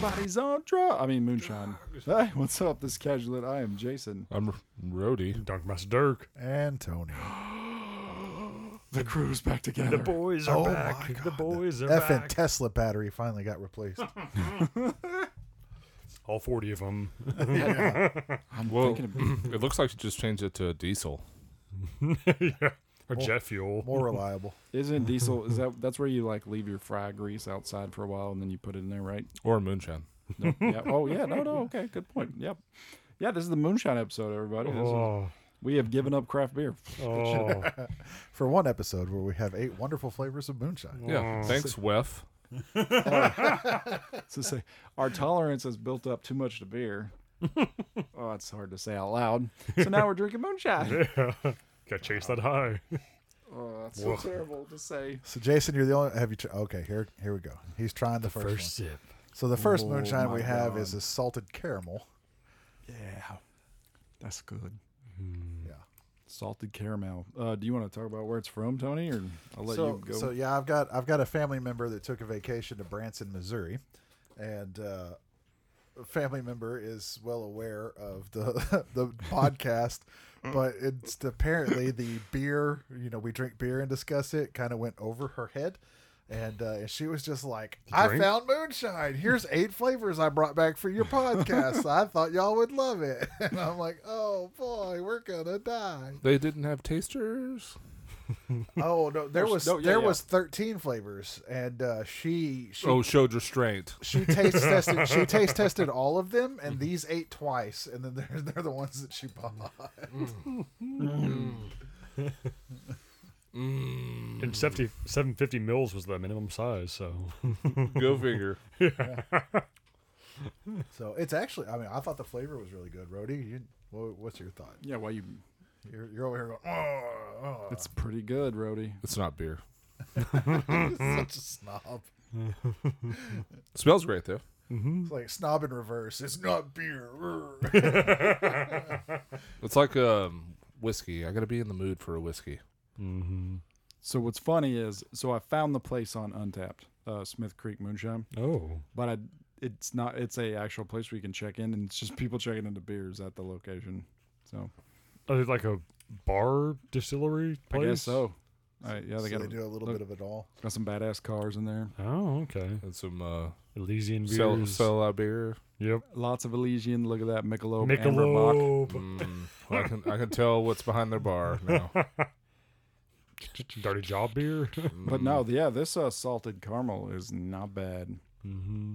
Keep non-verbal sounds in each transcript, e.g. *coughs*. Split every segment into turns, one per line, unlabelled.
Bodies on draw. I mean, moonshine. Hey, what's up? This is casual. I am Jason.
I'm R- Rody.
Dark Master Dirk.
And Tony.
The crew's back together. *laughs*
boys
Oh my God,
The boys are
F and
back.
Tesla battery finally got replaced.
All 40 of them.
I'm
Well,
thinking of *clears throat*
it looks like you just changed it to diesel.
yeah. Or jet fuel.
More reliable.
isn't diesel. Is that that's where you like leave your fry grease outside for a while and then you put it in there, *laughs* right?
Or moonshine.
No, yeah. Oh yeah. No. No. Okay. Good point. Yep. Yeah. This is the moonshine episode, everybody. This is-
Oh,
we have given up craft beer. *laughs*
oh.
For one episode where we have eight wonderful flavors of moonshine.
Yeah. Thanks, Wef.
to say our tolerance has built up too much to *laughs* beer. oh, it's hard to say out loud. So now we're drinking *laughs* moonshine.
Gotta chase that high.
Oh, that's so terrible to say.
So Jason, you're the only. Have you? Tr- okay, here, here we go. He's trying the, first, one.
sip.
So the first
Oh
moonshine
my
we have
God.
is a salted caramel.
Yeah, that's good.
Yeah.
Salted caramel. Uh, do you want to talk about where it's from, Tony, or I'll let
so,
you go?
so yeah, I've got I've got a family member that took a vacation to Branson, Missouri, and uh, a family member is well aware of the *laughs* the podcast, but it's apparently the beer. You know, we drink beer and discuss it. Kind of went over her head. And uh, she was just like, "I
Drink?
found moonshine. Here's eight flavors I brought back for your podcast. I thought y'all would love it." *laughs* And I'm like, "Oh boy, we're gonna die."
They didn't have tasters.
Oh no, there
There's-
was
no, yeah,
there
yeah.
was thirteen flavors, and uh, she she
Oh, showed restraint.
*laughs* she taste
*laughs*
tested she taste tested all of them, and
Mm-hmm.
these ate twice, and then *laughs* they're they're the ones that she bought.
Hmm.
And 70, 750 mils was the minimum
*laughs*
size, so.
Go figure.
So it's actually, I mean, I thought the flavor was really good, Rody. You, wha- what's your thought?
yeah, well, you.
You're, you're over here going, oh,
It's pretty good, Rody.
*laughs* It's not beer.
Mm-hmm.
such a snob.
smells great though.
It's like snob in reverse. It's not beer.
Mm-hmm.
It's like um whiskey. I gotta be in the mood for a whiskey.
So what's funny is, so I found the place on Untapped, uh, Smith Creek Moonshine,
Oh.
but I, it's not. It's a actual place where you can check in, and it's just people checking into beers at the location. So
Is it Oh, like a bar distillery place?
I guess so. I, yeah,
so
they
they
got a-
do a little
look-
bit of it all.
Got some badass cars in there.
Oh, okay.
And some uh
Elysian beers.
sell sell out beer.
Yep.
Lots of Elysian. Look at that Michelob, Amber Bock.
Michelob.
Mm, I can I can tell what's behind their bar now.
Dirty Job beer.
*laughs*
*laughs*
But no, yeah, this uh, salted caramel is not bad.
mm-hmm.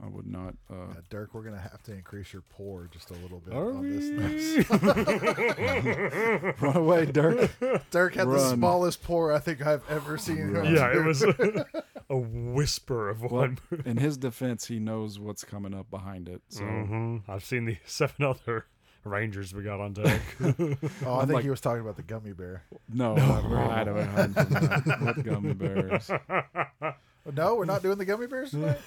I would not. Uh, *laughs*
Uh, Dirk, we're gonna have to increase your pour just a little bit
Are
on this.
we?
run away, Dirk.
*laughs* Dirk had the
Run.
smallest pour I think I've ever seen. him
Yeah, it was *laughs* a, a whisper of
Well,
one.
in his defense, he knows what's coming up behind it. So
Mm-hmm. I've seen the *laughs* seven other Rangers we got on
*laughs*
deck.
Oh, I
I'm
think
like-
he was talking about the gummy bear.
no, I- we're hiding behind that. What gummy bears.
No, we're not doing the gummy *laughs* bears tonight.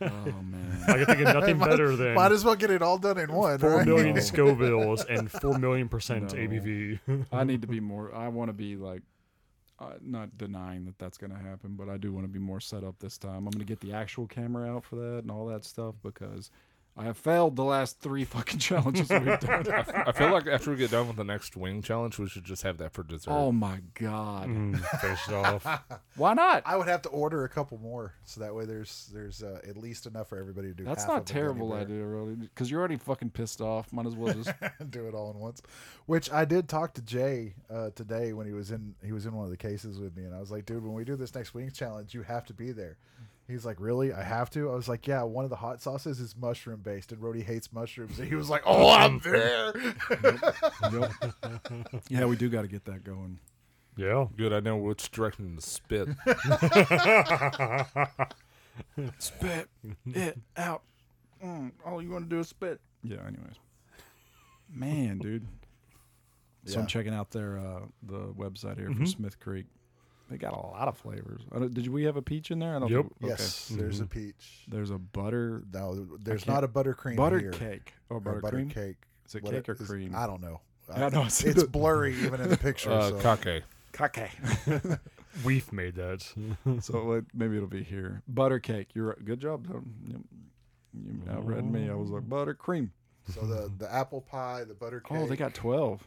Oh man,
I can think
*laughs*
of nothing better than
Might as well get it all done in one.
four
right?
million
No.
Scovilles and four million percent
*laughs* No.
ABV.
I need to be more. I want to be like. Uh, not denying that that's going to happen, but I do want to be more set up this time. I'm going to get the actual camera out for that and all that stuff because I have failed the last three fucking *laughs* challenges we've done.
I feel like after we get done with the next wing challenge, we should just have that for dessert.
Oh my god!
*laughs* Mm, finish it off.
Why not?
I would have to order a couple more, so that way there's there's uh, at least enough for everybody to do.
That's
half
not
of a gummy
terrible
bear
idea, really, because you're already fucking pissed off. Might as well just.
and *laughs* do it all in once. Which I did talk to Jay uh, today when he was in he was in one of the cases with me, and I was like, dude, when we do this next wings challenge, you have to be there. He's like, really? I have to? I was like, yeah. One of the hot sauces is mushroom based, and Rody hates mushrooms. *laughs* And he was like, oh, I'm there.
yeah, we do got to get that going.
Yeah.
Good, I know which direction to spit.
Spit it out. Mm, all you want to do is spit. Yeah. Anyways, *laughs* Man, dude. So
Yeah.
I'm checking out their uh, the website here for Smith Creek. They got a lot of flavors. I don't- did we have a peach in there? I don't
Yep.
think- okay.
Yes, there's a peach.
There's a butter
No, there's
can't-
not a buttercream
butter
here.
cake or
or
butter,
butter
cream.
cake.
Is it
what
cake or
is-
cream?
I don't know. Uh,
I don't know, I see
*laughs* it's
the-
blurry
*laughs*
even in the picture.
Uh,
so.
Kake.
Weef made that.
so like, maybe it'll be here. Butter cake. You're right. good job. Tom. You, you outread me. I was like butter cream.
So the the apple pie, the butter cake.
Oh, they got twelve.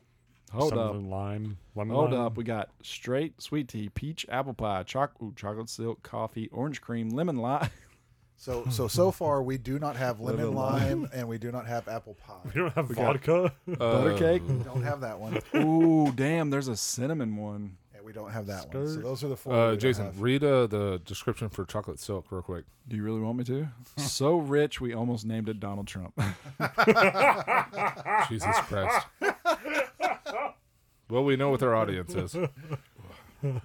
Hold up.
Something Lime. Lemon
Hold
lime.
up, we got straight sweet tea, peach apple pie, choc- ooh, chocolate silk, coffee, orange cream, lemon lime. *laughs*
so so so far we do not have lemon
Lemon
lime
*laughs*
and we do not have apple pie.
*laughs* We don't have
got- *laughs*
vodka.
Butter
Uh,
cake.
We don't have that one,
Uh. Ooh, damn, there's a cinnamon one.
and we don't have that one. So those are the four. we
Uh,
don't
Jason,
have.
read uh, the description for chocolate silk real quick.
Do you really want me to? *laughs* so rich, we almost named it Donald Trump. *laughs*
Jesus Christ. well, we know what their audience is.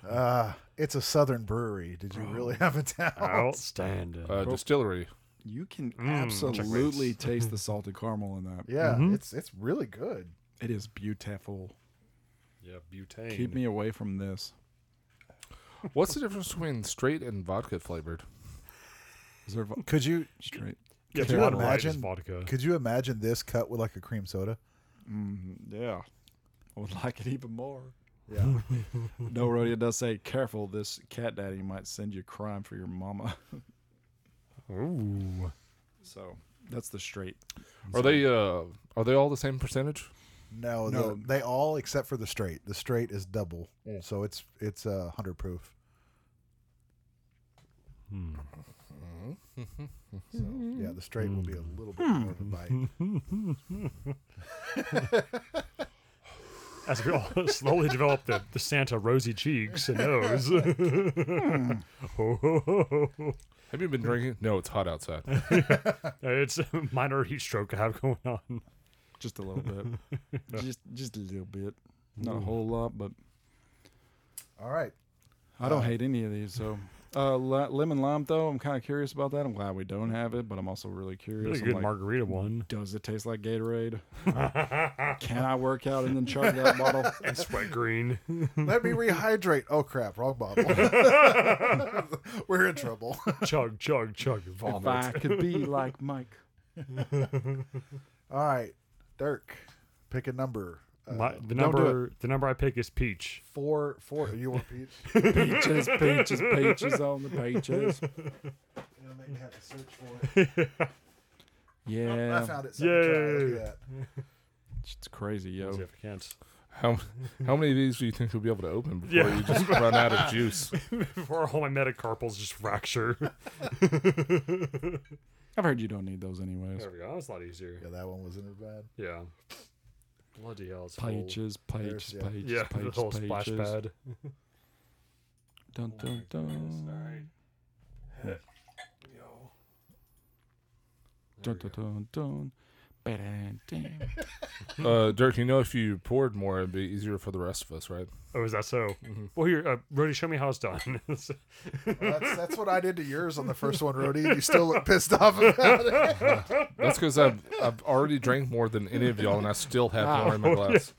Uh,
it's a southern brewery. Did you really
Oh.
have it down?
Outstanding.
Uh, distillery.
you can absolutely taste the salted caramel in that.
Yeah, it's it's really good.
It is beautiful.
yeah, butane.
Keep me away from this.
What's the difference between straight and vodka flavored?
Is there vo-
Could you
straight?
Get
could you
one right is
imagine-
vodka.
could you imagine this cut with like a cream soda?
Yeah. I would like it even more. Mm-hmm.
Yeah.
*laughs* No, Rodeo does say, careful, this cat daddy might send you crime for your *laughs* mama.
Ooh.
So that's the straight.
Are they uh, are they all the same percentage?
No,
No.
The, they all except for the straight. The straight is double, so it's it's a uh, hundred proof.
Hmm.
so yeah, the straight will be a
Hmm.
little bit more of a bite.
As we all *laughs* slowly develop the, the Santa rosy cheeks and nose.
Hmm.
*laughs* Oh, ho, ho, ho, ho.
Have you been drinking? No, it's hot outside.
it's a minor heat stroke I have going on.
Just a little *laughs* bit. just just a little bit. Not a whole lot, but
All right,
I don't hate any of these. *laughs* So uh, li- lemon lime though, I'm kind of curious about that. I'm glad we don't have it, but I'm also really
Really
curious. I'm
good
like,
margarita one.
*laughs* does it taste like *laughs* Gatorade? Can I work out and then chug that *laughs* bottle?
And sweat green.
let me rehydrate. Oh crap, wrong bottle. We're in trouble.
*laughs* chug, chug, chug,
If I uh,
vomit.
could be like Mike.
All right, Dirk, pick a number. Uh,
My, the
don't do
number the number I pick is peach.
Four, four. You want
*laughs*
peach? I'm
Peaches, peaches, peaches on the peaches.
gonna make- have to search for it. I
Yeah,
found it. Second try. Look
Yay.
at that.
it's crazy, yo.
Significant.
How how many of these do you think you'll be able to open before you just run out of juice?
*laughs* Before all my metacarpals just fracture. *laughs*
I've heard you don't need those anyways.
There we go. That's a lot easier.
Yeah, that one wasn't bad.
Yeah. Bloody hell. it's full.
Pages, pages,
yeah.
pages,
Yeah, *laughs* the
pages,
whole
pages.
splash pad.
Dun, dun, dun. Dun, dun, dun, dun. Ba-dun, dun.
*laughs*
Uh, Dirk, you know if you poured more, it'd be easier for the rest of us, right?
Oh, is that so? Well, here, uh, Rody, show me how it's done. *laughs* It's-
That's that's what I did to yours on the first one, Rody. and You still look pissed off about it.
That's because I've I've already drank more than any of y'all, and I still have more in my glass.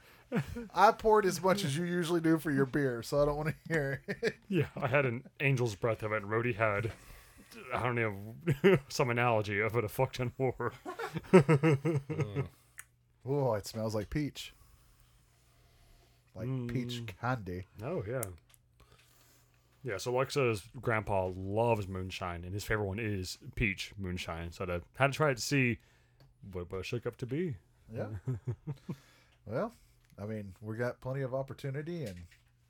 I poured as much as you usually do for your beer, so I don't want to hear. It. *laughs*
yeah, I had an angel's breath of it, and Rody had, I don't know, *laughs* some analogy of it, a fuck ton more.
Oh, it smells like peach, like peach candy.
*laughs* Oh, *laughs* yeah. Yeah, so like says, grandpa loves moonshine, and his favorite one is peach moonshine. So I had to try it to see what it shook up to be.
Yeah. well, I mean, we got plenty of opportunity and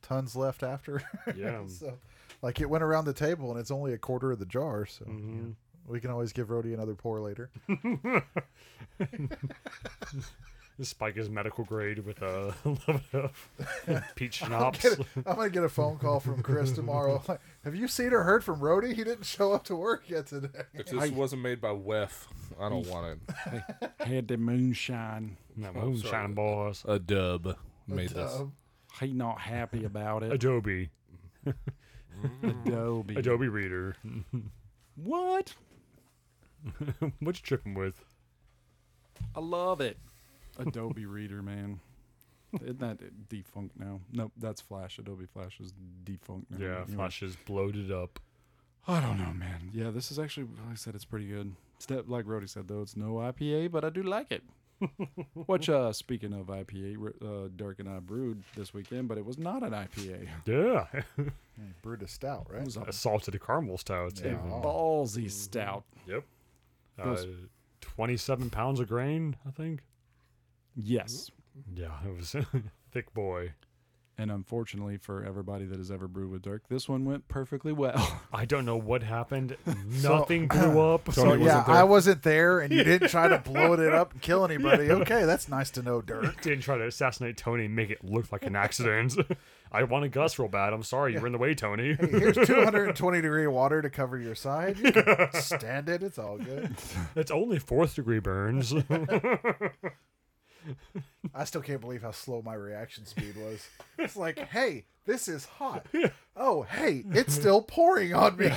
tons left after. *laughs*
Yeah.
so, like it went around the table, and it's only a quarter of the jar, so
Mhm.
we can always give Rody another pour later.
Spike is medical grade with uh, a level of *laughs* peach schnapps.
Get a- I'm gonna get a phone call from
*laughs*
Chris tomorrow. Like, Have you seen or heard from Rody? He didn't show up to work yet today.
If this wasn't made by Wef, I don't want it.
Had the moonshine.
That moonshine boss.
A dub made this.
Um,
He not happy about it.
Adobe.
Adobe.
Adobe Reader.
What?
what you tripping with?
I love it. Adobe Reader, man. Isn't that defunct now? Nope, that's Flash. Adobe Flash is defunct now.
Yeah,
Anyway.
Flash is bloated up.
I don't know, man. Yeah, this is actually, like I said, it's pretty good. Step like Rody said though, it's no IPA, but I do like
*laughs*
it. Which, uh, speaking of IPA, r- uh, Dirk and I brewed this weekend, but it was not an IPA.
Yeah, *laughs*
Mm, Brewed a stout,
It
right?
was a
salted caramel style *laughs* too.
Yeah.
ballsy stout.
Mm-hmm. Yep. Uh,
Those-
*laughs* Twenty-seven pounds of grain, I think.
Yes.
Yeah, it was *laughs* thick boy.
And unfortunately for everybody that has ever brewed with Dirk, this one went perfectly well.
I don't know what happened. Nothing blew
*laughs*
up.
So
Tony
Oh, yeah,
wasn't there.
I wasn't there, and you didn't try to blow it up and
*laughs*
kill anybody. Okay, that's nice to know, Dirk.
Didn't try to assassinate Tony and make it look like an accident. *laughs* I wanted Gus real bad. I'm sorry, you were in the way, Tony.
Here's 220 degree water to cover your side. You can stand it; it's
*laughs*
all good.
That's only fourth degree burns.
I still can't believe how slow my reaction speed was. It's like, hey, this is hot. Oh, hey, it's still pouring
*laughs*
on me.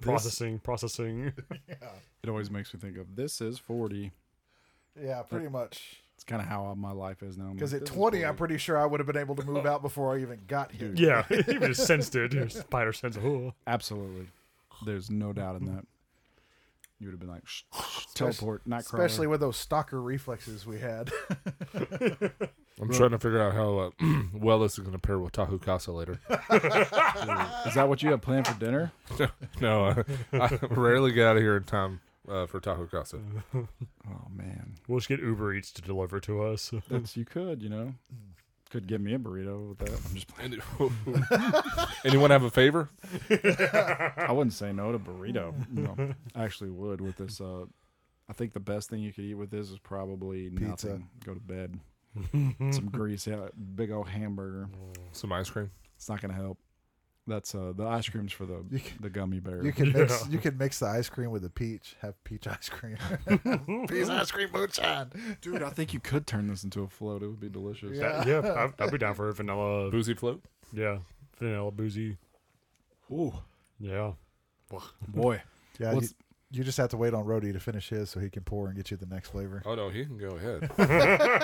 processing, processing.
it always makes me think of this is 40.
*laughs* yeah, pretty much.
It's kind of how my life is now. I'm
Because
like,
at
"This is
20,
40."
I'm pretty sure I would have been able to *laughs* move out before I even got here.
Yeah, you just sensed *laughs* it. Your spider sense. Oh.
Absolutely. There's no doubt in that. You would have been like, shh, shh, teleport, not crawler.
Especially with those stalker reflexes we had. *laughs*
I'm trying to figure out how uh, *clears throat* well this is going to pair with Tahu Casa *laughs* later.
Is that what you have planned for dinner?
no, uh, I rarely get out of here in time uh, for Tahu Casa.
Oh man,
We'll just get Uber Eats to deliver to us.
that's you could, you know, could give me a burrito with that. I'm just playing.
Any- *laughs* Anyone have a favor?
I wouldn't say no to burrito. No, I actually would with this. Uh, I think the best thing you could eat with this is probably
Pizza.
nothing. Go to bed. Some grease, yeah, big old hamburger.
Some ice cream?
It's not gonna help. That's uh, the ice cream's for the
You can-
the gummy bear.
You *laughs* can mix you can mix the ice cream with the peach. Have peach *laughs* ice cream. peach ice cream moonshine.
Dude, I think you could turn this into a float. It would be delicious.
Yeah.
yeah, I'd, I'd be down for vanilla.
Boozy float?
Yeah, vanilla boozy.
Ooh,
Yeah.
boy.
Yeah, you,
What's-
you just have to wait on Rhodey to finish his so he can pour and get you the next flavor.
Oh, no, he can go ahead.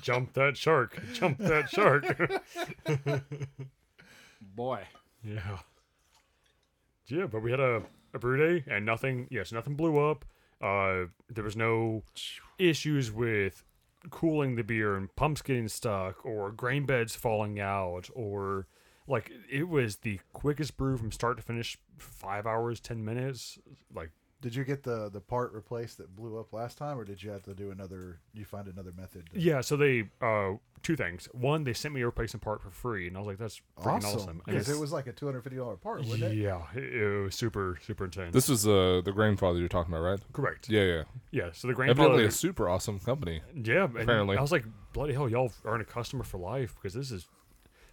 Jump that shark. Jump that shark.
Boy.
yeah. Yeah, but we had a, a brew day and nothing, yes, nothing blew up. Uh, there was no issues with cooling the beer and pumps getting stuck or grain beds falling out or like it was the quickest brew from start to finish five hours ten minutes like
Did you get the the part replaced that blew up last time, or did you have to do another? You find another method. *laughs* to-
Yeah, so they uh two things. One, they sent me a replacement part for free, and I was like, "That's freaking awesome!" And
Because
it's-
it was like a two hundred fifty dollar part, wasn't it?
yeah, it, it was super super intense.
this is uh, the grandfather you're talking about, right?
correct. Yeah.
Yeah, yeah.
so the grandfather.
Evidently a super awesome company.
yeah, and
apparently.
I was like, "Bloody hell, y'all aren't a customer for life because this is."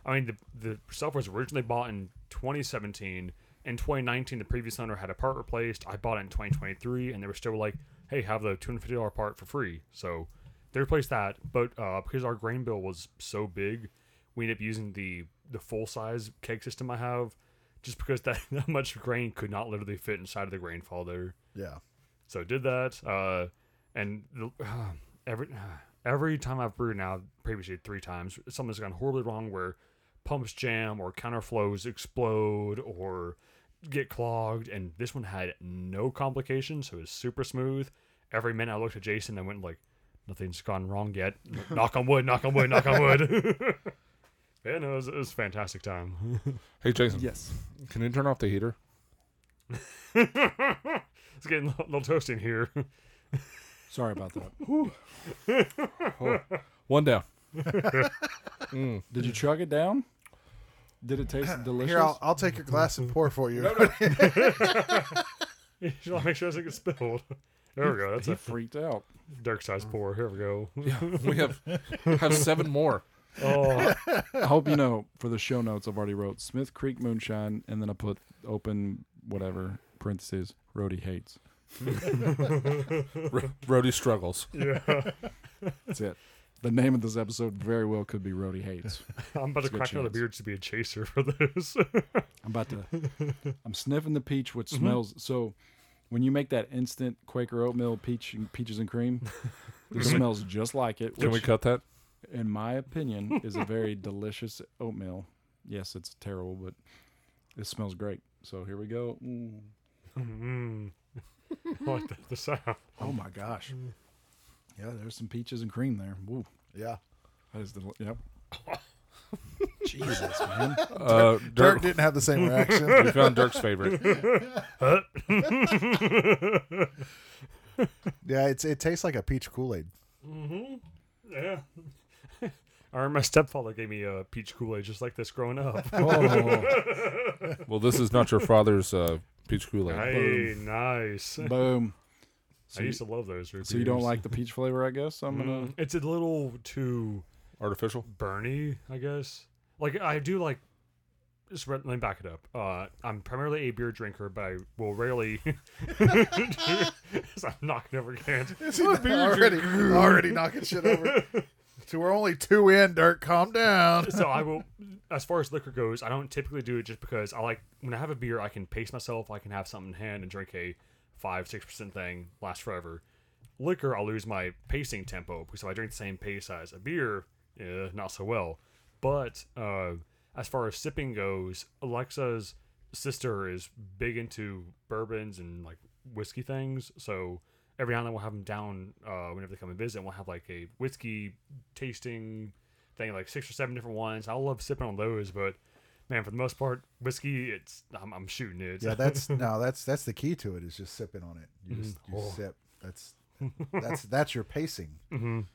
I mean, the the stuff was originally bought in 2017. In 2019, the previous owner had a part replaced. I bought it in 2023, and they were still like, "Hey, have the 250 dollar part for free." So they replaced that, but uh, because our grain bill was so big, we ended up using the the full size keg system I have, just because that, *laughs* that much grain could not literally fit inside of the grain father.
Yeah.
So I did that, uh, and the, *sighs* every every time I've brewed now, previously three times, something's gone horribly wrong where pumps jam or counterflows explode or get clogged, and this one had no complications, so it was super smooth. Every minute I looked at Jason, I went like, nothing's gone wrong yet. knock on wood, knock on wood, knock on wood. *laughs* yeah, no, it was, it was a fantastic time.
Hey, Jason,
Yes.
can you turn off the heater?
it's getting a little toasty in here. *laughs*
Sorry about that.
One down.
Did you chug it down? Did it taste delicious?
Here, I'll, I'll take your glass and pour for *laughs* you.
Should I make sure it doesn't get spilled? There we go. That's
he
a
freaked out.
dark size pour. Here we go.
We have have seven *laughs* more.
Oh,
I hope you know for the show notes I've already wrote Smith Creek Moonshine and then I put open whatever parentheses Rody hates.
R- Rhodey struggles.
That's it. The name of this episode very well could be Rody hates.
I'm about to
good
crack another
chance.
beer to be a chaser for this.
I'm about
*laughs*
to. I'm sniffing the peach, which
Mm-hmm. *laughs*
smells so. When you make that instant Quaker oatmeal peach and peaches and cream, It smells just like it,
Can we
which,
cut that?
in my opinion,
*laughs*
is a very delicious oatmeal. Yes, it's terrible, but it smells great. So here we go. Mm.
Mm. *laughs* like the, the sound.
Oh my gosh.
Yeah, there's some peaches and cream there. Ooh,
Yeah.
that is the
*laughs*
yep.
Jesus, man.
Uh,
Dirk
Dirk,
didn't have the same *laughs* reaction.
we found Dirk's favorite.
yeah, it's it tastes like a peach Kool *laughs* Aid.
Yeah. I remember my stepfather gave me a peach Kool Aid just like this
*laughs*
growing up.
Oh,
Well, this is not your father's uh, peach Kool Aid.
hey, nice.
boom. So
I
you,
used to love those. root
so you don't
beers.
like the peach flavor, I guess. I'm gonna.
Mm, It's a little too
Artificial.
Bernie, I guess. Like I do like. Just re- let me back it up. Uh, I'm primarily a beer drinker, but I will rarely. *laughs* 'Cause I'm not never can.
*laughs* already, already knocking shit over. So we're only two in, Dirk. Calm down.
So I will, as far as liquor goes, I don't typically do it just because I like when I have a beer, I can pace myself. I can have something in hand and drink a five six percent thing last forever. Liquor, I'll lose my pacing tempo because if I drink the same pace as a beer, eh, not so well. But uh, as far as sipping goes, Alexa's sister is big into bourbons and like whiskey things, so. Every now and then we'll have them down uh, whenever they come and visit. And we'll have like a whiskey tasting thing, like six or seven different ones. I love sipping on those, but man, for the most part, whiskey, it's I'm, I'm shooting it.
Yeah, that's no, that's that's the key to it is just sipping on it. You just you
Oh.
sip. That's that's that's your pacing.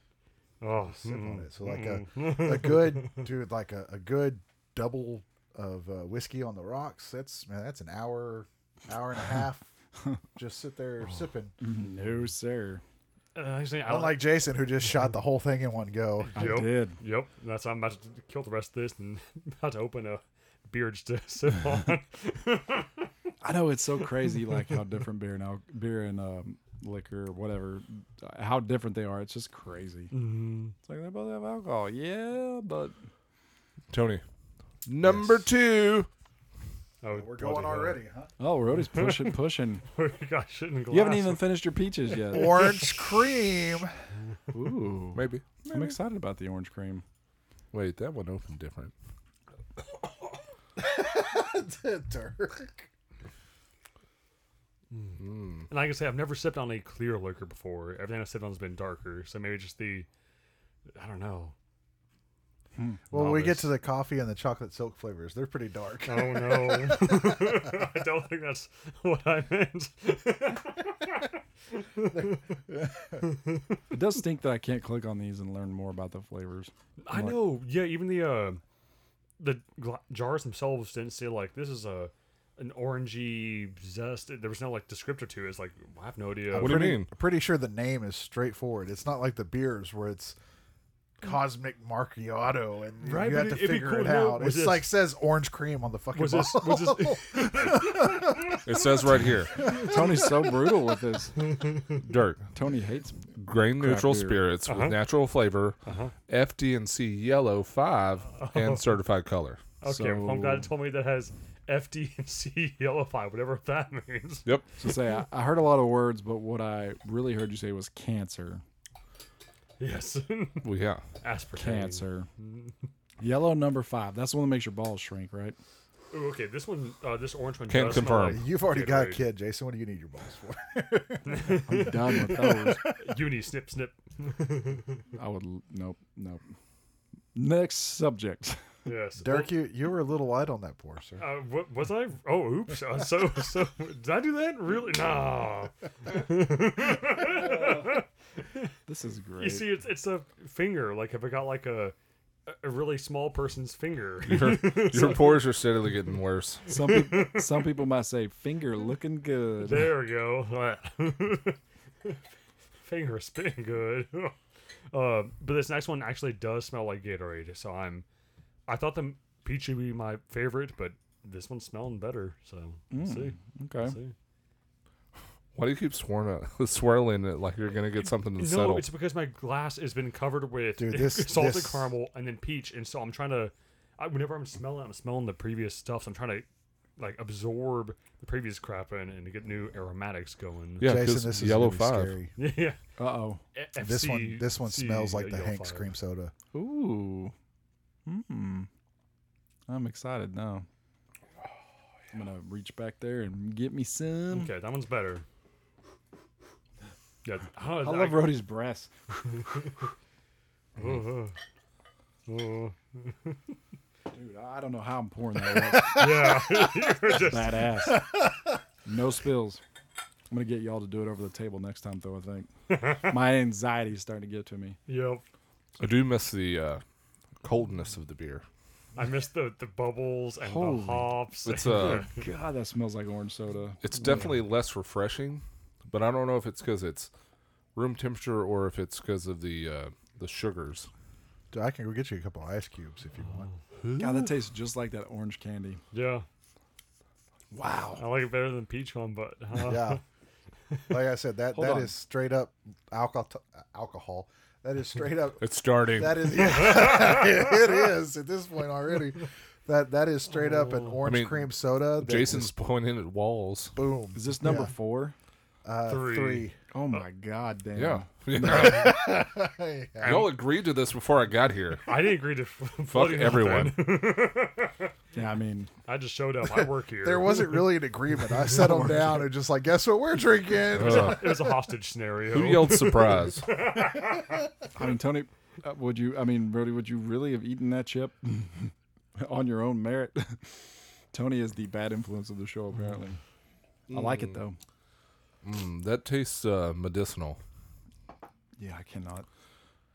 oh,
Sip on it. So like a a good dude, like a, a good double of uh, whiskey on the rocks. That's man, that's an hour, hour and a half. just sit there sipping.
Mm, No, sir.
uh, next thing I don't like.
Unlike Jason, who just shot the whole thing in one go.
I
Yep.
did.
Yep, that's I'm about to kill the rest of this and *laughs* about to open a beer just to *laughs* sip
*laughs*
on.
I know it's so crazy, like how different beer and al- beer and um, liquor, whatever, uh, how different they are. It's just crazy. Mm-hmm. It's like they both have alcohol, yeah, but
Tony. Number two.
Oh,
We're going
*laughs*
already, huh?
oh, Rody's *laughs* pushing, pushing.
I got shit in glass.
You haven't even finished your peaches yet.
Orange
*laughs*
cream.
Ooh,
Maybe.
I'm excited about the orange cream.
Wait, that one opened different.
Dirk.
And like I say, I've never sipped on a clear liquor before. Everything I've sipped on has been darker, so maybe just the, I don't know.
Well, we get
Novice.
to the coffee and the chocolate silk flavors. They're pretty dark.
Oh no! *laughs* I don't think that's what I meant.
It does stink that I can't click on these and learn more about the flavors.
I
Like-
know. Yeah, even the uh, the gla- jars themselves didn't say like this is a an orangey zest. There was no like descriptor to it. It's like I have no idea.
What do you mean?
pretty sure the name is straightforward. It's not like the beers where it's cosmic macchiato and
Right,
you
but
have to
it'd be
figure
cool
it
to know,
out. It's
was this-
like says orange cream on the fucking
Was this?
bottle. *laughs*
Was *laughs*
*laughs*
this?
It says right here
Tony's so brutal with this.
Dirk,
Tony hates.
grain
Craft
neutral
beer.
spirits
Uh-huh.
with natural flavor, FD&C yellow 5,
*laughs*
and certified color.
Oh.
Okay, well, I'm glad it
So-
told me that has FD and C *laughs* yellow five, whatever that *laughs* means.
Yep.
To say, I, I heard a lot of words, but what I really heard you say was cancer,
Yes,
Well, yeah.
*laughs* aspartame.
cancer. *laughs* Yellow number five. That's the one that makes your balls shrink, right?
Ooh, okay, this one, uh, this orange one.
Can't
does smell
confirm.
You've already
Yeah,
got a
right.
kid, Jason. What do you need your balls
*laughs*
for?
I'm done with those.
Like uni snip snip.
I would. l- Nope. Nope. Next subject. *laughs*
Yes,
Dirk, you, you were a little light on that pour, sir.
Uh, what was I? Oh, oops. Uh, so, *laughs* so did I do that? Really? No.
This is great.
You see, it's it's a finger. Like, have I got like a a really small person's finger?
*laughs*
Your, your pores are steadily getting worse.
some people,
*laughs*
some people might say finger looking good.
there we go. *laughs* finger spin good. *laughs* uh, but this next one actually does smell like Gatorade. So I'm, I thought the peachy would be my favorite, but this one's smelling better. So we'll
Mm.
see,
Okay.
see.
Why do you keep swirling it, *laughs* swirling it like you're going to get something to
No,
settle?
it's because my glass has been covered with
Dude, this-
*laughs* salted
this-
caramel and then peach, and so I'm trying to. I, whenever I'm smelling, I'm smelling the previous stuff. So I'm trying to like absorb the previous crap in and to get new aromatics going. *laughs*
Yeah,
Jason,
'cause
this is
yellow
gonna be
five.
scary.
yeah.
Uh oh.
F-
This one,
FC
this one smells like the
Yellow
Hank's
Fire.
cream soda.
Ooh. Hmm. I'm excited now. I'm gonna reach back there and get me some.
Okay, that one's better. Yeah, I don't
I
know,
love
I-
Rody's breath.
Ugh, ugh, ugh.
Dude, I don't know how I'm pouring that. out.
yeah,
Badass. No spills. I'm gonna get y'all to do it over the table next time, though. I think my anxiety's starting to get to me.
yep.
I do miss the uh, coldness of the beer.
I miss the the bubbles and
Holy-
the hops.
It's uh,
God, that smells like orange soda.
it's definitely less refreshing, but I don't know if it's because it's room temperature or if it's because of the uh, the sugars.
Dude, I can go get you a couple of ice cubes if you want.
God, that tastes just like that orange candy.
yeah,
Wow.
I like it better than peach one, but uh,
Yeah. *laughs* Like I said, that
Hold
that is
on.
straight up alcohol. Alcohol. That is
*laughs*
straight up.
It's starting.
That is. *laughs* it is at this point already. That that is straight up
Oh.
an orange
mean,
cream soda. that
Jason's
just
pointing at walls.
boom.
Is this number
Yeah.
four?
Uh,
Three.
three.
Oh my god, damn.
Yeah.
Hey,
*laughs* Y'all agreed to this before I got here.
I didn't agree to *laughs*
Fuck everyone.
Yeah, I mean,
I just showed up. I work
*laughs*
here.
there wasn't really an agreement.
*laughs*
I settled down and just like, guess what we're drinking?
Uh,
It was a hostage scenario.
who yelled surprise?
I mean, Tony, uh, would you? I mean, Brody, would you really have eaten that chip *laughs* on your own merit? *laughs* Tony is the bad influence of the show, apparently. I like it though.
Mm.
Mm, that tastes uh, medicinal.
Yeah, I cannot.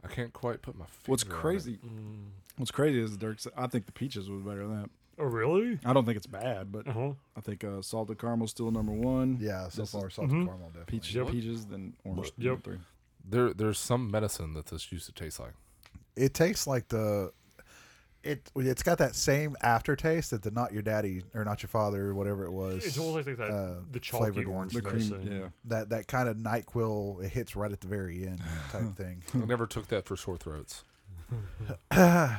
I can't quite put my finger
What's
on it.
crazy?
Mm.
What's crazy is Dirk. I think the peaches was better than that.
Oh, really?
I don't think it's bad, but
Uh huh.
I think uh, salted caramel's still number one.
Yeah, so
This is
far salted caramel definitely.
peaches,
Yep.
peaches, then orange.
Yep.
number three.
There, there's some medicine that this used to taste like.
It tastes like the it it's got that same aftertaste that the not your daddy or not your father or whatever it was.
It's almost like that
uh,
the chalky
flavored
orange
The cream,
medicine.
yeah.
that that kind of NyQuil it hits right at the very end type thing.
I never took that for sore throats.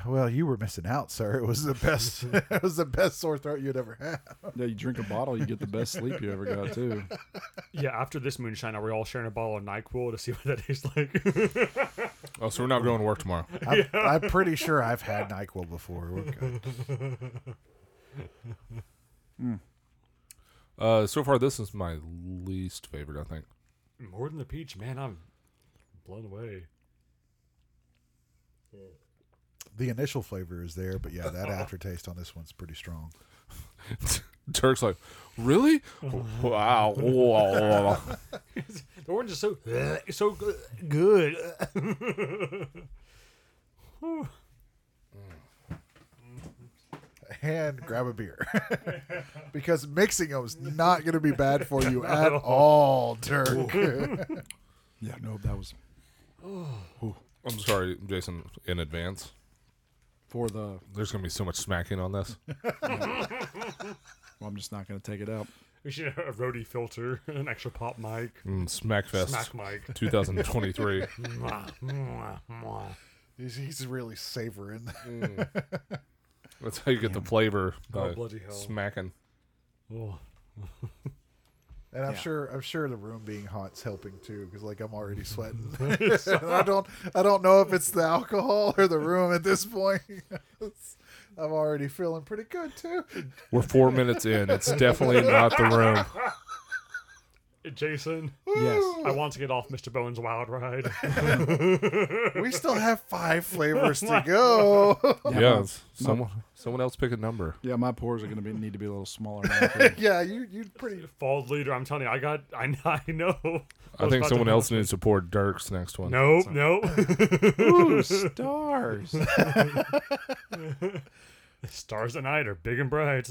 well, you were missing out, sir. It was the *laughs* best. it was the best sore throat you'd ever had. *laughs*
Yeah, you drink a bottle, you get the best sleep you ever got too.
Yeah, After this moonshine, are we all sharing a bottle of Nyquil to see *laughs* what that tastes like?
Oh, so we're not going to work tomorrow.
I'm, *laughs* I'm pretty sure I've had NyQuil before. We're *laughs* good.
Uh, so far, this is my least favorite. I think.
More than the peach, man. I'm blown away.
The initial flavor is there, but yeah, *laughs* that aftertaste on this one's pretty strong.
Turk's like, really? wow.
*laughs*
wow."
The orange is so it's so go- good.
And grab a beer *laughs* because mixing them is not going to be bad *laughs* for you at all, Dirk.
*laughs* Yeah, no, that was
I'm sorry, Jason, in advance.
for the. Well,
There's gonna be so much smacking on this.
I'm just not gonna take it out.
*laughs* we should have a roadie filter, *laughs* an extra pop mic,
Mm, Smackfest
smack mic. *laughs*
2023.
Mwah, mwah, mwah.
*laughs* He's, he's really savoring.
That's how you get the flavor.
Oh
by
bloody hell!
Smacking.
Oh,
And I'm
Yeah.
sure I'm sure the room being hot's helping too, because like I'm already sweating. And *laughs* I don't I don't know if it's the alcohol or the room at this point. *laughs* I'm already feeling pretty good too.
We're four minutes in. It's definitely not the room.
*laughs* Jason,
Yes.
I want to get off Mr. Bowen's wild ride. *laughs*
We still have five flavors to go. *laughs*
Yeah,
Yeah.
it's- someone someone else pick a number.
Yeah, my pores are gonna be need to be a little smaller. now, too.
yeah, you you pretty
Fall leader, I'm telling you, I got, I, *laughs* kn- I know.
I
was about
think
to-
someone else needs to pour Dirk's next one.
Nope, nope.
Ooh, stars.
Stars at night are big and bright.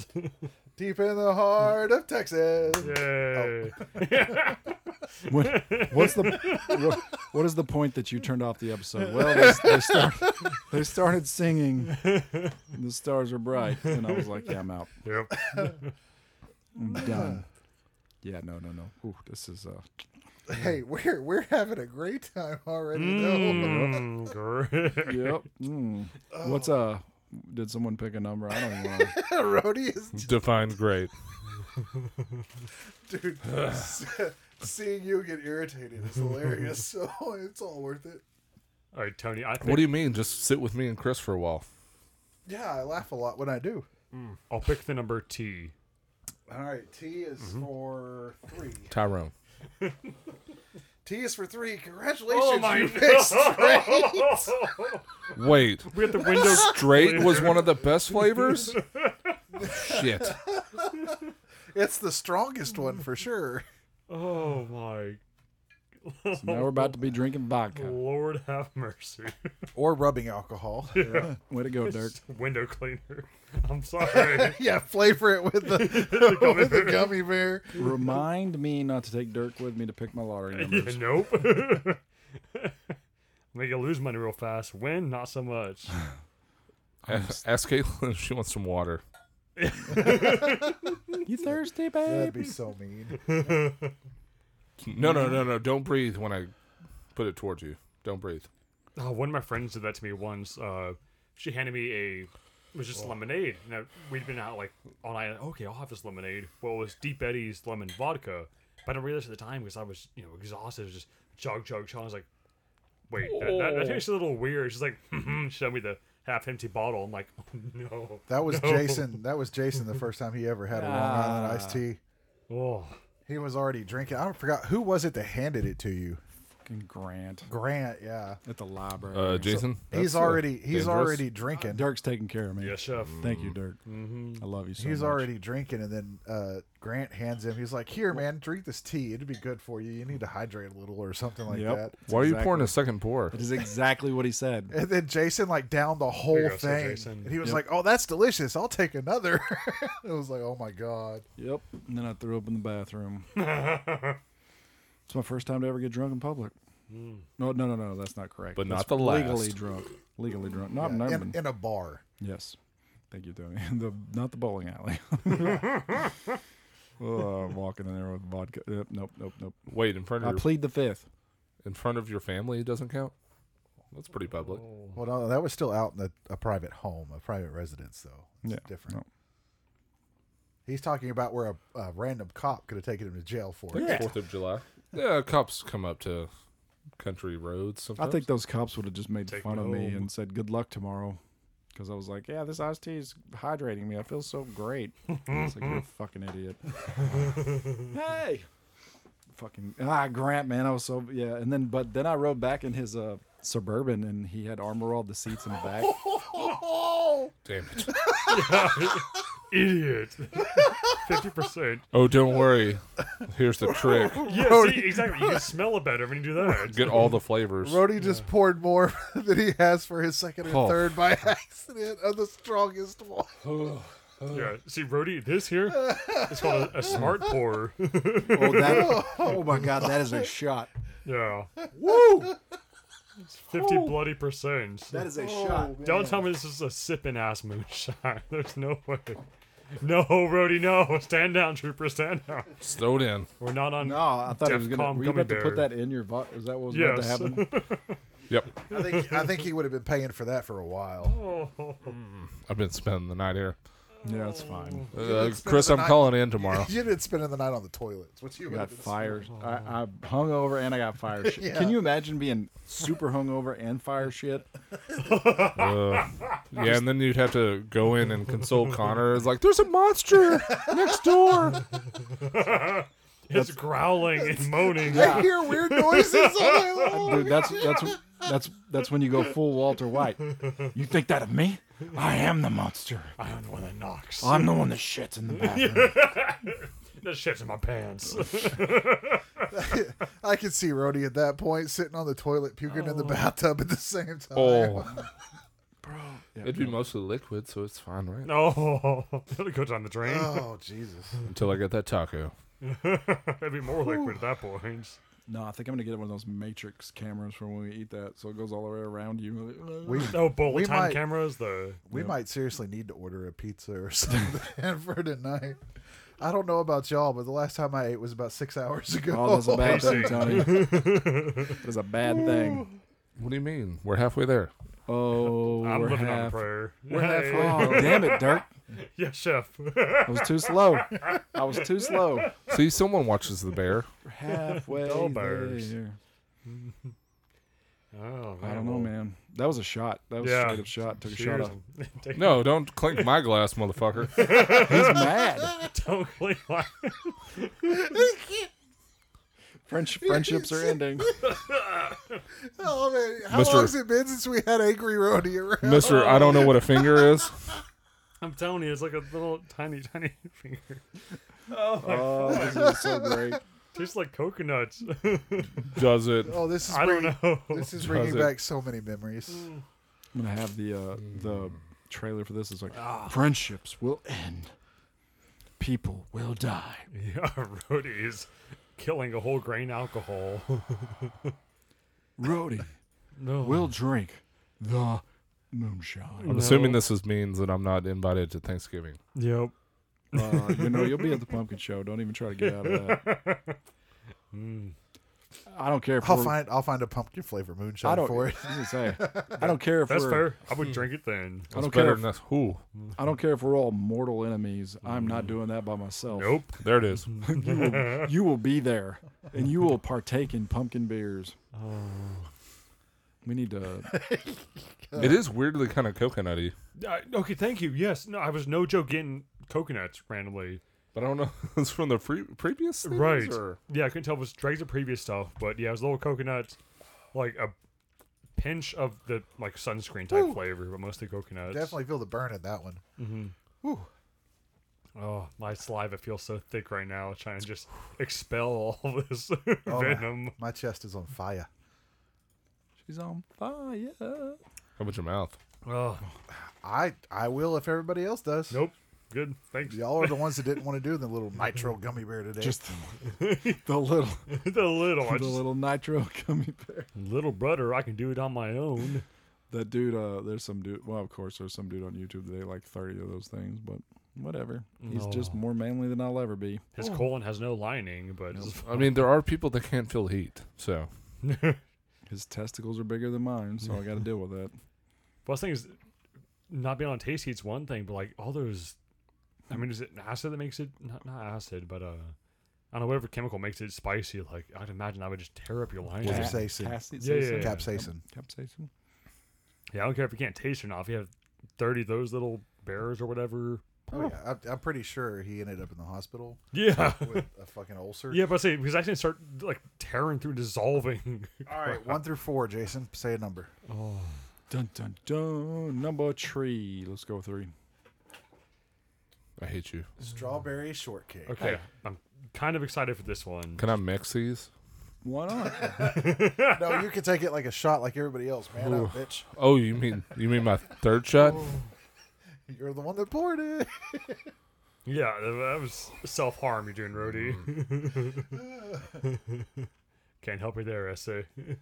deep in the heart of Texas.
Yay!
What, what's the what, what is the point that you turned off the episode? Well, they, they, start, they started singing, "The Stars Are Bright," and I was like, "Yeah, I'm out.
Yep.
I'm done." Yeah, no, no, no. Ooh, this is uh,
Hey, we're we're having a great time already though.
Mm, Oh, *laughs* great.
yep. Mm. What's uh, Did someone pick a number? I don't know.
*laughs* Rhodey is
Define great.
dude. *laughs* s- seeing you get irritated is hilarious. *laughs* So it's all worth it.
All right, Tony. I think
What do you mean? Just sit with me and Chris for a while.
Yeah, I laugh a lot when I do.
I'll pick the number T.
All right, T is for three.
Tyrone.
T is for three. Congratulations, you picked *laughs* straight.
god!
Wait,
we got the window.
*laughs*
straight was one of the best flavors. Shit.
It's the strongest one for sure.
Oh my
So now we're about to be drinking vodka.
lord, have mercy. *laughs*
Or rubbing alcohol. *laughs* Yeah,
Way to go, Dirk.
window cleaner. *laughs* I'm
*laughs*
sorry.
flavor it with *laughs* the, with the gummy bear.
Remind me not to take Dirk with me to pick my lottery
Yeah,
numbers.
nope. *laughs* Make you lose money real fast. Win, not so much.
Ask Caitlin if she wants some water.
You thirsty, babe?
That'd be so mean.
No, no, no, no. Don't breathe when I put it towards you. Don't breathe.
Oh, one of my friends did that to me once. Uh, she handed me a it was just lemonade. You know, we'd been out like all night. like, okay, I'll have this lemonade. Well, it was Deep Eddie's lemon vodka, but I didn't realize at the time because I was you know exhausted. It was just chug chug chug. I was like, wait, that, that, that tastes a little weird. She's like, show me the half empty bottle. I'm like, oh, no.
That *laughs* was
no.
Jason. That was Jason the first time he ever had a Long Island iced tea.
Oh,
He was already drinking. I forgot who was it that handed it to you.
Fucking Grant
Grant, yeah.
at the library.
Uh, Jason.
he's
that's, uh,
already he's
dangerous.
already drinking.
Dirk's taking care of me.
yes, chef.
Thank you, Dirk. I love you so
Mm-hmm. he's
much.
already drinking, and then uh, Grant hands him. He's like, "Here, man, drink this tea. It'd be good for you. You need to hydrate a little or something like
Yep.
that."
Why are you pouring
Exactly.
a second pour?
That is exactly what he
*laughs*
said.
And then Jason like downed the whole
you go, sir,
thing,
Jason.
and he was like, "Oh, that's delicious. I'll take another." *laughs* it was like, "Oh my god."
Yep. And then I threw up in the
*laughs*
bathroom.
Mm.
it's my first time to ever get drunk in public. No, no, no, no. That's not correct.
But
That's
not the
Legally
last.
drunk. Legally drunk. Not
Yeah,
yeah,
in, in a bar.
Yes. Thank you, Tony. *laughs* The not the bowling
*laughs*
alley. *laughs* oh, I'm walking in there with vodka. Yep, nope, nope, nope.
Wait in front
I
of your,
plead the fifth.
in front of your family. It doesn't count. That's pretty public.
Oh.
Well, no, that was still out in a, a private home, a private residence, though. It's
Yeah,
different.
no.
He's talking about where a, a random cop could have taken him to jail for it.
Fourth of July. Yeah, cops come up to country roads
I
sometimes.
think those cops would have just made
Take
fun
me
of me
home.
and said good luck tomorrow. Because I was like, yeah, this iced tea is hydrating me. I feel so
*laughs*
great. it's like, you're a fucking idiot. hey! Fucking, ah, Grant, man. I was so, yeah. And then, but then I rode back in his uh, Suburban and he had armor all the seats in the
*laughs*
back.
Damn it.
Idiot. 50%.
Oh, don't worry. Here's the trick.
Yeah, see, exactly. You can smell it better when you
*laughs*
do that.
Get all the flavors.
Brody just poured more *laughs* than he has for his second and
Oh.
third by *laughs* accident of the strongest one.
Yeah. See, Rody, this here, it's called a, a smart pour.
Oh, that, oh my God, that is a shot.
*laughs* Yeah.
Woo!
It's 50 bloody percent.
That is a
Oh,
shot.
Don't tell me this is a sipping ass moonshine. *laughs* There's no way. No, Rody, no. Stand down, trooper. Stand down.
Slow down.
We're not on.
No, I thought it was gonna.
Defcon
Were you
gummy
about to put
bear.
that in your? Vo- is that what was
Yes.
about
*laughs*
to happen?
Yep.
I think I think he would have been paying for that for a while.
Oh,
I've been spending the night here.
yeah, it's fine.
Uh,
spend
Chris,
the
I'm
night-
calling in
*laughs*
tomorrow.
You didn't spend the night on the toilets. What you
I
would
got
have been
fire. I, I hung over and I got
*laughs*
fire shit.
Yeah.
Can you imagine being super hungover and fire
*laughs*
shit?
Yeah, and then you'd have to go in and console Connor. It's like, there's a monster next door.
it's growling *laughs* and moaning.
I hear weird noises all night long.
Dude, that's that's that's that's when you go full Walter White. You think that of me? I am the monster.
I am the one that knocks.
I'm the one that shits
*laughs*
in the bathroom.
That shit's in my pants. *laughs*
I could see Rhodey at that point sitting on the toilet puking in the bathtub at the same time.
Oh,
Yeah,
it'd be mostly liquid, so it's fine, right?
No. That'll go down the drain.
Oh, Jesus.
Until I get that taco.
That'd be more liquid at that point.
no, I think I'm gonna get one of those Matrix cameras for when we eat that, so it goes all the way around you. *laughs*
We
No bullet
We
time
might-
cameras, though.
We might seriously need to order a pizza or *laughs* something for tonight. I don't know about y'all, but the last time I ate was about six hours ago.
Oh, that's a bad thing,
*laughs* Pacing.
Tony. That is a bad thing.
What do you mean? We're halfway there.
Oh,
I'm
we're
living on a
half.
prayer.
We're
Hey. *laughs*
halfway.
Oh, damn it, Dirk!
Yes, chef.
I was too slow. I was
*laughs*
too slow.
See, someone watches the bear.
We're halfway
Dull birds.
there.
Oh,
I don't know, man. That was a shot. That was
Yeah.
straight up shot. Took a shot off.
Take
No, don't clink my glass, motherfucker.
He's mad.
*laughs* don't clean my-
French friendships are
*laughs*
ending.
*laughs* Oh man, how
Mr.
long has it been since we had angry Rody around?
Mister, I don't know what a finger is.
I'm telling you, it's like a little tiny, tiny *laughs* finger.
Oh, this is so great.
Tastes like coconuts. *laughs*
Does it?
Oh, this is
I don't
bringing,
know.
this is bringing
Does it-
back so many memories.
I'm gonna have the uh, the trailer for this. Is like
Ah.
friendships will end, people will die.
yeah, roadies killing a whole grain alcohol.
Rody
No. Oh,
will drink the moonshine.
I'm assuming this is means that I'm not invited to Thanksgiving.
Yep.
Uh, you know, you'll be at the pumpkin show. Don't even try to get out of that.
*laughs* Hmm.
I don't care if
I'll
we're-
find I'll find a pumpkin flavor
I
moonshine
don't
for it.
I was gonna say, I don't care if
That's
we're
fair. I would drink it then.
I don't
It's better
care.
than
If,
this. Who?
I don't care if we're all mortal enemies. I'm not doing that by myself.
Mm-hmm. Nope.
There it is.
you, will, *laughs* you will be there, and you will partake in pumpkin beers.
Oh.
We need
*laughs*
to.
It is weirdly kind of coconutty,
I- okay, thank you. Yes. No, I was no joke getting coconuts randomly.
but I don't know. *laughs* if It's from the pre- previous, things,
Right.
Or...
Yeah, I couldn't tell if it was dregs of previous stuff, but yeah, it was little coconuts, like a pinch of the like sunscreen type flavor, but mostly coconuts.
Definitely feel the burn in that
*laughs*
one.
Oh, my saliva feels so thick right now, trying to just expel all this *laughs*
Oh, my-
venom.
My chest is on fire.
She's on fire.
How about your mouth?
Oh,
I I will if everybody else does.
nope. Good. Thanks.
Y'all are the ones that didn't want to do the little nitro gummy bear today.
Just *laughs* the little,
*laughs* the little, I
the
just-
little nitro *laughs* gummy bear.
little brother, I can do it on my own.
That dude. Uh, there's some dude. Well, of course, there's some dude on YouTube today, like 30 of those things. But whatever. He's just more manly than I'll ever be.
His colon has no lining, but
I mean, there are people that can't feel heat, so
His testicles are bigger than mine, so I
*laughs*
got to deal with that.
plus thing is, not being on taste heat's one thing, but like all those, I mean, is it acid that makes it not not acid, but uh, I don't know whatever chemical makes it spicy. Like I'd imagine I would just tear up your lining.
Was
Yeah,
it Capsaicin.
Capsaicin.
Yeah, yeah, yeah.
capsaicin.
Capsaicin.
I don't care if you can't taste it or not. If you have thirty of those little bears or whatever.
Oh yeah, I, I'm pretty sure he ended up in the hospital
*laughs* Yeah.
with a fucking ulcer.
Yeah, but I say because I can start like tearing through, dissolving.
All right, one through four, Jason. Say a number.
Dun dun dun. Number three. Let's go three.
I hate you.
Strawberry shortcake.
Okay, I'm kind of excited for this one.
Can I mix these?
Why not?
No, you can take it like a shot, like everybody else. Man up, bitch.
Oh, you mean you mean my third shot?
Oh,
You're the one that poured it.
Yeah, that- that was self harm you're doing, Rody.
Mm-hmm.
*laughs* Can't help you there, SA.
*laughs*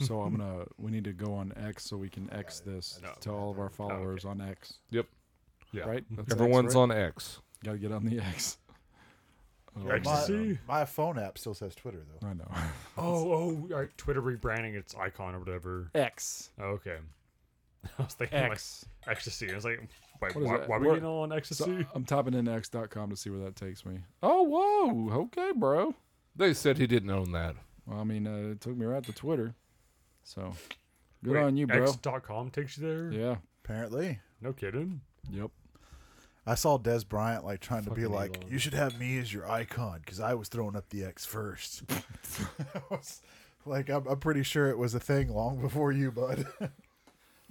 so I'm gonna. We need to go on X so we can X this
No.
to all of our followers on X.
Yep.
Yeah.
Right. That's
Everyone's
X, right?
on X.
Gotta get on the *laughs* X. Oh,
Ecstasy.
My, my phone app still says Twitter though.
I know.
Oh, oh, all right. Twitter rebranding its icon or whatever.
*laughs* X.
Okay. *laughs* I was thinking
X.
like ecstasy. I was like, wait,
What is
why,
that?
why are we
Where-
getting all on
So uh,
ecstasy?
I'm typing in X.com to see where that takes me. Oh whoa. Okay, bro.
They said he didn't own that.
Well, I mean, uh, it took me right to Twitter. So good
Wait,
on you, bro.
X.com takes you there?
yeah.
Apparently,
No kidding.
Yep.
I saw Des Bryant like trying to be
Fucking
like,
Elon.
"You should have me as your icon because I was throwing up the X
*laughs*
first. *laughs* I was- like I'm, I'm pretty sure it was a thing long before you, bud. *laughs*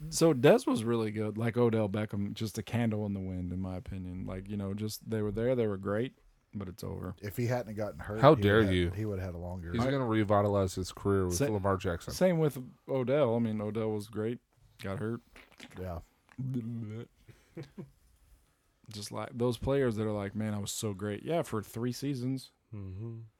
So Des was really good, like Odell Beckham, just a candle in the wind, in my opinion. Like you know, just they were there, they were great, but it's over.
if he hadn't gotten hurt,
How
he would
dare
have-
you.
He would have had a longer.
He's going to revitalize his career with
Say-
Lamar Jackson.
Same with Odell. I mean, Odell was great, got hurt.
yeah.
Just like those players that are like, man, I was so great. Yeah, for three seasons.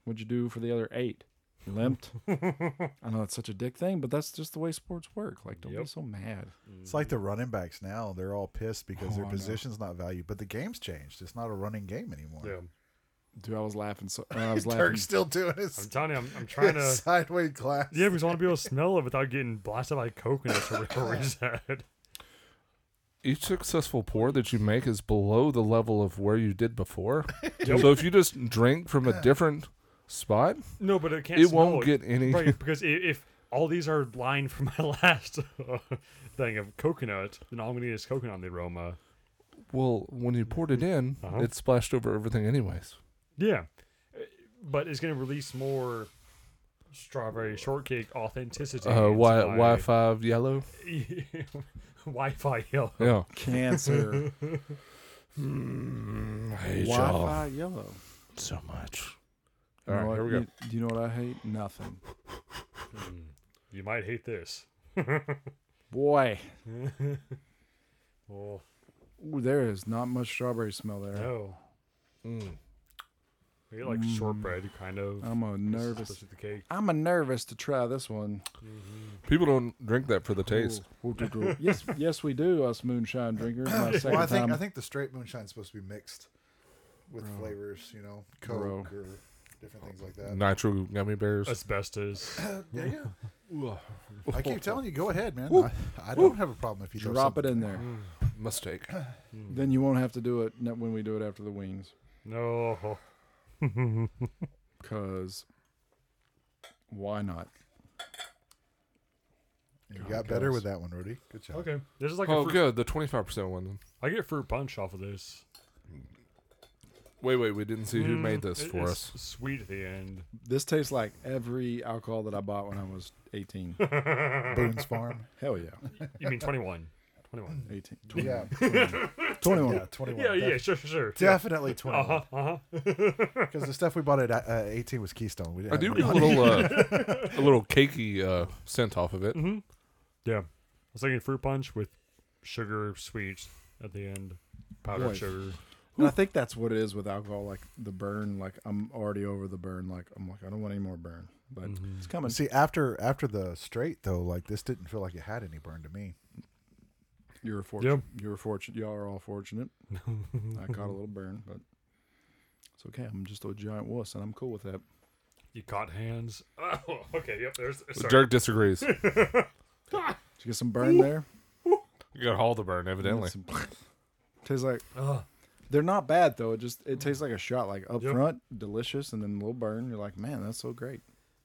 What'd you do for the other eight? You limped. I know it's such a dick thing, but that's just the way sports work. Like, don't be
Yep.
so mad.
It's like the running backs now. They're all pissed because
Oh,
their
I know.
position's not valued, but the game's changed. It's not a running game anymore.
Yeah.
Dude, I was laughing. So I was laughing.
Turk's still doing
I'm
his,
telling you, I'm, I'm trying
*laughs*
his
to.
*laughs* sideways glass.
Yeah, because I want to be able to smell it without getting blasted by coconuts or
*laughs*
whatever is that.
Each successful pour that you make is below the level of where you did
*laughs*
before. so if you just drink from a different spot,
No, but it *laughs* can't.
it
smell
won't get any.
right because i- if all these are lined from my *laughs* last uh, thing of coconut, then all I'm gonna need is coconut on the aroma.
Well, when you poured it in,
Uh-huh.
it splashed over everything, anyways.
Yeah, Uh, but it's gonna release more strawberry shortcake authenticity.
Uh,
into
y
*laughs* my-
Y five yellow.
Wi-Fi hill.
Yeah.
Cancer.
I
Wi
hate y'all
Fi yellow.
so much.
You
All
know
right,
what-
here we go.
you- do you know what I hate? Nothing.
You might hate this.
Boy,
Well,
ooh, there is not much strawberry smell there.
Oh, no,
Mm.
we get like
Mm.
shortbread kind of.
I'm a nervous.
especially with the cake.
I'm a nervous to try this one.
People don't drink that for the taste.
Ooh, ooh, ooh, ooh. yes, yes, we do, us moonshine drinkers. My second
*laughs* *coughs* Well, I think
time.
I think the straight moonshine's supposed to be mixed with flavors, you know, coke
Bro.
or different things like that.
Nitro gummy bears.
*laughs* Asbestos.
Yeah, yeah. I keep telling you, go ahead, man. I, I don't have a problem if you throw
Drop it
something-
in there.
Mistake.
Mm.
Then you won't have to do it ne- when we do it after the wings.
no.
Because why not?
You got better with that one, Rudy. Good job.
Okay. This is like a
*coughs* Oh,
fruit-
good. The twenty five percent one.
I get fruit punch off of this.
Wait, wait. We didn't see who made this
It-
for us.
it's Sweet at the end.
This tastes like every alcohol that I bought when I was
*laughs*
18.
Boone's *laughs* Farm.
Hell yeah.
You mean 21. 21.
18.
Yeah,
21.
yeah, *laughs* twenty-one.
*laughs* Yeah,
Def-
yeah, sure, sure, sure.
Definitely twenty.
Uh-huh, uh-huh. *laughs*
Because the stuff we bought at uh, eighteen was Keystone. We didn't.
I
have
do
any
get a
money.
little, uh, a little cakey uh, scent off of it.
Yeah. I was thinking fruit punch with sugar sweet at the end. Powdered
Right.
sugar.
And I think that's what it is with alcohol, like the burn. Like I'm already over the burn. Like I'm like I don't want any more burn, but
Mm.
it's coming.
See, after after the straight though, like this didn't feel like it had any burn to me.
You're fortunate. You're fortunate. Y'all are all fortunate. I caught a little burn, but it's okay. I'm just a giant wuss, and I'm cool with that.
You caught hands. *laughs* Oh, okay, yep, there's sorry.
Dirk disagrees. you
Did you get some burn there?
got all the burn, *laughs* evidently.
Some- *laughs* tastes like they're not bad though. It just it tastes like a shot, like up
Yep.
front, delicious, and then a little burn. You're like, man, that's so great.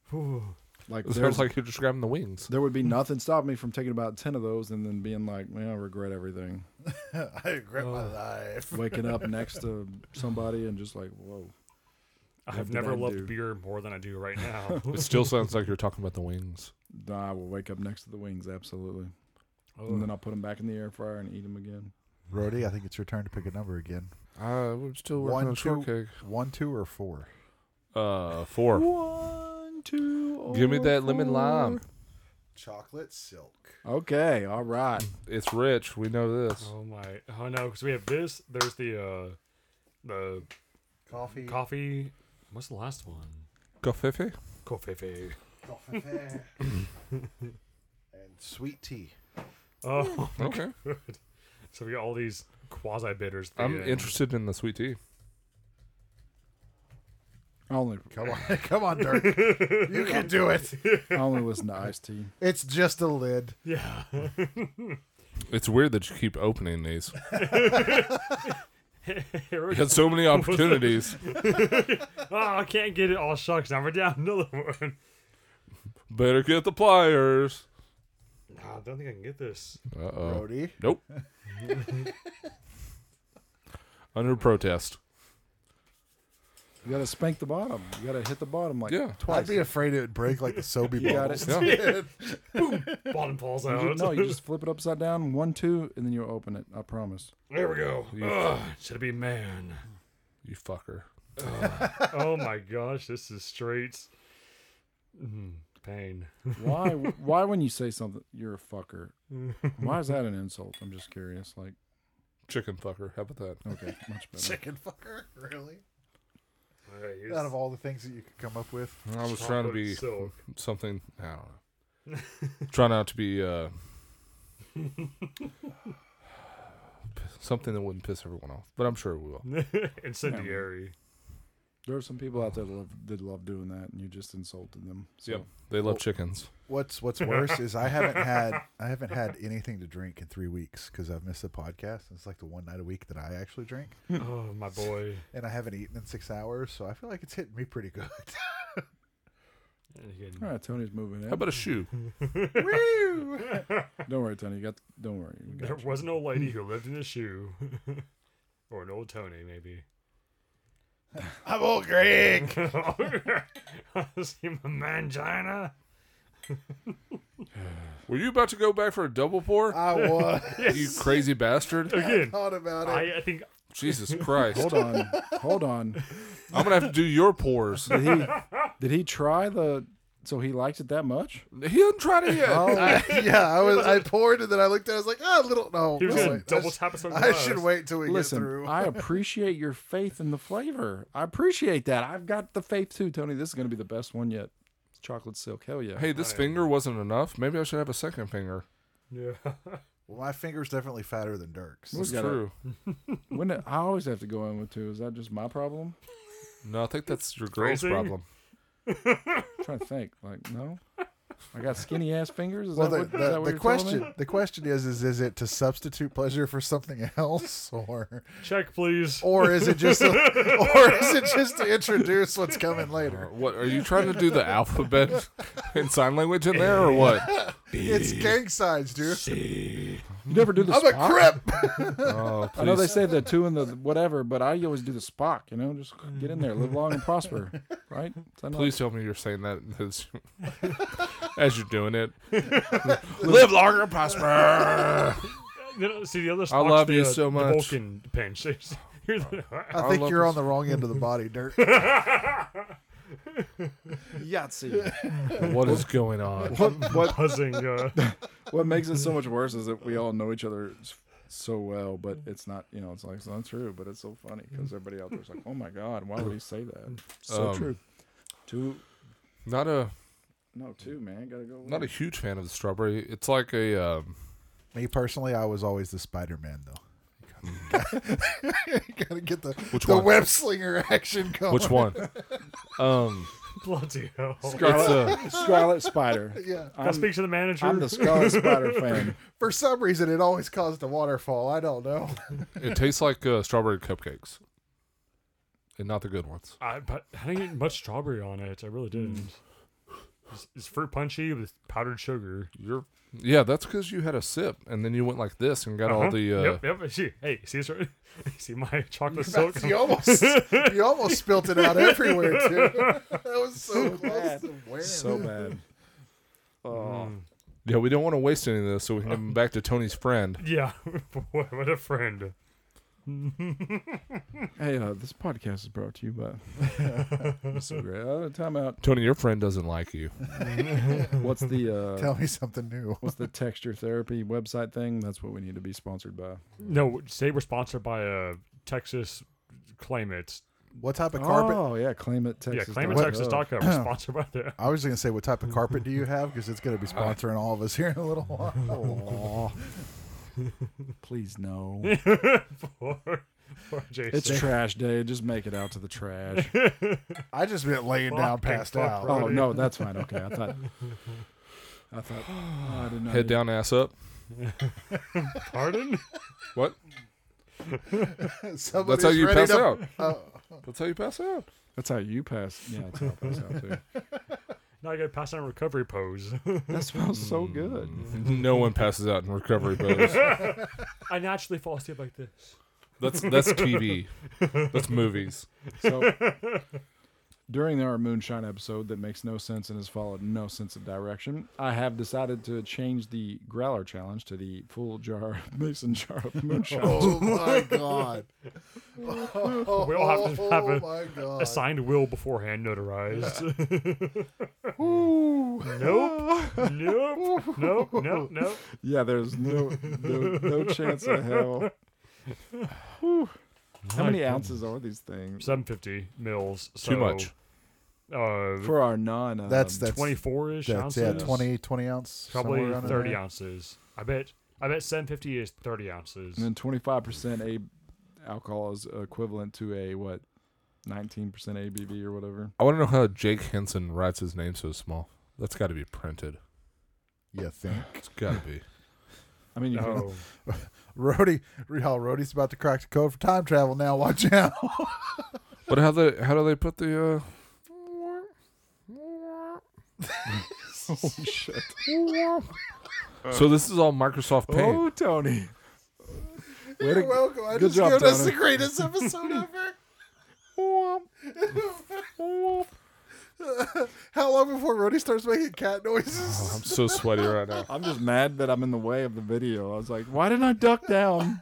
Whew.
Like
It
there's
sounds like you're just grabbing the wings.
there would be nothing stopping me from taking about ten of those and then being like, man, I regret everything.
*laughs* I regret my life.
Waking up next to somebody and just like, whoa.
I've
did
never
I
loved
do?
beer more than I do
*laughs*
right now.
It still sounds like you're talking about the wings.
Nah, I will wake up next to the wings, absolutely. And
oh.
then I'll put them back in the air fryer and eat them again.
Rody, I think it's your turn to pick a number again.
*laughs* Uh, we're still working
One,
on
two-
shortcake.
One, two, or four.
Uh, four.
One, two,
Give me
or
that lemon
four.
lime.
Chocolate silk.
Okay, all right.
It's rich. We know this.
Oh my. Oh no, cuz we have this, there's the uh the
Coffee.
coffee. What's the last one?
Coffee?
Coffee.
coffee.
*laughs*
and sweet tea.
Oh.
Okay.
So we got all these quasi bitters.
I'm interested in the sweet tea.
I only,
Come on, *laughs* come on, Dirk. you can do it.
I only listen to iced tea.
It's just a lid.
Yeah.
It's weird that you keep opening these.
*laughs* Here we
You
go.
had so many
*laughs*
opportunities,
*laughs* oh, I can't get it. All shucks. Now we're down *laughs* another one.
better get the pliers.
Nah, I don't think I can get this.
Uh oh.
Rody.
Nope. Under protest.
You gotta spank the bottom. You gotta hit the bottom like
Yeah.
I'd be afraid it would break like the *laughs* Sobe
You got
bottles.
it.
Yeah.
Bottom falls
You
out.
just- no, you just flip it upside down, one, two, and then you open it. I promise.
There we go. Ugh, should it
*laughs*
be man?
You fucker.
oh my gosh, this is straight mm, pain.
Why? why when you say something, you're a fucker? Why is that an insult? I'm just curious. Like,
Chicken fucker. How about that?
okay, much better.
Chicken fucker. *laughs* Really?
All right, here's
Out of all the things that you could come up with,
I was trying to
chocolate
be
silk.
something. I don't know.
*laughs*
trying not to be uh, *laughs* something that wouldn't piss everyone off, but I'm sure we will.
*laughs* incendiary.
There are some people out there that love, that love doing that, and you just insulted them. So.
Yep. They love chickens.
What's What's worse is I *laughs* haven't had I haven't had anything to drink in three weeks because I've missed the podcast. It's like the one night a week that I actually drink,
oh my boy,
and I haven't eaten in six hours, so I feel like it's hitting me pretty good. *laughs*
And again,
All right, Tony's moving
How
in.
about a shoe?
Woo!
Don't worry, Tony. You got. Don't worry. We got
*laughs*
there was no lady who lived in a shoe, *laughs* or an old Tony
*laughs*
maybe.
I'm old
*laughs*
Greg.
I see my mangina.
Were you about to go back for a
*laughs*
double pour?
I *laughs* was.
You crazy bastard.
Again,
thought about it.
I, I think
Jesus Christ.
Hold on. Hold on.
I'm going to have to do
*laughs*
your pours.
Did he? Did he try the? So he liked it that much?
He hasn't tried it yet.
Oh.
*laughs* yeah, I was. I poured, and then I looked at. it, I was like, ah, little. No,
He was
no,
gonna
wait,
double
I sh-
tap us on
I
glass.
should wait till we get
Listen,
through.
I appreciate your faith in the flavor. I appreciate that. I've got the faith too, Tony. This is gonna be the best one yet. It's chocolate silk. Hell yeah.
Hey, this finger wasn't enough. Maybe I should have a second finger.
yeah.
well, my finger's definitely fatter than Dirk's.
Well,
That's
gotta-
true.
When do- I always have to go in with two. Is that just my problem?
No, I think that's your girl's
Phrasing?
problem.
I'm trying to think. Like no, I got skinny ass fingers. Is
Well,
that
the,
what, is that
the,
what
the
you're telling me?
question the question is is is it to substitute pleasure for something else, *laughs* or
Check, please.
Oh.
or is it *laughs* just a, or is it just to introduce what's coming later?
Uh, What are you trying to
*laughs*
do the alphabet and sign language in there
*laughs*
or what?
It's gang signs, dude.
You never do the
I'm a
Spock?
crip.
Oh,
I know they
please.
say the two and the whatever, but I always do the Spock. You know, just get in there, live long and
*laughs*
prosper, right? Is that not-
Please tell me you're saying that as, *laughs* as you're
*laughs*
doing it. Live longer, prosper.
You know, see the other. Spock's
love
the,
you
uh,
so
the
much.
Vulcan pinch. You're the-
I
love
think you're
this.
on the wrong end of the body, *laughs* Dirk.
Yahtzee.
What is going on?
what, what,
buzzing.
*laughs*
Uh,
what makes it so much worse is that we all know each other s- so well, but it's not, you know, it's like, it's not true, but it's so funny because everybody out there's like, oh my God, why would he say that? So
Um,
true. Two,
Not a
no, two, man. Gotta go.
not a *laughs*
with
huge fan of the strawberry. It's like a um,
Me personally, I was always the Spider Man though. you gotta get the,
Which
the
one?
web slinger action going.
which one?
*laughs*
Um,
bloody hell.
it's a
it. Scarlet *laughs* Spider.
Yeah.
I
I'm,
speak to the manager.
I'm the Scarlet
*laughs*
Spider fan.
For some reason, it always caused a waterfall. I don't *laughs* know.
It tastes like uh, strawberry cupcakes, and not the good ones.
I, but I didn't get much strawberry on it. I really didn't.
Mm.
It's, it's fruit punchy with powdered sugar.
You're yeah, that's because you had a sip and then you went like this and got all
Uh-huh.
the uh,
yep, yep. See, hey, see, sir, *laughs* see my chocolate silk.
you almost you almost spilt it out everywhere too. *laughs* That was so close to wearing.
So bad.
Oh.
Mm.
yeah. We don't want to waste any of this, so we can give
*laughs*
them back to Tony's friend.
Yeah, *laughs* boy, what a friend.
Hey, uh, this podcast is brought to you by.
*laughs*
so great. Uh, time out.
Tony, your friend doesn't like you.
What's the uh,
Tell me something new.
what's the texture therapy website thing? That's what we need to be sponsored by.
No, say we're sponsored by uh, Texas Claim *laughs* It.
What type of carpet? *clears throat*
Oh yeah, claim it Texas.
yeah, claimittexas.com. We're sponsored by them.
I was gonna say, what type of carpet
*laughs*
do you have? Because it's gonna be sponsoring all of us here in a little while.
Aw. Please *laughs* no.
for, for Jason.
It's trash day. Just make it out to the *laughs* trash.
I just been laying down,
Fucking
passed
fuck,
out.
bro.
Oh no, that's fine. Okay, I thought. I thought. oh, I did not
Head
need-
down, ass up.
Pardon?
What?
*laughs* Somebody's
That's how you
ready
pass
to- Oh.
out. That's how you pass out.
That's how you pass. Yeah, that's how I pass out too.
now I got to pass on recovery pose.
That smells so good.
No one passes out in recovery pose.
I naturally fall asleep like this.
That's that's TV. That's movies.
So during our moonshine episode that makes no sense and has followed no sense of direction, I have decided to change the growler challenge to the full jar mason jar of *laughs* moonshine.
*laughs* Oh my
*laughs*
god! *laughs* Oh,
We all have to have a-
my god!
A signed will beforehand notarized.
Ooh.
nope. Nope. Nope. Nope. Nope.
Yeah, there's no no, no chance in hell. Whew. How many ounces are these things?
750 mils. So,
Too much.
Uh,
For our non, um,
That's that's
24 ish
that's
ounces.
yeah, 20, 20 ounce, somewhere
Probably
around in
30
there.
ounces. I bet. I bet 750 is 30 ounces.
and then 25% a alcohol is equivalent to a what? 19% ABV or whatever.
I want to know how Jake Henson writes his name so small. That's got to be printed.
You think? *laughs*
It's got to be.
I mean, you can-
No.
Rhodey, Real Rhodey's about to crack the code for time travel now. Watch out. *laughs*
But how they how do they put the uh,
*laughs* holy shit.
uh, So this is all Microsoft Paint.
Oh, Tony. Way
You're
to-
welcome. I
good
just
job,
gave us
Donna.
the greatest
*laughs*
episode ever. How long before Rhodey starts making cat noises?
Oh, I'm so sweaty right now.
I'm just mad that I'm in the way of the video. I was like, why didn't I duck down?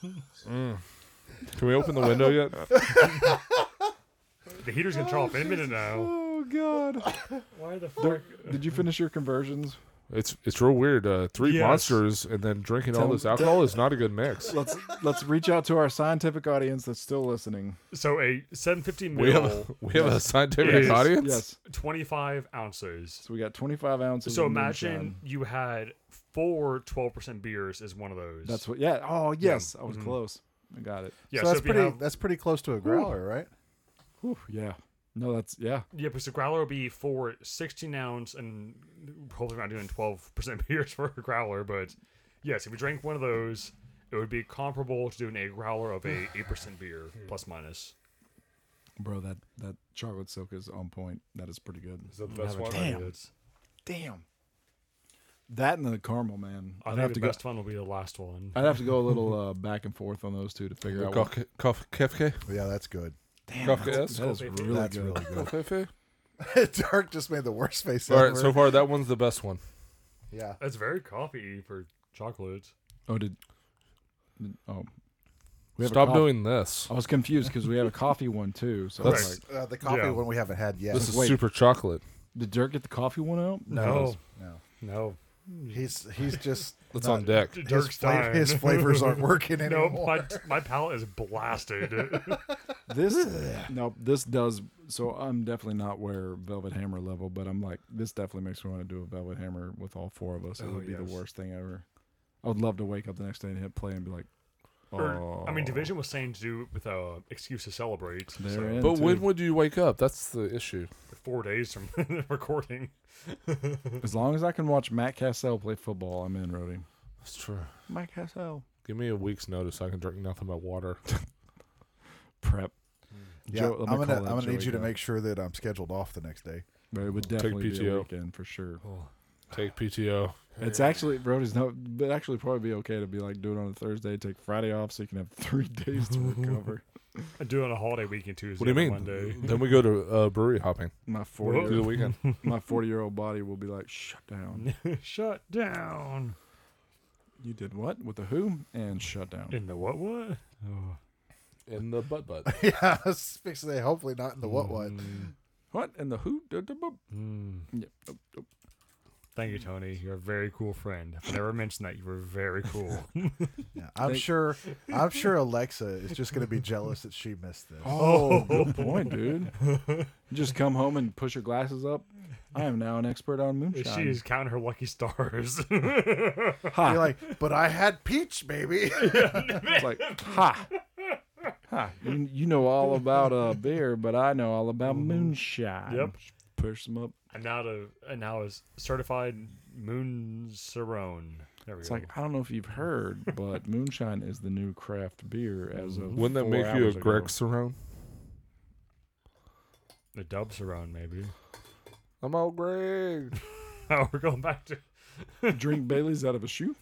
Can we open the window yet?
the heater's gonna turn off in a minute now.
*laughs* Oh, God.
Why the fuck?
There- did you finish your conversions?
*laughs* It's it's real weird. Uh, three
Yes.
monsters and then drinking all
Tell-
this alcohol is not a good mix.
Let's let's reach out to our scientific audience that's still listening.
So a 750
We have a,
mil,
we have a scientific
Yes.
audience.
Yes.
25 ounces.
So we got 25 ounces.
So
of
imagine
moonshine.
you had four 12% beers as one of those.
That's what. Yeah. Oh, yes. I
Mm-hmm.
was close. I got it.
yeah.
so that's
if you
pretty.
have-
That's pretty close to a growler, right?
Whew, yeah. No, that's yeah.
Yeah, because the growler would be for 16 ounce, and hopefully we're not doing 12% *laughs* beers for a growler. But yes, if you drank one of those, it would be comparable to doing a growler of a 8% beer, plus minus.
Bro, that that chocolate silk is on point. That is pretty good.
Is that the best
Haven't
one?
tried
Damn.
it.
Damn. That and the caramel, man.
I
I'd
think
have
the
to go.
best one will be the last one.
I'd have to go a little uh, back and forth on those two to figure out. What,
Cof- cof- kefke?
Yeah, that's good.
damn,
Coffee
that's,
S?
that is
Coffee.
really
that's
good.
really good.
Kofefe?
*laughs* Dark just made the worst face
All
ever.
right, so far that one's the best one.
yeah,
That's very coffee for chocolate.
Oh, did, did- oh, we have a Oh,
Stop
coffee-
doing this.
I was confused because we have a coffee one too. So I was
That's-
like,
uh, the coffee
Yeah.
one we haven't had yet.
This is
Wait.
super chocolate.
did Dirk get the coffee one out?
no, no,
No.
He's he's just
That's
not-
on deck.
D-
His,
Dirk's
fla-
time. *laughs*
his flavors aren't working
No,
anymore.
my, my palate is blasted.
This no, this does. So I'm definitely not where Velvet Hammer level, but I'm like this definitely makes me want to do a Velvet Hammer with all four of us. It
Oh,
would be
yes.
the worst thing ever. I would love to wake up the next day and hit play and be like, oh,
Or, I mean, Division was saying to do with uh, excuse to celebrate.
They're
so,
in.
But
too.
when would you wake up? That's the issue.
Four days from *laughs* recording.
As long as I can watch Matt Cassell play football, I'm in, Rody.
That's true.
Matt Cassell
Give me a week's notice. I can drink nothing but water.
prep.
Mm. Yeah,
Joe- let me
I'm gonna
call
I'm
that
gonna need
Joey
you to
guy.
make sure that I'm scheduled off the next day. *laughs*
But it would definitely be a
PTO.
weekend for sure.
Oh,
Take PTO.
It's actually Brody's no, but actually probably be okay to be like do it on a Thursday, take Friday off, so you can have *laughs* three days
*laughs*
to recover.
I do it on a holiday weekend Tuesday.
What do you mean?
and
*laughs*
Monday.
Then we go to uh, brewery hopping
My
Whoa.
forty,
through
*laughs*
the weekend.
my forty year old body will be like, shut down.
Shut down.
You did what with the who and shut
*laughs*
down.
In the what what?
In the butt butt.
yeah, I was fixing to say, hopefully not in the what what.
Mm, Mm-hmm.
What and the who? Da- da- boop. Yeah, nope, nope.
Thank you, Tony. You're a very cool friend. I've never mentioned that. You were very cool.
*laughs* Yeah, I'm
Thank-
sure I'm sure Alexa is just gonna be jealous that she missed this.
Oh, good point, dude. You Just come home and push your glasses up. I am now an expert on moonshine.
she is counting her lucky stars. *laughs*
ha.
You're like, but I had peach, baby. *laughs*
It's like, ha, ha. You, you know all about uh, beer, but I know all about moonshine.
Mm-hmm. Yep.
Push them up.
I'm now a and now is certified moon Cerrone. There we
It's
go.
like I don't know if you've heard,
*laughs*
but moonshine is the new craft beer. As of
Wouldn't that
four
make you a
hours ago.
Greg Cerrone?
a dub Cerrone, maybe. *laughs*
I'm all Greg.
Oh, we're going back to
drink Bailey's out of a
*laughs*
shoe?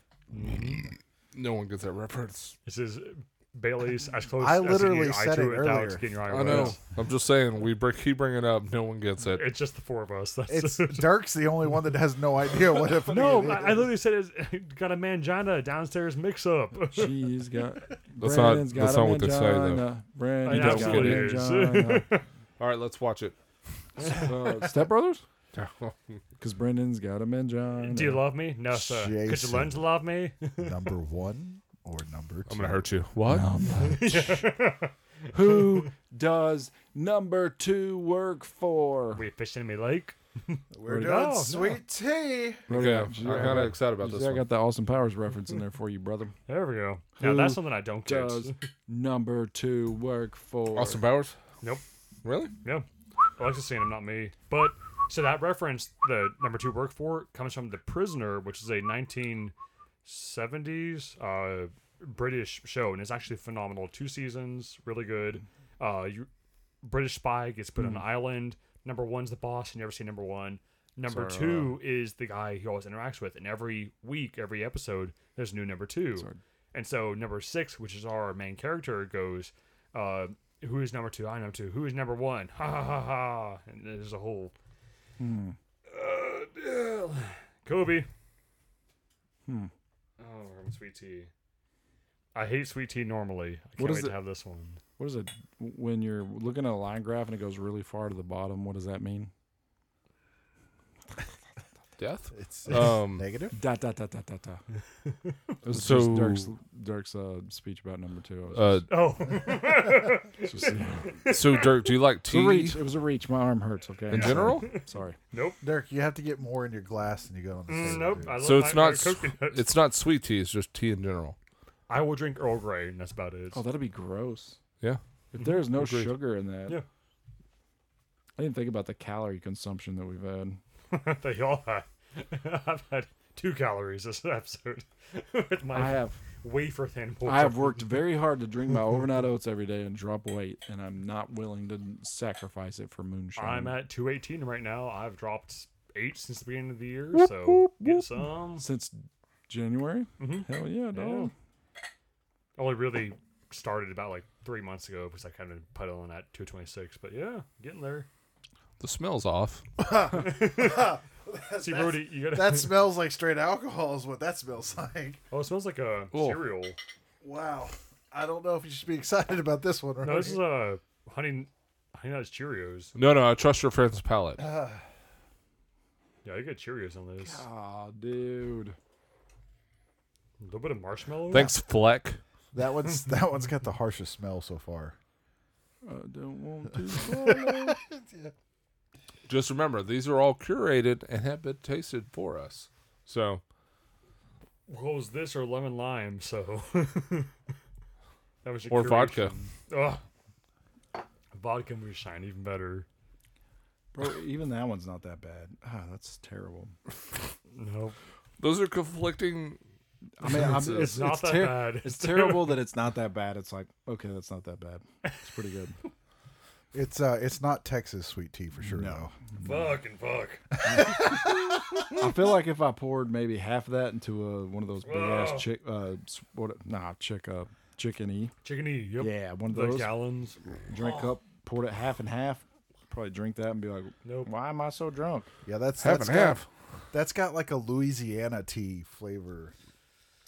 No one gets that reference.
this is Bailey's as close.
I
as you
literally
can get
said
I do
it
without
earlier.
Getting your eye
I know. I'm just saying. We br- keep bringing it up. No one gets it.
It's just the four of us. *laughs* That's
It's Dirk's the only one that has no idea what if
no. I, I literally said it's *laughs* got a mangina downstairs mix up.
She's got.
That's not-
Brandon's got
that's
a
not what they say, though.
mangina. Brandon's
It
got a
absolutely is.
mangina.
All right,
*laughs*
let's watch it.
*laughs*
Uh, Step Brothers?
*laughs*
Because Brandon's got a mangina.
Do you love me? No, sir. Could you learn to love me?
number one or number
I'm
two.
gonna hurt you. What?
*laughs*
Who does number two work for?
we fish in me lake.
We're
Ready?
doing
No, no.
sweet tea.
Okay,
Yeah,
I got
yeah.
excited about
See,
this
I
one.
got the Austin Powers reference in there for you,
*laughs*
brother.
There we go. Now
Who
that's something I don't get.
Does number two work for
Austin Powers?
Nope.
Really?
Yeah. Alexis saying I'm not me. But so that reference, the number two work for, comes from The Prisoner, which is a 1970s uh, British show, and it's actually phenomenal. Two seasons, really good. Uh, you, British spy gets put on an island. Number one's the boss. You never see number one. Number
Sorry,
two is the guy he always interacts with, and every week, every episode, there's a new number two. And so number six, which is our main character, goes, uh, "Who is number two? I'm number two. Who is number one? *laughs* Ha ha ha ha!" And there's a whole. Uh, yeah. Kobe. Oh, we're having sweet tea. I hate sweet tea normally. I
What
can't
is
wait
it-
to have this one.
What is it when you're looking at a line graph and it goes really far to the bottom? What does that mean?
Death?
It's,
Um,
negative.
Dot dot dot dot dot dot.
*laughs*
It was
So-
just Dirk's, Dirk's uh, speech about number two. I
Uh,
was
Oh, *laughs*
just- just-
*laughs* so Dirk, do
*laughs*
you like
It's a
tea
reach. It was a reach. My arm hurts. Okay.
in
I'm
general?
*laughs* Sorry.
Dirk, you have to get more in your glass than you got on the table.
Mm, nope.
dude.
I love
so it's
my- my
not s-
coconuts.
it's not sweet tea. It's just tea in general.
I will drink Earl Grey, and that's about it.
Oh, that'd be gross.
Yeah.
If there is no
Mm-hmm. Agreed.
sugar in that.
Yeah.
I didn't think about the calorie consumption that we've had.
they all had. *laughs* I've had two calories this *laughs* episode with my
I have
wafer thin pork.
I have worked very hard to *laughs* drink my overnight oats every day and drop weight, and I'm not willing to sacrifice it for moonshine.
I'm at 218 right now. I've dropped eight since the beginning of the year,
Whoop,
so
whoop,
get
whoop.
some.
since January.
Mhm.
Hell Mm-hmm. yeah, dog.
Only really started about like three months ago because I kind of pedaling at 226, but yeah, getting there.
The smell's off.
See, Brody, you *laughs* gotta.
That smells like straight alcohol. Is what that smells like.
Oh, it smells like a
Oh.
cereal.
Wow. I don't know if you should be excited about this one. Right?
No, this is a honey, honey nuts Cheerios.
No, no. I trust your friend's palate.
Yeah, you get Cheerios on this.
Ah, dude.
A little bit of marshmallow.
Thanks, Fleck.
that one's that one's got the harshest smell so far.
I don't want *laughs* to. swallow.
Just remember, these are all curated and have been tasted for us. So
What was this or lemon lime? So *laughs* that was your
or
curation.
vodka.
Ugh. Vodka moonshine, even better.
Bro, even that one's not that bad. Ah, that's terrible.
No,
Those are conflicting.
I mean, I'm, *laughs* it's,
it's not that
ter-
bad.
*laughs* It's terrible that it's not that bad. It's like, okay, that's not that bad. It's pretty good.
It's uh, it's not Texas sweet tea for sure.
No.
fucking fuck.
I feel like if I poured maybe half of that into a, one of those big
Whoa.
ass chick, uh, s- what? Nah, chick, uh, chicken e.
Chicken E. Yep.
Yeah, one of
the
those.
gallons.
Drink up, poured it half and half. Probably drink that and be like,
Nope.
why am I so drunk?
though. Yeah, that's
Half
that's
and
got-
half.
That's got like a Louisiana tea flavor.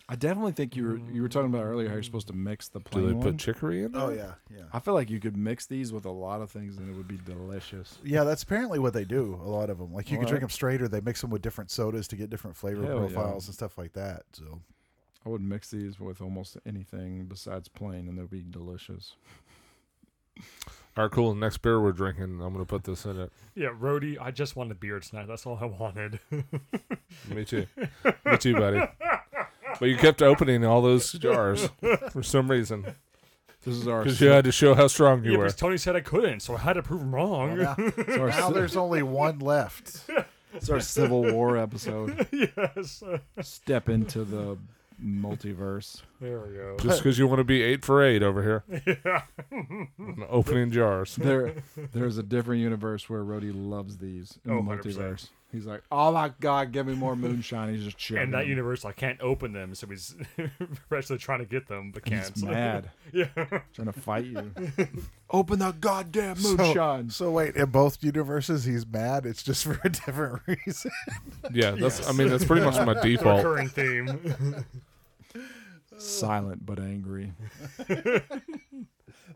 I definitely think you were you were talking about earlier how you're supposed to mix the plain
Do they
one.
put chicory in?
Oh
it?
yeah, yeah,
I feel like you could mix these with a lot of things and it would be delicious.
yeah. That's apparently what they do. A lot of them, like you can
Alright.
drink them straight, or they mix them with different sodas to get different flavor
Hell yeah.
profiles and stuff like that. So
I would mix these with almost anything besides plain and they'd be delicious.
All right, cool. The next beer we're drinking, I'm going to put this in it.
Yeah, Rody, I just wanted beer tonight. That's all I wanted.
Me too. Me too, buddy. But you kept opening all those jars for some reason
This is *laughs* our
because
sixth,
you had to show how strong you
yeah,
were.
because Tony said I couldn't, so I had to prove him wrong.
now,
it's our,
now
ci-
there's only one left.
it's our Civil War *laughs* episode.
yes.
Step into the multiverse.
*laughs* There we go.
Just because you want to be eight for eight over here. Yeah. Opening jars.
*laughs*
There there's a different universe where Rhodey loves these in
Oh,
the
100%.
multiverse. He's like, Oh my god, give me more moonshine. He's just chilling.
In that universe, I can't open them, so he's *laughs* actually trying to get them, but can't.
*laughs*
*laughs*
He's mad.
yeah.
Trying to fight
*laughs*
you. Open the goddamn
So-
moonshine.
So wait, in both universes, he's mad. It's just for a *laughs* different reason.
Yeah, that's. I mean, that's pretty much my default.
Recurring theme. *laughs*
Silent but angry.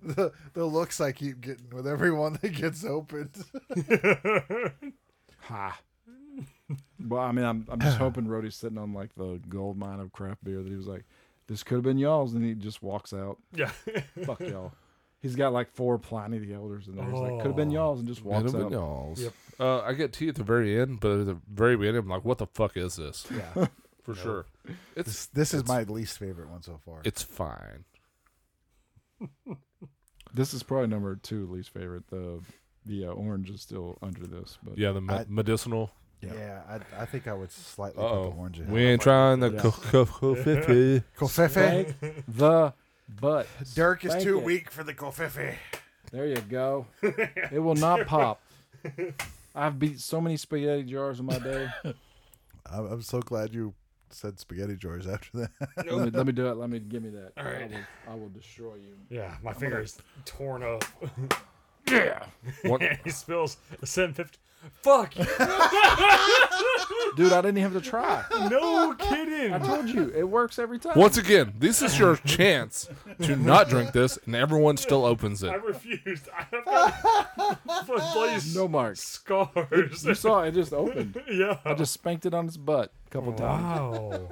the, the looks I keep getting with everyone that gets opened.
Ha. Well, I mean, I'm, I'm
*sighs*
just hoping Rhodey's sitting on like the gold mine of craft beer that he was like, this could have been y'all's. And he just walks out.
Yeah.
Fuck y'all. He's got like four Pliny the Elders in there. He's like, could have been
Oh.
y'all's, and just walks
Minimum
up.
y'alls.
Yep.
Uh, I get tea at the very end, but at the very end, I'm like, what the fuck is this?
Yeah.
For sure. It's
*laughs* This is my least favorite one so far.
it's fine.
This is probably number two least favorite. The the uh, orange is still under this, but
Yeah, the me-
I-
medicinal.
yeah, I, I think I would slightly put
Uh-oh.
the orange in.
We ain't trying to
Yeah.
co- co- co- fifty.
Kofefe?
Thank the but
Dirk is
Thank
too
you.
weak for the Kofefe.
There you go. It will not pop. I've beat so many spaghetti jars in my day.
I'm, I'm so glad you said spaghetti jars after that.
Let me, let me do it. Let me give me that. All right. I will, I will destroy you.
Yeah, my finger is torn up.
Yeah.
One-
he spills a 750. Fuck!
Dude, I didn't even have to try. *laughs*
No
I
kidding!
told you, it works every time.
Once again, this is your chance to not drink this, and everyone still opens
I
it.
refused. I've got
*laughs*
fuck, bloody
No marks.
scars.
You saw it just opened.
yeah.
I just spanked it on its butt a couple times.
Wow.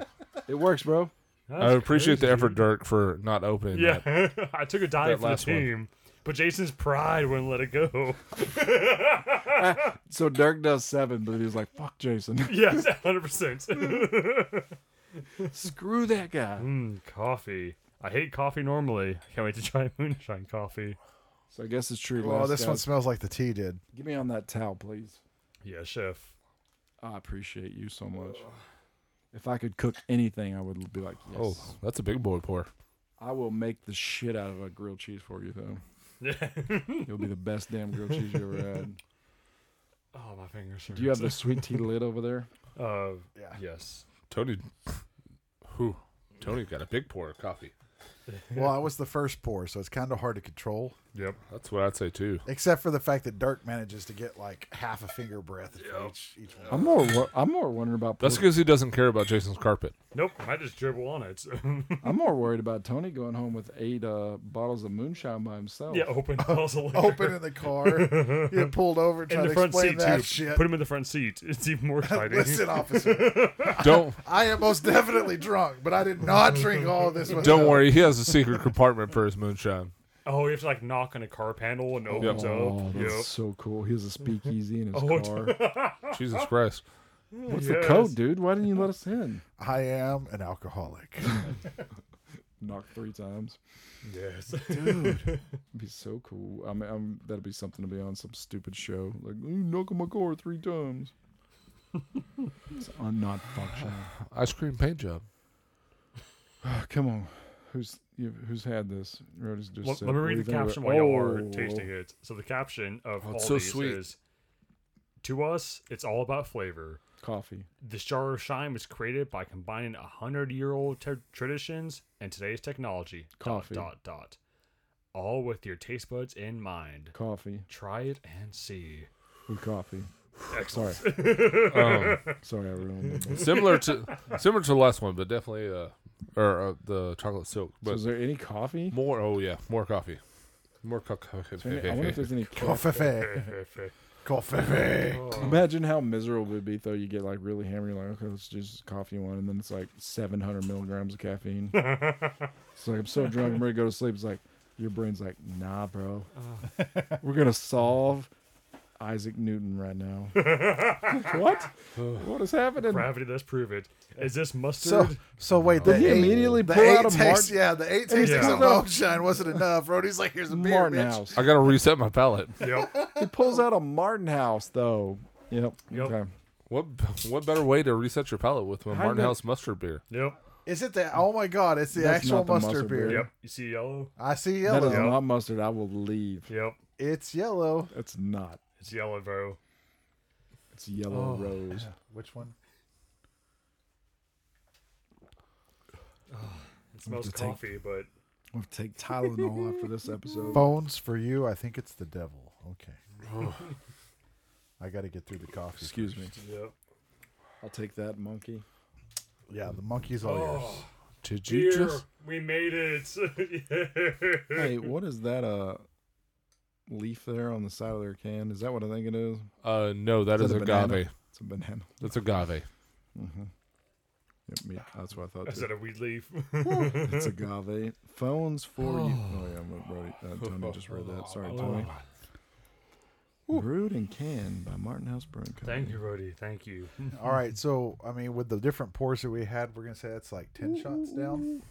It works, bro.
I appreciate the effort, Dirk, for not opening that.
*laughs* Yeah, I took a
That
dive for the
last one.
team, but Jason's pride wouldn't let it go. *laughs*
So Dirk does seven, but he was like, fuck Jason. *laughs*
*laughs*
Yes, 100%.
Screw that guy.
mm, coffee. I hate coffee normally. I can't wait to try *laughs* moonshine coffee.
So I guess it's true.
oh,
Les,
this one
guys.
smells like the tea did.
Give me on that towel, please.
Yeah, chef.
I appreciate you so much. If I could cook anything, I would be like, yes.
Oh, that's a big boy pour.
I will make the shit out of a grilled cheese for you, though.
Yeah.
It'll be the best damn grilled cheese you ever had.
Oh, my fingers hurt.
Do you have the sweet tea lid over there?
Uh,
Yeah.
yes.
Tony, who? Tony got a big pour of coffee.
Well, I was the first pour, so it's kind of hard to control.
Yep.
That's what I'd say too.
Except for the fact that Dirk manages to get like half a finger breath for each, each one.
I'm more. wo- I'm more wondering about.
That's
Por-
because he doesn't care about Jason's carpet.
Nope. I just dribble on it. *laughs*
I'm more worried about Tony going home with eight uh, bottles of moonshine by himself.
yeah, oh, open
Oh,
puzzle.
Open in the
*laughs*
car. Get pulled over
in
trying
the
to
front
explain
seat
that
too.
shit.
Put him in the front seat. It's
*laughs*
even more exciting.
Listen, officer,
Don't
I am most definitely drunk, but I did not drink all of this.
don't
myself.
worry. He has a secret compartment for his moonshine.
Oh, you have to like knock on a carp handle and it
Oh,
opens up.
that's
Yep.
so cool. He has a speakeasy in his
Oh,
car.
Jesus Christ!
What's the
Yes.
code, dude? Why didn't you let us in?
I am an alcoholic.
Knock three times.
Yes.
It'd be so cool. I mean, I'm, that'd be something to be on some stupid show. Like, you knock on my car three times. it's un- not *sighs* functional.
Ice cream paint job.
Ah, Come on, who's you, who's had this? Rhoda's just
let,
said,
let me
"What do
read
you
the
think of it?"
caption while y'all are
Oh.
tasting it. So the caption of
Oh,
all
it's so
these
sweet.
is To us, it's all about flavor.
Coffee.
This jar of shine was created by combining a hundred year old ter- traditions and today's technology.
Coffee.
Dot dot dot. All with your taste buds in mind.
Coffee.
Try it and see.
With coffee.
Excellent.
Um,
Sorry, I ruined
*laughs*
it.
similar to similar to the last one, but definitely uh, or uh, the chocolate silk.
So
But
is there any coffee?
more. Oh yeah, more coffee. More co- co-
Is there any- I wonder if
*laughs*
there's any coffee.
Coffee, coffee.
Oh,
Imagine how miserable it would be, though. You get like really hammered. You're like, okay, let's just coffee one, and then it's like 700 milligrams of *laughs* caffeine. it's like I'm so drunk, I'm ready to go to sleep. It's like your brain's like, nah, bro. We're gonna solve Isaac Newton right now. *laughs* what? What is happening?
Gravity, let's prove it. Is this
So,
mustard?
so wait, the
Did he
eight,
immediately
the
pull
eight
out a
taste,
Mart-
yeah, the eight tastings
pulls
of
out-
moonshine wasn't enough. Rody's like, here's a beer,
Martin
bitch.
House.
I gotta reset my palate.
yep.
He pulls out a Martin House, though. Yep.
Yep.
Okay.
What what better way to reset your palate with a
How
Martin
did-
House mustard beer?
Yep.
Is it the? Oh my God, it's the
That's
actual
not the
mustard,
mustard
beer.
beer.
Yep. You see yellow?
I see
That is
yellow.
not mustard. I will leave.
Yep.
It's yellow.
It's not.
It's yellow, bro.
It's yellow rose.
Which one?
It smells
have to take-
coffee, but
I'm gonna take Tylenol after this episode.
Phones for you. I think it's the devil. Okay. *laughs* I got to get through the coffee.
Excuse me.
yep.
I'll take that
*laughs*
monkey.
Yeah, the monkey's all yours.
Did you
Beer,
just?
we made it. Yeah.
Hey, what is that uh leaf there on the side of their can? Is that what I think it is?
Uh, no, that
Is
is
that a
agave.
banana? It's a banana.
That's agave.
Yep, me- that's what I thought.
Is
Too.
that a weed leaf?
*laughs* It's agave. Phones
*gasps*
for you. Oh yeah, I wrote it. Uh, Tony just read that.
*laughs*
Sorry, Tony. Brewed and canned by Martin House Brewing Company.
Thank you, Rody. Thank you.
All right, so I mean, with the different pours that we had, we're gonna say that's like ten shots *laughs* down.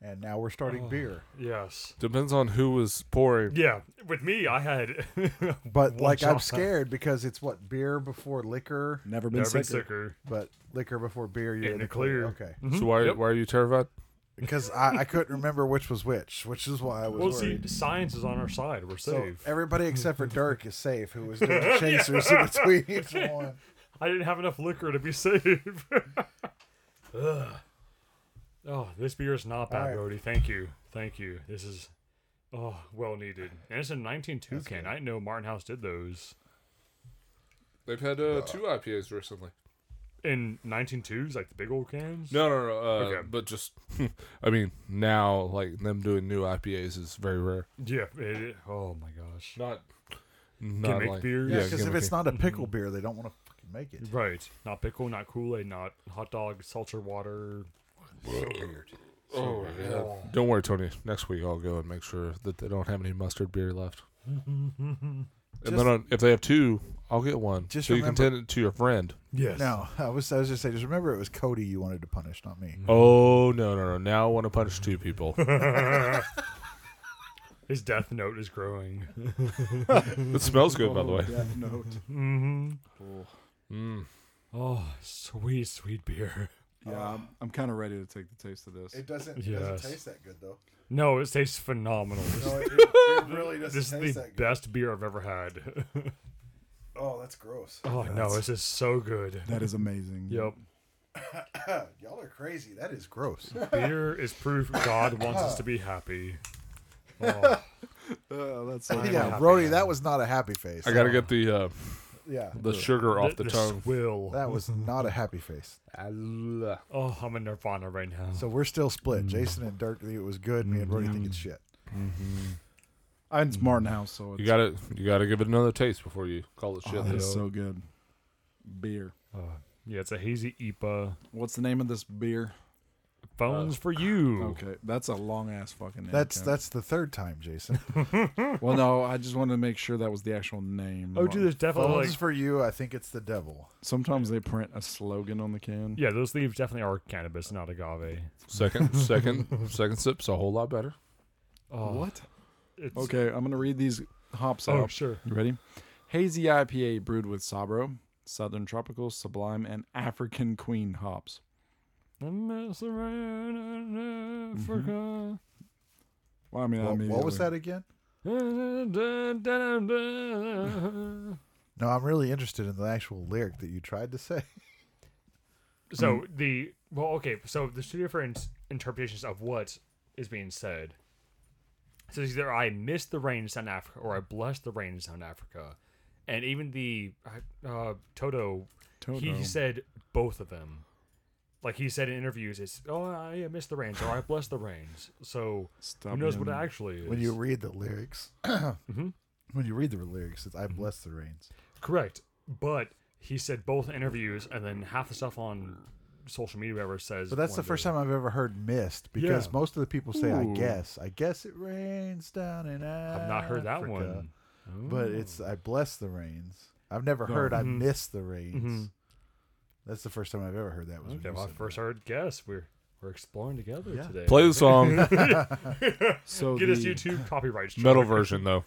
and now we're starting beer,
Yes.
Depends on who was pouring.
Yeah. With me, I had. *laughs*
but
one
like I'm
shot.
scared because it's what beer before liquor,
Never been
Never been
sick.
sicker.
but liquor before beer. You're in, the clear. Okay,
Mm-hmm.
So why,
Yep.
why are you terrified?
because I, I couldn't remember which was which, which is why I was
Well, see,
worried.
science is on our side. We're
So e-
safe.
everybody except for Dirk is safe, who
*laughs*
was doing chasers in between each one.
I didn't have enough liquor to be *laughs* safe. Ugh. Oh, this beer is not bad,
right.
Rody. Thank you. Thank you. This is oh well needed. And it's a 192 can. I didn't know Martin House did those.
They've had uh, two IPAs recently.
In 192s, like the big old cans?
No, no, no. Uh,
Okay.
But just, *laughs* I mean, now like them doing new IPAs is very rare.
Yeah. It, it- oh my gosh.
Not, not
Gimmick
like,
beers?
Yeah, because if
gimmicky.
it's not a
Mm-hmm.
pickle beer, they don't want to fucking make it.
Right. Not pickle, not Kool Aid, not hot dog, seltzer water.
Oh, yeah. Don't worry, Tony. Next week I'll go and make sure that they don't have any mustard beer
*laughs*
left. and then on, if they have two, I'll get one.
Just
so you
remember-
can tend it to your friend.
Yes.
No, I was I was just saying. Just remember, it was Cody you wanted to punish, not me.
Oh no, no, no! Now I want to punish two
*laughs*
people.
His death note is growing.
it smells good, by the way.
Oh, Death Note.
*laughs*
Mm.
Mm-hmm. Oh, sweet, sweet beer.
Yeah, I'm, I'm kind of ready to take the taste of this.
It doesn't,
it doesn't Yes. taste
that good
*laughs*
though.
No, it tastes phenomenal.
No, it, it really doesn't
This
taste
is the
that good.
best beer I've ever had.
Oh, that's gross.
Oh no, this is so good.
That is amazing.
Yep.
Y'all are crazy. That is
*laughs*
gross.
Beer is proof God wants us to be happy. Oh, *laughs*
Uh, that's
yeah, Brody, that was not a happy face.
I gotta get the uh,
yeah,
the sugar off the,
the
tongue.
swill.
that was not a happy face.
Oh, I'm in Nirvana right now.
So we're still
Mm.
split. Jason and Dirk think it was good. Me and Brody think
Mm-hmm.
it's shit.
I, Uh, it's Martin House, so it's,
You gotta you gotta give it another taste before you call it shit.
oh, that is
though.
so good. Beer.
Uh, yeah, it's a hazy IPA.
What's the name of this beer?
Phones for you.
Okay, that's a long ass fucking name.
That's
Kevin.
that's the third time, Jason.
Well, no, I just wanted to make sure that was the actual name.
Oh, dude, there's *laughs* definitely
Phones
like,
for you. I think it's the devil.
Sometimes they print a slogan on the can.
yeah, those leaves definitely are cannabis, not agave.
second second second sip's a whole lot better.
Oh,
What?
It's,
Okay, I'm gonna read these hops
Oh,
out.
sure.
You ready? Hazy IPA brewed with Sabro, Southern Tropical, Sublime, and African Queen hops.
I mess around in Africa.
Well, I mean, I
What,
mean,
what was that again? No, I'm really interested in the actual lyric that you tried to say. *laughs*
So
Mm-hmm.
the well, okay. So there's two different interpretations of what is being said. So it's either I miss the rain in South Africa or I bless the rain in South Africa, and even the uh, Toto,
Toto.
he said both of them. Like he said in interviews, it's oh I miss the rains or I bless the rains. So
Stop
who knows what it
him.
actually is?
When you read the lyrics, *clears throat*
Mm-hmm.
when you read the lyrics, it's I bless the rains.
Correct. But he said both interviews, and then half the stuff on social media, whatever, says.
But that's the
one
first
day.
time I've ever heard missed because
Yeah.
most of the people say, I
Ooh.
guess. I guess it rains down in Africa.
I've not heard that one. Oh.
But it's, I bless the rains. I've never heard, I miss the rains. That's the first time I've ever heard that. Was when
Mm-hmm. Okay,
you
well, I
said
first heard guess. We're we're exploring together
Yeah.
today.
*laughs* Play the song,
So
Get
the,
us YouTube copyrights.
metal version though.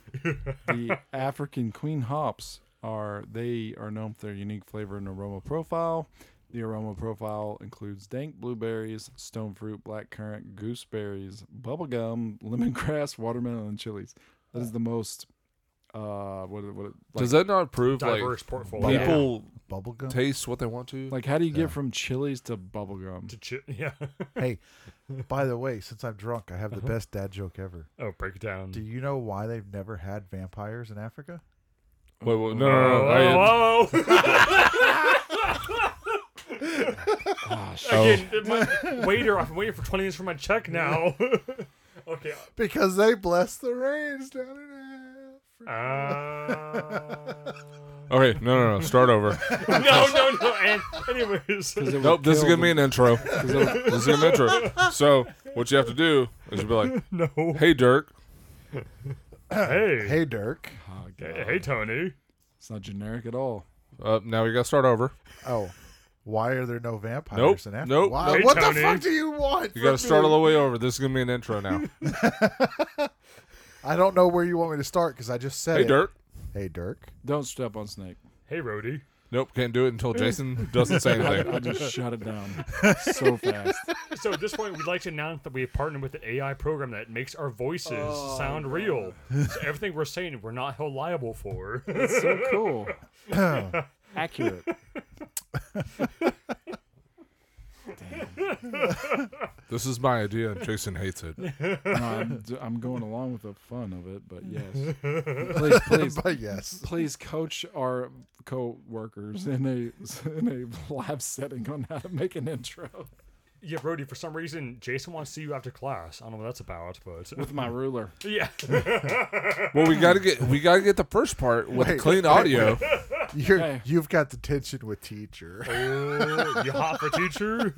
the African Queen hops are they are known for their unique flavor and aroma profile. The aroma profile includes dank blueberries, stone fruit, black currant, gooseberries, bubblegum, *laughs* lemongrass, watermelon, and chilies. That is the most uh what what like,
Does that not prove
diverse portfolio.
people
Bubblegum?
taste what they want to?
like how do you get from chilies to bubblegum?
To chi- *laughs* yeah.
hey, by the way, since I'm drunk, I have
Uh-huh.
the best dad joke ever.
oh, break it down.
Do you know why they've never had vampires in Africa?
wait, wait, no, no, no, no. I-
oh, oh, *laughs* oh.
Ah, shit.
Again, my- waiter, I've been waiting for 20 minutes for my check now. okay.
Because they bless the rains down in Africa.
*laughs* Uh,
Okay, no, no, no. Start over.
no, no, no. And anyways,
nope, this is gonna *laughs* be an intro. this is gonna be an intro. So what you have to do is you be like,
no.
"Hey, Dirk."
Hey, hey,
Hey, Dirk.
Oh, God.
hey, Tony.
It's not generic at all.
Uh, now we gotta start over.
Oh, why are there no vampires
Nope,
in Africa?
nope,
Why-
nope.
What
Hey,
the
Tony.
fuck do you want?
You gotta
from
start
me?
all the way over. This is gonna be an intro now.
I don't know where you want me to start because I just said
hey,
it.
Dirk.
Hey, Dirk.
Don't step on Snake.
Hey, Rody.
Nope, can't do it until Jason doesn't say
I
anything.
just shut it down so fast.
So at this point, we'd like to announce that we have partnered with an AI program that makes our voices sound real. So everything we're saying, we're not held liable for.
It's so cool. Accurate.
This is my idea, and Jason hates it.
No, I'm, d- I'm going along with the fun of it, but yes. Please, please,
But yes,
please coach our co-workers in a in a live setting on how to make an intro
yeah, Rody. For some reason, Jason wants to see you after class. I don't know what that's about,
*laughs*
but
with my ruler. *laughs*
yeah.
Well, we gotta get we gotta get the first part with
Wait,
clean audio.
you're,
Hey.
you've got the tension with teacher.
Oh, you hot for teacher?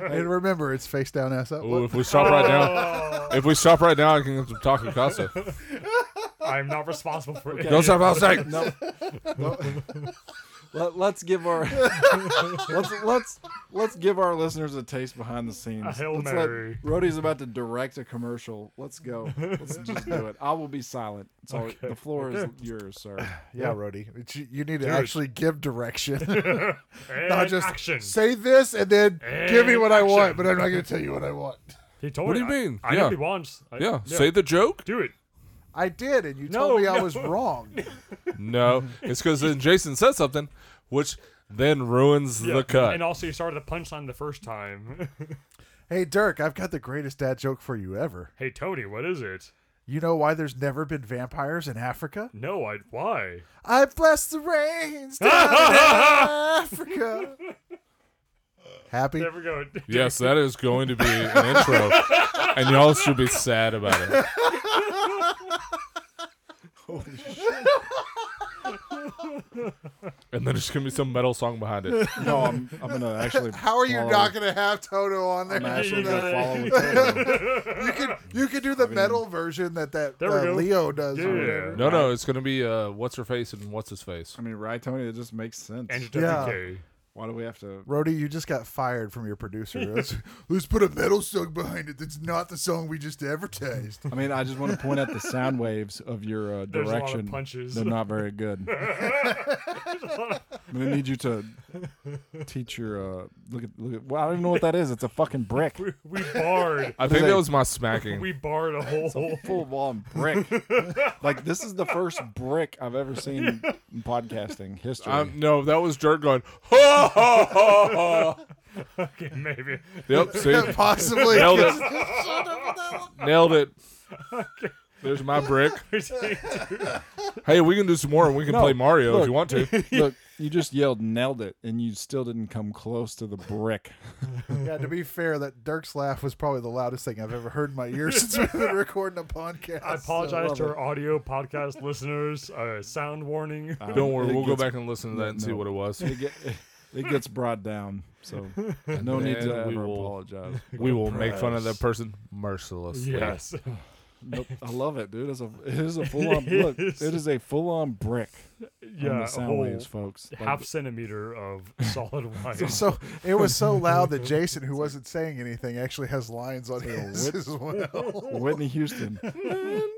and remember, it's face down, ass up.
Ooh, if we stop right now,
Oh,
if we stop right now, I can get some taco casa.
I'm not responsible for it.
*laughs* Don't stop outside.
No. Let, let's give our *laughs* let's let's let's give our listeners a taste behind the scenes.
A Hail
Let's let-
Mary.
Rhodey's about to direct a commercial. Let's go. Let's just do it. I will be silent. It's all, the floor is yours, sir.
Yeah, Rody. It's- You you need to actually give
*laughs*
direction. *laughs*
And
Not just
action.
say this and then give me
And
what I want,
action.
but I'm not going to tell you what I want.
He told
What do
me.
you mean?
I, I
Yeah.
know he wants. I-
Yeah, say the joke.
do it.
I did, and you
*laughs* No,
told me I
no.
was
*laughs*
wrong.
No, it's because then Jason said something, which then ruins the cut.
And also, you started the punchline the first time. *laughs*
hey, Dirk, I've got the greatest dad joke for you ever.
hey, Tony, what is it?
You know why there's never been vampires in Africa?
No, I. Why?
I bless the rains down in
*laughs*
Africa. Happy?
There we go. *laughs*
yes, that is going to be an intro, and y'all should be sad about it. And then there's gonna be some metal song behind it.
No, I'm I'm gonna actually.
How are you
follow-
not going to have Toto on
I'm
there?
actually
You
gonna
gotta-
follow. with Toto.
You can you can do the metal version that that
There we
uh,
go.
Leo does. or
Yeah.
whatever.
No, no, it's gonna be uh, what's her face and what's his face.
I mean, right, Tony? It just makes sense.
And
Yeah.
WK.
Why do we have to?
Rody, you just got fired from your
*laughs*
producer. Let's, let's put a metal song behind it that's not the song we just advertised.
*laughs*
I mean, I just want to point out the sound waves of your uh,
There's a lot of
direction.
punches.
They're not very good. I'm gonna need you to teach your. Uh, look at look at. Well, I don't even know what that is. It's a fucking brick.
We, we barred.
I think
is
that
it?
was my smacking.
we
*laughs*
barred a whole.
Full on brick. like this is the first brick I've ever seen in podcasting history.
Um, no, that was Dirt going. Ho, ho, ho, ho.
*laughs* Okay, maybe.
Yep, see,
*laughs* Possibly.
nailed it. nailed it. There's my
*laughs*
brick. Hey, we can do some more, and we can
No,
play Mario if
look.
you
*laughs*
want to.
Look, you just yelled nailed it, and you still didn't come close to the brick.
Yeah, to be fair, that Dirk's laugh was probably the loudest thing I've ever heard in my ears *laughs* since we've been recording a podcast.
*laughs* I apologize
love
to
it.
our audio podcast *laughs* listeners. Uh, sound
*laughs*
warning.
Don't worry,
It
we'll go
gets-
back and listen to that and see
no.
what it was.
It, get, it gets brought down,
*laughs*
so no need to
then
ever
we will-
apologize.
We will make fun of that person mercilessly.
yes.
Nope, I love it, dude. It's a it is a
*laughs*
full on look. It
Yes.
is a full on brick on
Yeah.
the
A
sound
whole
waves, folks. Like,
half centimeter of *laughs*
*laughs*
solid wire.
So it was so loud that Jason, who wasn't saying anything, actually has lines on his *laughs*
*laughs*
as well.
Whitney
*laughs*
Houston. and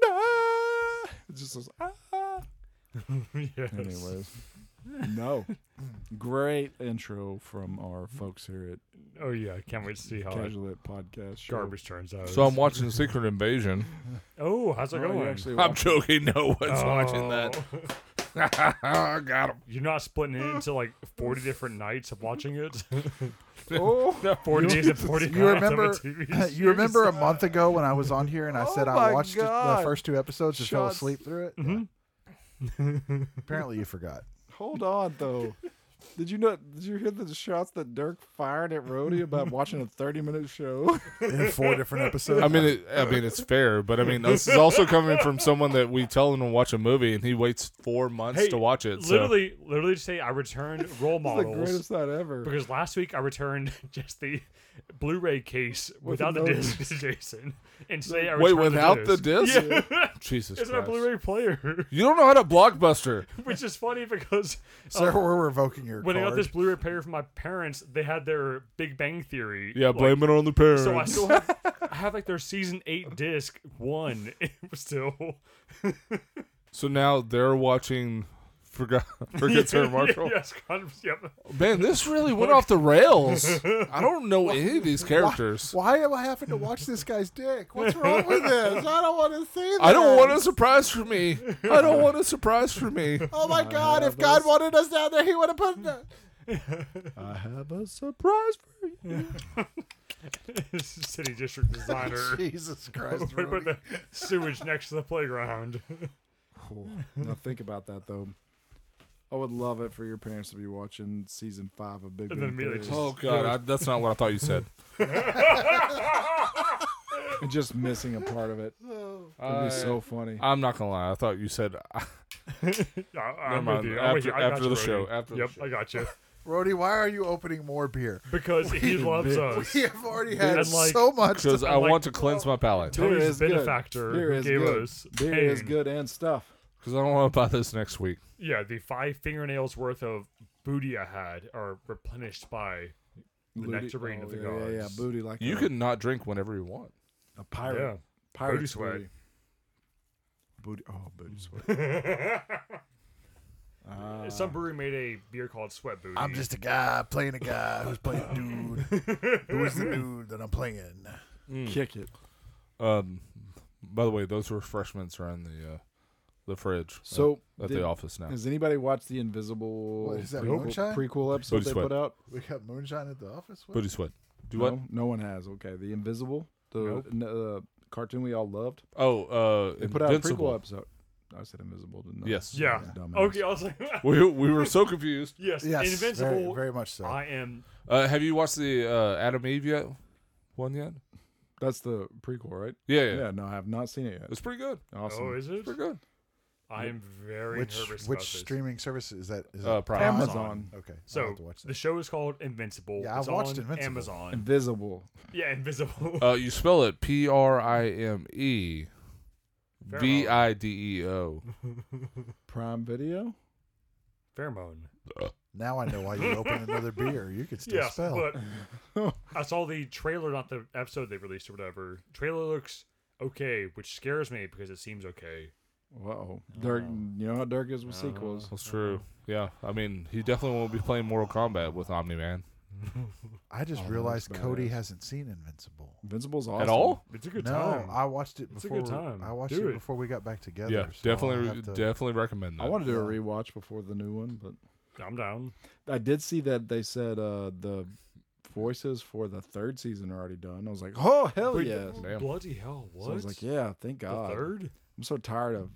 I, it just says, ah.
*laughs* yes.
Anyways, no. Great intro from our folks here at
Oh yeah. Can't wait to see how that
Casual Lit Podcast. Show.
garbage turns out.
So I'm watching Secret Invasion.
Oh, how's it
Oh,
going?
you actually
I'm
watched-
joking. No one's watching that. *laughs*
Oh.
I got him.
You're not splitting it into like 40 different nights of watching it. *laughs*
oh,
40 days and *laughs* 40
You
nights of a
remember?
TV
*laughs*
series.
You remember a month ago when I was on here and I said
Oh
I
my
watched the
God.
first two episodes and fell
Shots. Mm-hmm.
asleep through it? Apparently, you forgot.
hold on though. Did you know? Did you hear the shots that Dirk fired at Rhodey about watching a thirty-minute show? *laughs*
in four different episodes.
I mean, it, I mean, it's fair, but I mean, this is also coming from someone that we tell him to watch a movie, and he waits four months
Hey,
to watch it. So.
Literally, literally to say I returned role
It's the
models
greatest night ever.
because last week I returned *laughs* just the Blu-ray case without the
no-
disc, *laughs* Jason, and today I
Wait,
returned
without the
disc.
disc?
Yeah. *laughs*
Jesus
It's my
Christ.
Blu-ray player, *laughs*
You don't know how to blockbuster.
which is funny because
Sir,
um,
we're revoking your
when I got
card.
this Blu-ray player from my parents, they had their Big Bang Theory.
Yeah,
like,
blame it on the parents.
So I still have, I have like their season eight disc one *laughs* still.
So now they're watching. Forgot, *laughs*
*laughs*
forget Sir Marshall.
yes, kind of, yep. *laughs*
Man, this really went off the rails. I don't know any of these characters.
Why am I having to watch this guy's dick? What's wrong with this? I don't want to see this.
I don't want a surprise for me. I don't want a surprise for
*laughs*
me.
Oh my God! If God wanted us down there, He would have put. The...
I have a surprise for you.
City district
*laughs*
designer. *laughs*
Jesus Christ!
Put put
Rudy.
the sewage next to the playground. *laughs*
Cool. Now think about that though. I would love it for your parents to be watching season five of Big
And then
Bang
immediately
Theory
Oh
just-
God, I, that's not what I thought you
*laughs*
said.
Oh, and just missing a part of it. It'd
I-
be so funny.
I'm not gonna lie. I thought you said
I, I'm
Never
with you.
mind.
I'm with you.
After-
I got
after
you,
the show,
Brody.
after the
yep,
show.
I got you.
*laughs*
Rody, why are you opening more beer? *laughs*
Because he loves us.
We have already had
And, like,
so much.
*laughs*
because I
like-
want to cleanse my palate
Tony's
Beer is good.
benefactor
Beer
who
is
gave
good.
us
Beer is
pain.
good and stuff.
because I don't want to buy this next week.
Yeah, the five fingernails worth of booty I had are replenished by the nectarine of the
Oh, yeah, Yeah, yeah,
gods.
booty like
You
a,
can not drink whenever you want.
a pirate.
yeah.
pirate
booty sweat.
Booty. Oh, booty
Hmm.
sweat. Ah,
Some brewery made a beer called Sweat Booty.
I'm just a guy playing a guy who's playing a dude. Who's
*laughs*
the dude that I'm playing?
kick it.
Um, by the way, those refreshments are in the uh, the fridge
*laughs* So
at, at
did-
the office now.
Has anybody watched the Invisible
What is that,
prequel,
moonshine?
prequel episode
Booty
they
sweat.
put out?
We got moonshine at the office. What?
Booty sweat. Do
no,
what?
no one has. Okay, the Invisible, the
Nope.
n- uh, cartoon we all loved.
Oh, uh,
They put out a
Invincible.
prequel episode. I said Invisible, didn't I?
Yes.
yeah.
Dumbass.
Okay, I was like,
We we were so confused.
*laughs* yes,
Yes,
Invincible.
Very, very much so.
I am.
Uh, have you watched the uh, Adam Eve yet? One yet?
That's the prequel, right?
Yeah, yeah.
Yeah. no, I have not seen it yet.
It's pretty good.
Awesome.
Oh, is it?
Pretty good.
I am very
which
nervous about
which
this.
streaming service is that? Is
Uh,
it
Prime.
Prime?
Amazon.
Okay, so
So
have to watch
the
that.
show is called Invincible.
Yeah, I
It's
watched
on
Invincible. *laughs*
Amazon.
Invisible.
yeah, Invisible.
Uh, you spell it P R I M E
Pheromone.
V I D E O.
Prime Video.
*laughs* Pheromone.
Uh,
Now I know why you open another beer. You could still
Yes,
spell.
but
*laughs*
I saw the trailer, not the episode they released or whatever. Trailer looks okay, which scares me because it seems okay.
Whoa, Dirk. You know how Dirk is with
Uh,
sequels.
That's true. Yeah, I mean, he definitely won't be playing Mortal Kombat with Omni Man
I just
Oh,
realized
that's
Cody
badass.
hasn't seen Invincible.
Invincible's awesome.
at all.
It's a good
no,
time.
I watched it
It's a
before.
good time.
I watched
Do
it,
it.
before we got back together.
Yeah,
so I'll
definitely,
have to-
definitely recommend that.
I want to do a rewatch before the new one, but
I'm down.
I did see that they said uh, the voices for the third season are already done. I was like, oh hell
Wait,
yes.
Damn.
Bloody hell! What?
So I was like, yeah, thank
the
God.
third?
I'm so tired of,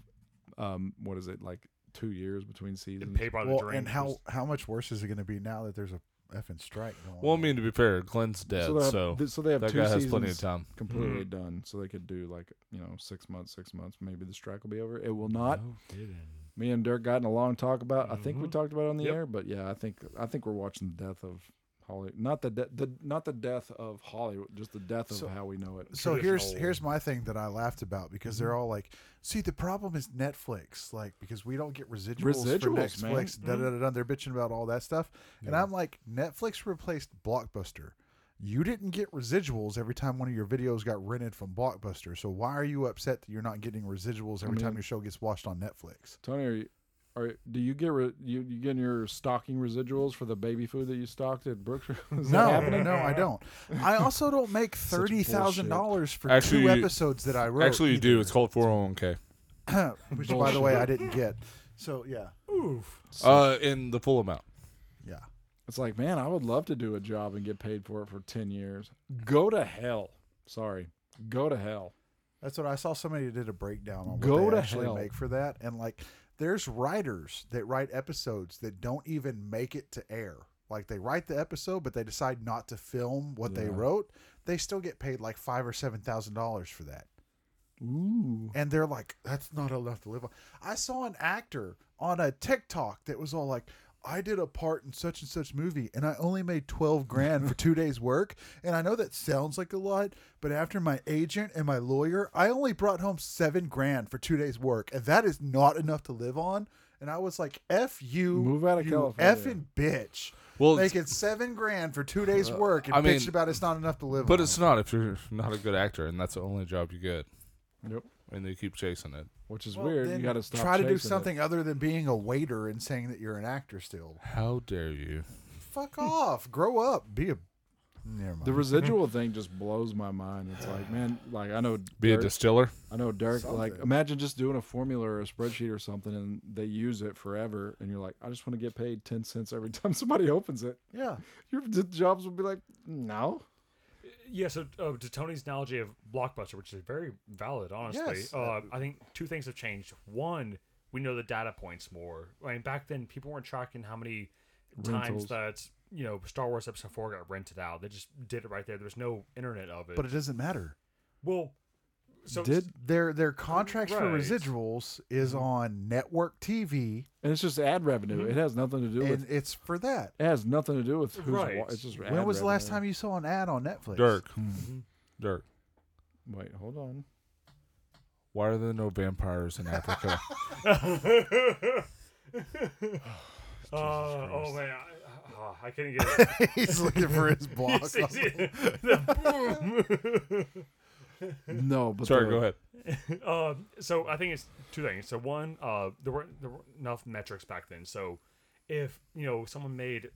um, what is it like two years between seasons?
Pay by the
Well,
drain.
and how how much worse is it going to be now that there's a effing strike going?
Well, I
on?
mean, to be fair, Glenn's dead,
So
so,
they have, th- so they have
that
two
guy has
seasons
plenty of time.
completely
Mm-hmm.
done. So they could do like you know six months, six months. Maybe the strike will be over. It will not.
No kidding.
Me and Dirk got in a long talk about. I think we
Mhm.
talked about it on the
Yep.
air, but yeah, I think I think we're watching the death of Holly. Not the de- the not the death of Hollywood, just the death
So-
of how we know it.
so here's
traditional-
here's my thing that I laughed about because
Mm-hmm.
they're all like, see, the problem is Netflix, like because we don't get residuals, for
Residuals, man.
Netflix. Da, da, da, da, they're bitching about all that stuff, and I'm like, Netflix replaced Blockbuster. You didn't get residuals every time one of your videos got rented from Blockbuster, so why are you upset that you're not getting residuals every time your show gets watched on Netflix?
Tony, are you, are do you get re- you you getting your stocking residuals for the baby food that you stocked at Brooks? *laughs* Is that
No,
happening?
no, I don't. I also don't
*laughs*
make thirty thousand dollars for
Actually,
two
you-
episodes that I wrote.
Actually, you do.
either.
It's called 401k.
*laughs* which by the way I didn't get. So yeah,
Uh, in the full amount.
yeah.
It's like, man, I would love to do a job and get paid for it for ten years. Go to hell. Sorry, go to hell.
That's what I saw. Somebody did a breakdown on what
Go
they
to
actually
hell.
make for that, and like There's writers that write episodes that don't even make it to air. Like they write the episode, but they decide not to film what they
Yeah.
wrote. They still get paid like five or seven thousand dollars for that
Ooh.
and they're like, that's not enough to live on. I saw an actor on a TikTok that was all like, I did a part in such and such movie and I only made 12 grand for two days' work. And I know that sounds like a lot, but after my agent and my lawyer, I only brought home seven grand for two days' work. And that is not enough to live on. And I was like, F you,
Move out of
you
California.
effing bitch.
Well, uh,
Making seven grand for two days' work and
I
bitch
mean,
about it's not enough to live
but
on.
it's not if you're not a good actor, and that's the only job you get,
Yep.
and they keep chasing it.
Which is
Well,
weird. You
then
got to stop.
Try to do
chasing it.
something other than being a waiter and saying that you're an actor still.
How dare you?
*laughs*
Fuck off. Grow up. Be a. Never mind.
The residual
*laughs*
thing just blows my mind. It's like, man, like I know
Be a
Dirk-
distiller.
I know Dirk. Like,
Something.
imagine just doing a formula or a spreadsheet or something, and they use it forever, and you're like, I just want to get paid ten cents every *laughs* time somebody opens it.
yeah.
Your d- jobs will be like, no.
Yeah, so uh, to Tony's analogy of Blockbuster, which is very valid, honestly,
Yes.
uh, I think two things have changed. One, we know the data points more. I mean, back then, people weren't tracking how many
Rentals.
times that, you know, Star Wars Episode 4 got rented out. They just did it right there. There's no internet of it.
But it doesn't matter.
well, so
Did
Their their contracts for
Right.
residuals is
Mm-hmm.
on network TV,
and it's just ad revenue. It has nothing to do with.
Mm-hmm. and it's for that.
It has nothing to do with who's. wa-
Right.
It's just.
When was the last time you saw an ad on Netflix?
Dirk. Dirk.
Wait, hold on.
Why are there no vampires in Africa?
uh, oh man, I, uh, I couldn't
*laughs*
get it.
*laughs* He's looking for
*laughs*
his block.
It's easy. The boom.
No, but
*laughs* Sorry,
the-
go ahead.
Um, so I think it's two things. So one, uh, there weren't there weren't enough metrics back then. So if you know someone made,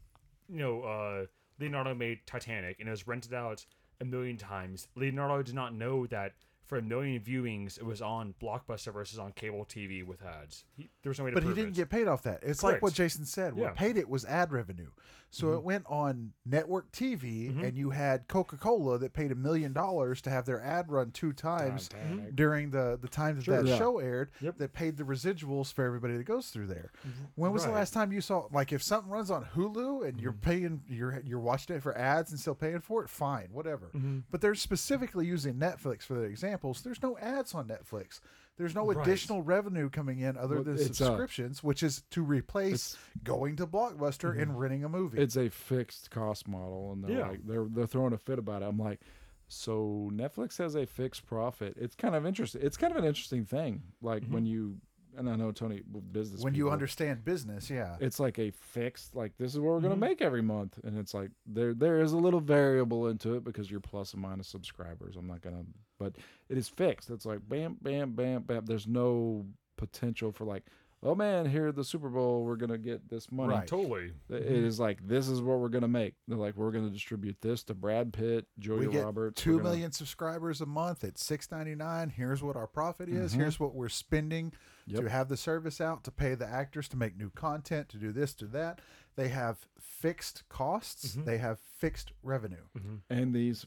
you know, uh, Leonardo made Titanic and it was rented out a million times, Leonardo did not know that for a million viewings it was on Blockbuster versus on cable TV with ads. He, there was no way to
But he
prove
didn't
it.
get paid off that. It's like what
Correct.
Jason said.
Yeah. Mm-hmm.
What paid it was ad revenue. So it went on network TV, and you had Coca Cola that paid a million dollars to have their ad run two times during the, the time that that
Yeah.
show aired
Yep. Mm-hmm.
that paid the residuals for everybody that goes through there. When was the
Right. Mm-hmm.
last time you saw, like, if something runs on Hulu and you're paying, you're, you're watching it for ads and still paying for it, fine, whatever.
Mm-hmm.
But they're specifically using Netflix for their examples. There's no ads on Netflix. There's no
Right.
additional revenue coming in other
Well,
than
it's, uh,
subscriptions, which is to replace going to Blockbuster
Mm-hmm.
and renting a movie.
It's a fixed cost model, and they're
Yeah.
like they're they're throwing a fit about it. I'm like, so Netflix has a fixed profit. It's kind of interesting. It's kind of an interesting thing. Like when you and I know Tony with business.
when you
people,
understand business, yeah.
it's like a fixed like this is what we're gonna make every month, and it's like there there is a little variable into it because you're plus and minus subscribers. I'm not gonna, but it is fixed. It's like bam, bam, bam, bam. There's no potential for like. Oh man, here at the Super Bowl, we're gonna get this money.
Right.
totally.
It
Mm-hmm.
is like this is what we're gonna make. They're like we're gonna distribute this to Brad Pitt, Julia
we get
Roberts.
two
we're gonna-
million subscribers a month at six ninety nine. Here's what our profit is. Here's what we're spending
Mm-hmm. Yep.
to have the service out, to pay the actors, to make new content, to do this, to that. They have fixed costs.
Mm-hmm.
They have fixed revenue.
and these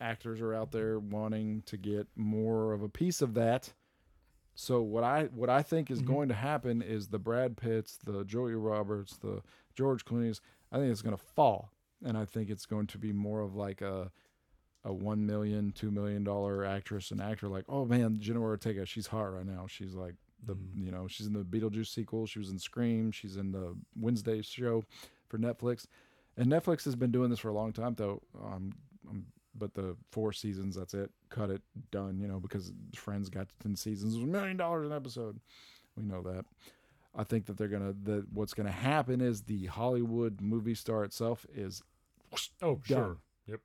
actors are out there wanting to get more of a piece of that. So what I what I think is going to happen is the Brad Pitts, the Julia Roberts, the George Clooney's. I think it's going to fall, and I think it's going to be more of like a a one million, two million dollar actress and actor. Like, oh man, Jenna Ortega, she's hot right now. She's like the you know she's in the Beetlejuice sequel. She was in Scream. She's in the Wednesday show for Netflix, and Netflix has been doing this for a long time though. Um, um, but the four seasons, that's it. Cut it, done. You know, because Friends got to ten seasons, it was a million dollars an episode. We know that. I think that they're gonna that what's gonna happen is the Hollywood movie star itself is
Oh
Done.
sure. Yep.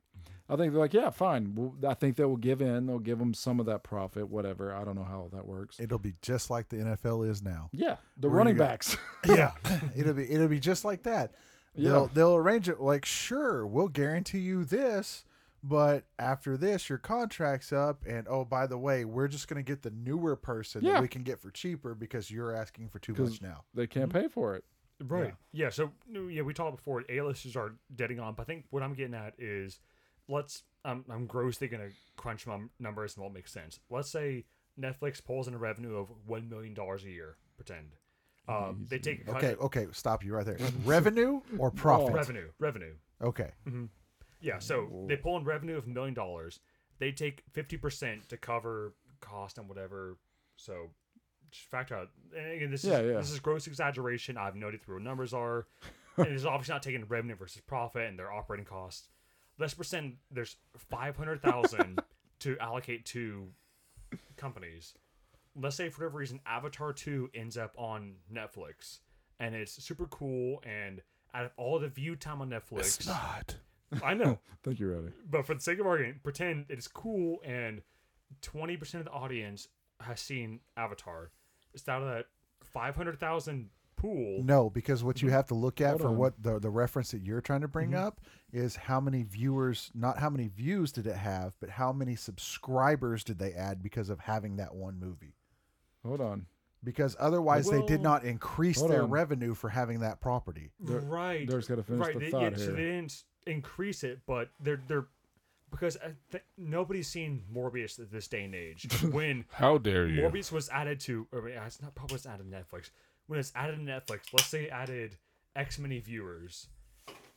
I think they're like, yeah, fine. Well, I think they will give in. They'll give them some of that profit, whatever. I don't know how that works.
It'll be just like the NFL is now.
yeah, the
Where
running
you go-
backs. *laughs*
yeah *coughs* it'll be it'll be just like that they'll
Yeah.
they'll arrange it like sure we'll guarantee you this but after this your contract's up and oh by the way we're just going to get the newer person
Yeah.
that we can get for cheaper because you're asking for too
'Cause-
much now
they can't pay for it.
Right. Yeah. So no, yeah, we talked before. A listers are deading on, but I think what I'm getting at is, let's. I'm I'm grossly gonna crunch my numbers and won't make sense. Let's say Netflix pulls in a revenue of one million dollars a year. Pretend. Uh, they take a cut
Okay, okay, stop you right there. Revenue
*laughs*
or profit?
revenue, revenue.
Okay.
Yeah, so they pull in revenue of a million dollars. They take fifty percent to cover cost and whatever. So just factor out. And again, this
Yeah,
is
yeah.
this is gross exaggeration. I've noted through what
*laughs*
numbers are, and it's obviously not taking revenue versus profit and their operating costs. Let's pretend there's five hundred
*laughs*
thousand to allocate to companies. Let's say for whatever reason, Avatar Two ends up on Netflix, and it's super cool. And out of all the view time on Netflix,
not.
I know
Thank you, Rowdy.
but for the sake of argument, pretend it is cool and 20% of the audience has seen Avatar. It's out of that 500,000 pool.
No, because what you have to look at
Hold
for
Mm-hmm. on. Mm-hmm.
what the, the reference that you're trying to bring up is how many viewers, not how many views did it have, but how many subscribers did they add because of having that one movie?
Hold on.
Because otherwise, they did
Well,
not increase
hold
their
on.
revenue for having that property.
right.
Dirk's gotta finish the
they-
thought
So
here.
they didn't increase it, but they're, they're because I th- nobody's seen Morbius at this day and age.
*laughs*
When
How dare you?
Morbius was added to, or wait, it's not probably was added to Netflix. When it's added to Netflix, let's say it added X many viewers.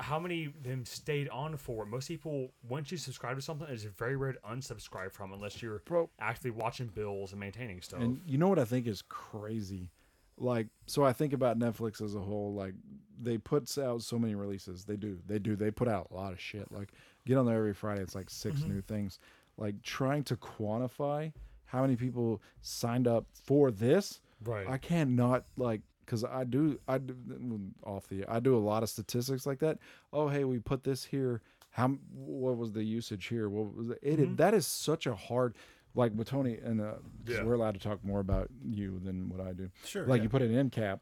How many of them stayed on for? it? Most people, once you subscribe to something, it's very rare to unsubscribe from unless you're
Bro.
actually watching bills and maintaining stuff.
And you know what I think is crazy? Like, so I think about Netflix as a whole. Like, they put out so many releases. They do. They do. They put out a lot of shit. Like, get on there every Friday. It's like 6 new things. Like, trying to quantify how many people signed up for this.
Right.
I cannot, like, because I do, I do, off the, I do a lot of statistics like that. Oh, hey, we put this here. How, m- what was the usage here? What was the, it? That is such a hard, like with Tony and uh, 'cause
Yeah.
we're allowed to talk more about you than what I do.
Sure,
Like
yeah.
you put an end cap.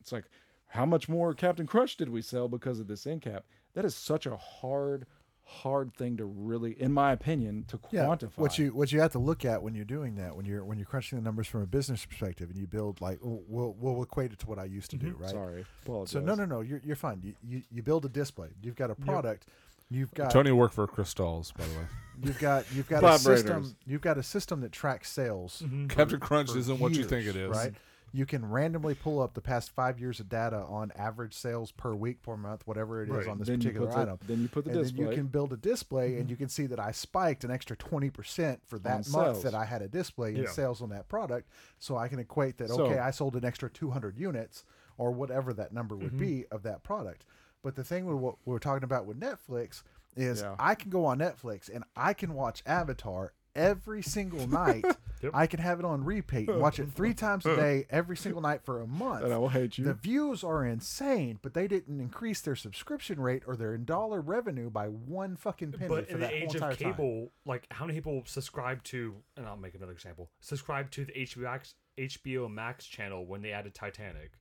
It's like, how much more Captain Crunch did we sell because of this end cap? That is such a hard, hard thing to really, in my opinion, to quantify.
What you what you have to look at when you're doing that, when you're when you're crunching the numbers from a business perspective, and you build like oh, we'll we'll equate it to what I used to do, right?
Mm-hmm. Sorry. Apologize.
So no, no, no, you're you're fine. You you, you build a display. You've got a product. You've got
Tony worked for Crystals, by the way.
You've got you've got a
Vibrators.
system. You've got a system that tracks sales.
Mm-hmm.
Captain Crunch
for
isn't what you think
years,
it is.
right? You can randomly pull up the past five years of data on average sales per week, per month, whatever it is
Right.
on this
Then you
particular
put the-
item.
then you put the
and Then
display. Mm-hmm.
you can build a display, and you can see that I spiked an extra twenty percent for that month
sales.
that I had a display in
Yeah.
sales on that product. So I can equate that.
So-
okay, I sold an extra two hundred units, or whatever that number
Mm-hmm.
would be of that product. But the thing with what we're talking about with Netflix is
Yeah.
I can go on Netflix and I can watch Avatar every
*laughs*
single night.
Yep.
I can have it on repeat and watch it
*laughs*
three times a day every single night for a month.
And I will hate you.
The views are insane, but they didn't increase their subscription rate or their dollar revenue by one fucking penny
but
for
in
that
the age
whole
of
entire time.
cable, like how many people subscribe to, and I'll make another example, subscribe to the HBO Max, HBO Max channel when they added Titanic.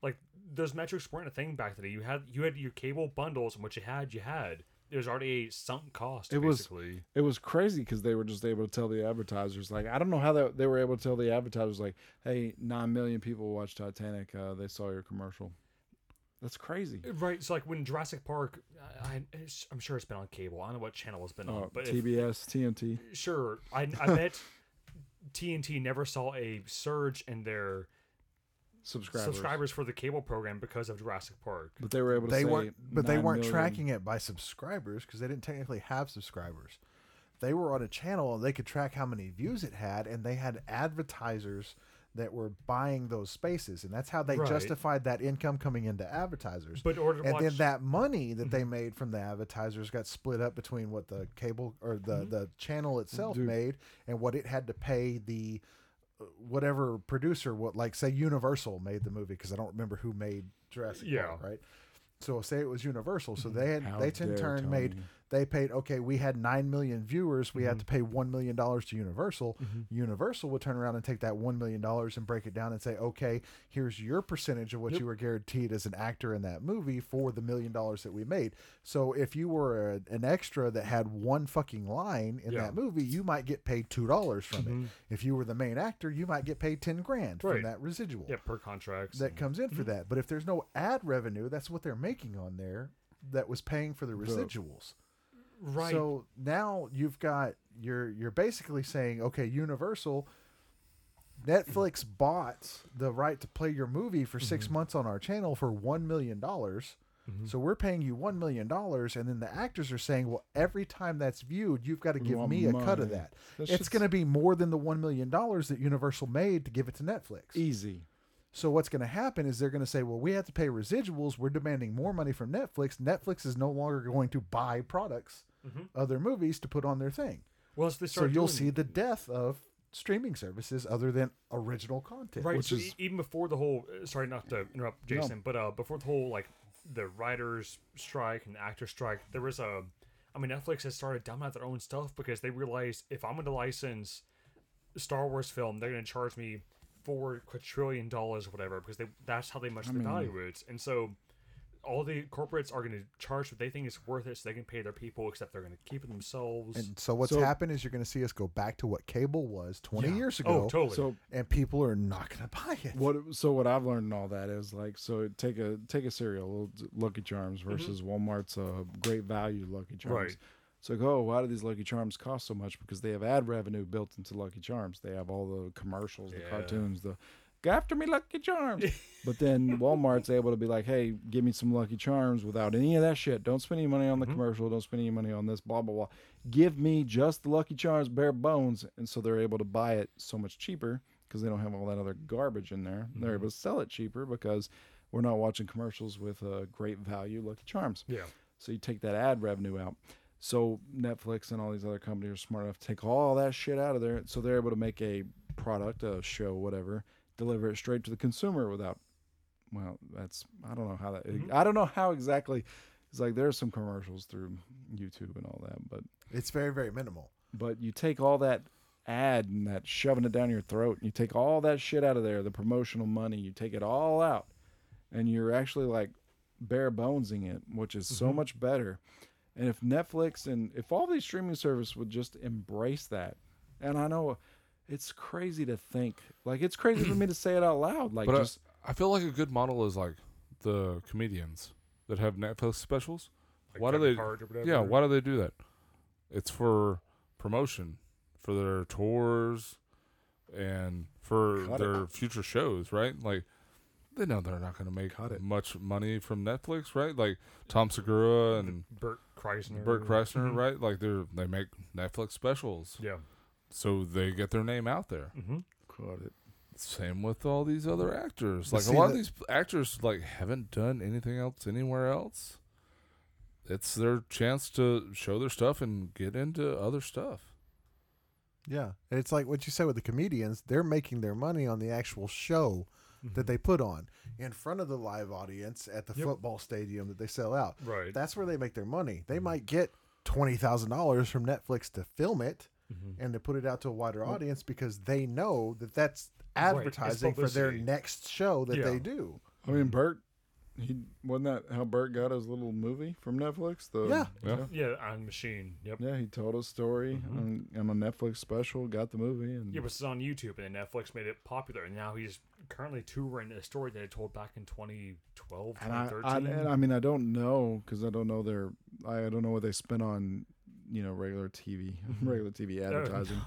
Like those metrics weren't a thing back then. You had you had your cable bundles, and what you had, you had. It was already a sunk cost.
It was-
basically.
it was crazy because they were just able to tell the advertisers like i don't know how that they were able to tell the advertisers like hey 9 million people watched titanic uh, they saw your commercial that's crazy
Right, so like when Jurassic Park, I, I, it's- I'm sure it's been on cable. I don't know what channel it's been
uh,
on, but if-
tbs tmt
sure, I, I bet TNT never saw a surge in their
subscribers,
subscribers. for the cable program because of Jurassic Park.
but they were able to
They
say
weren't, but they
9
weren't
million.
tracking it by subscribers because they didn't technically have subscribers. They were on a channel and they could track how many views it had, and they had advertisers that were buying those spaces, and that's how they
Right.
justified that income coming into advertisers.
But in order to
and
watch,
then
Mm-hmm.
that money that they made from the advertisers got split up between what the cable or the
Mm-hmm.
the channel itself made and what it had to pay the uh, whatever producer what like say universal made the movie because i don't remember who made jurassic
Yeah.
Park, right so say it was universal so they had
Mm-hmm. How
they in
dare
turn made
Tony. Mm-hmm.
they paid okay we had 9 million viewers we had to pay 1 million dollars to universal universal would turn around and take that 1 million dollars and break it down and say okay here's your percentage of what you were guaranteed as an actor in that movie for the million dollars that we made so if you were a, an extra that had one fucking line in
Yeah.
that movie you might get paid $2 from
Mm-hmm.
it if you were the main actor you might get paid 10 grand
Right.
from that residual
yeah, per contracts.
that comes in for that. But if there's no ad revenue, that's what they're making on there that was paying for the residuals.
right.
So now you've got you're you're basically saying, okay, Universal, Netflix bought the right to play your movie for 6 months on our channel for one million dollars. So we're paying you one million dollars, and then the actors are saying, "Well, every time that's viewed, you've got to give
want
me a cut of
money.
that."
That
it's
shit's-
going to be more than the one million dollars that Universal made to give it to Netflix.
Easy.
So what's going to happen is they're going to say, "Well, we have to pay residuals. We're demanding more money from Netflix. Netflix is no longer going to buy products, other movies to put on their thing."
Well, so, Mm-hmm. they
So
start
you'll
doing-
see the death of streaming services other than original content.
right.
which
so
is-
e- even before the whole, uh, sorry not to interrupt, Jason, but uh, before the whole like the writers strike and the actor strike, there was a, I mean, Netflix has started dumbing out their own stuff because they realized if I'm going to license Star Wars film, they're going to charge me four quadrillion dollars or whatever because they that's how they much the value it. And so all the corporates are going to charge what they think is worth it so they can pay their people, except they're going to keep it themselves.
And so what's
So-
happened is you're going to see us go back to what cable was 20 years ago.
oh, totally.
So
And people are not going to *laughs* buy it.
what? So what I've learned in all that is like so take a take a cereal Lucky Charms
Mm-hmm.
versus Walmart's uh, great value Lucky Charms.
Right.
It's like, oh, why do these Lucky Charms cost so much? Because they have ad revenue built into Lucky Charms. They have all the commercials, the cartoons, the "Go after me Lucky Charms." but then Walmart's able to be like, hey, give me some Lucky Charms without any of that shit. Don't spend any money on the commercial. Don't spend any money on this. Blah blah blah. Give me just the Lucky Charms bare bones, and so they're able to buy it so much cheaper because they don't have all that other garbage in there. They're able to sell it cheaper because we're not watching commercials with uh, great value Lucky Charms.
yeah.
So you take that ad revenue out. So Netflix and all these other companies are smart enough to take all that shit out of there. So they're able to make a product, a show, whatever, deliver it straight to the consumer without. Well, that's I don't know how that. I don't know how exactly. It's like there are some commercials through YouTube and all that, but
It's very, very minimal.
but you take all that ad and that shoving it down your throat and you take all that shit out of there the promotional money you take it all out and you're actually like bare bonesing it which is
Mm-hmm.
so much better and if netflix and if all these streaming services would just embrace that and i know it's crazy to think like it's crazy for me to say it out loud like
But I-
just
I, feel like a good model is like the comedians that have Netflix specials. why do
Kevin
they?
Hart or whatever.
Yeah, why do they do that? It's for promotion, for their tours, and for
Cut it.
their future shows, right? Like they know they're not going to make
Cut it.
much money from Netflix, right? Like Tom Segura and
Bert Kreisner.
Bert Kreisner,
Mm-hmm.
right? Like they're they make Netflix specials,
Yeah.
so they get their name out there.
it.
Same with all these other actors.
But
Like a
see,
lot of
the-
these actors like haven't done anything else anywhere else. It's their chance to show their stuff and get into other stuff.
Yeah. And it's like what you said with the comedians, they're making their money on the actual show
Mm-hmm.
that they put on in front of the live audience at the football stadium that they sell out.
Right. Mm-hmm.
That's where they make their money. They might get $20,000 from Netflix to film it
Mm-hmm.
and to put it out to a wider audience because they know that that's
Right, it's
advertising for their
publicity.
next show that they
Yeah.
do.
i mean bert he wasn't that how bert got his little movie from netflix the
Yeah.
Yeah.
Yeah, on machine. Yep.
Yeah, he told a story on, on a Netflix special, got the movie, and
Yeah, but it's on YouTube, and then Netflix made it popular, and now he's currently touring a story that I told back in 2012,
and I,
2013.
I and I mean I don't know because I don't know their I don't know what they spent on you know regular *laughs* TV regular TV advertising,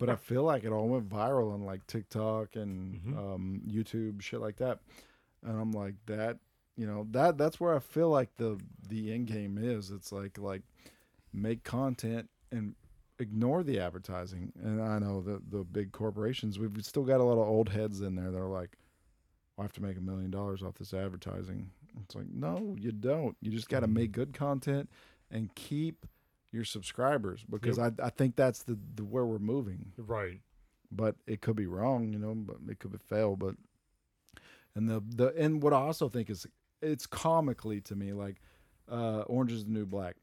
but I feel like it all went viral on like TikTok and um, YouTube shit like that, and I'm like that you know that that's where I feel like the the end game is. It's like like make content and ignore the advertising. And I know the the big corporations, we've still got a lot of old heads in there that are like, "Oh, I have to make a million dollars off this advertising. It's like, no, you don't. You just got to make good content and keep your subscribers because I, I think that's the, the where we're moving.
right.
But it could be wrong, you know, but it could be fail. But and the the and what I also think is it's comically to me like uh Orange is the New Black.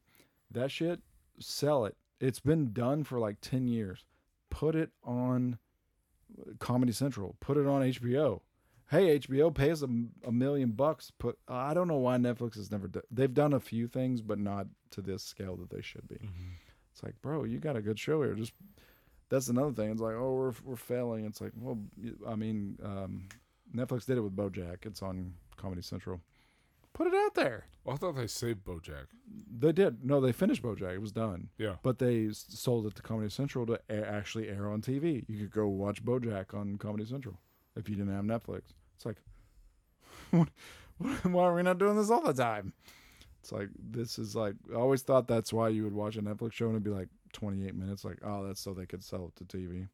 That shit, sell it. It's been done for like 10 years. Put it on Comedy Central. Put it on HBO. Hey, HBO pays a, a million bucks. Put I don't know why Netflix has never done. They've done a few things, but not to this scale that they should be. It's like, bro, you got a good show here. Just that's another thing. It's like, oh, we're we're failing. It's like, well, I mean, um, Netflix did it with BoJack. It's on Comedy Central. Put it out there.
Well, I thought they saved BoJack.
They did. No, they finished BoJack. It was done.
Yeah.
But they s- sold it to Comedy Central to a- actually air on TV. You could go watch BoJack on Comedy Central if you didn't have Netflix. It's like, *laughs* what, what- why are we not doing this all the time? It's like this is like I always thought that's why you would watch a Netflix show and it'd be like 28 minutes. Like, oh, that's so they could sell it to TV.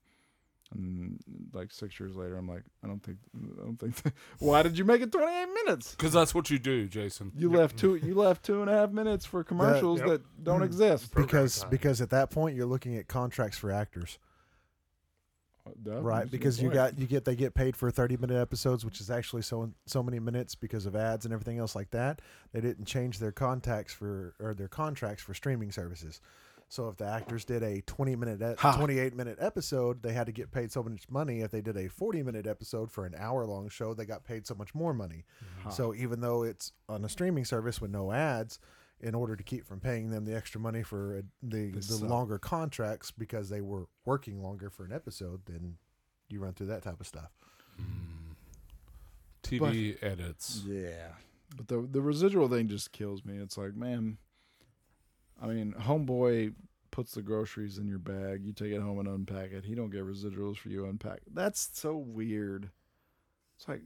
And like six years later, I'm like, I don't think, I don't think. *laughs* why did you make it 28 minutes?
Because that's what you do, Jason.
You left two. You left two and a half minutes for commercials
Yep.
that don't exist.
because
time.
because at that point you're looking at contracts for actors,
That was
right?
the
Because you
point.
got you get they get paid for 30 minute episodes, which is actually so so many minutes because of ads and everything else like that. They didn't change their contacts for or their contracts for streaming services. So if the actors did a 20 minute e-
Ha.
28 minute episode, they had to get paid so much money. If they did a 40 minute episode for an hour long show, they got paid so much more money. So even though it's on a streaming service with no ads, in order to keep from paying them the extra money for uh, the the
suck.
longer contracts because they were working longer for an episode, then you run through that type of stuff.
TV edits.
yeah. But the the residual thing just kills me. It's like, man. I mean, homeboy puts the groceries in your bag. You take it home and unpack it. He don't get residuals for you unpack. That's so weird. It's like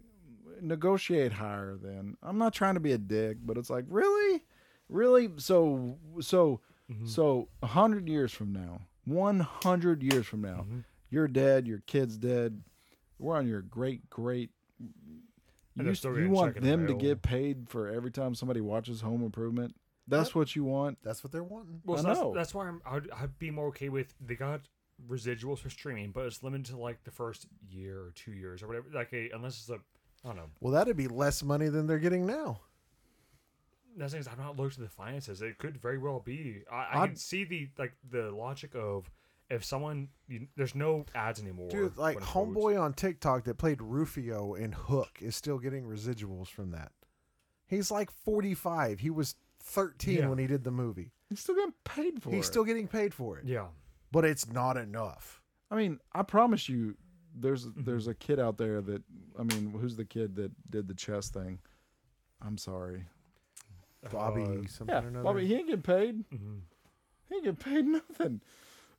negotiate higher. Then I'm not trying to be a dick, but it's like really, really. So so
Mm-hmm.
so a hundred years from now, one hundred years from now,
Mm-hmm.
you're dead. Your kid's dead. We're on your great great.
And
You,
they're still
you
gonna
want
check it
them to
available.
get paid for every time somebody watches Home Improvement. That's what you want.
That's what they're wanting.
Well,
I
so that's,
know.
that's why I'm, I'd, I'd be more okay with they got residuals for streaming, but it's limited to like the first year or two years or whatever. Like, a, unless it's a, I don't know.
Well, that'd be less money than they're getting now.
That's things I've not looked at the finances. It could very well be. I, I
I'd-
can see the like the logic of if someone you, there's no ads anymore.
Dude, like
quote unquote.
homeboy on TikTok that played Rufio in Hook is still getting residuals from that. He's like 45. He was 13
Yeah.
when he did the movie.
He's still getting paid for it.
He's still getting paid for it,
Yeah.
but it's not enough.
I mean, I promise you, there's
Mm-hmm.
there's a kid out there that I mean, who's the kid that did the chess thing? I'm sorry.
Bobby,
Uh,
something
Yeah,
or another.
Bobby, he ain't getting paid.
Mm-hmm.
He ain't getting paid *laughs* nothing.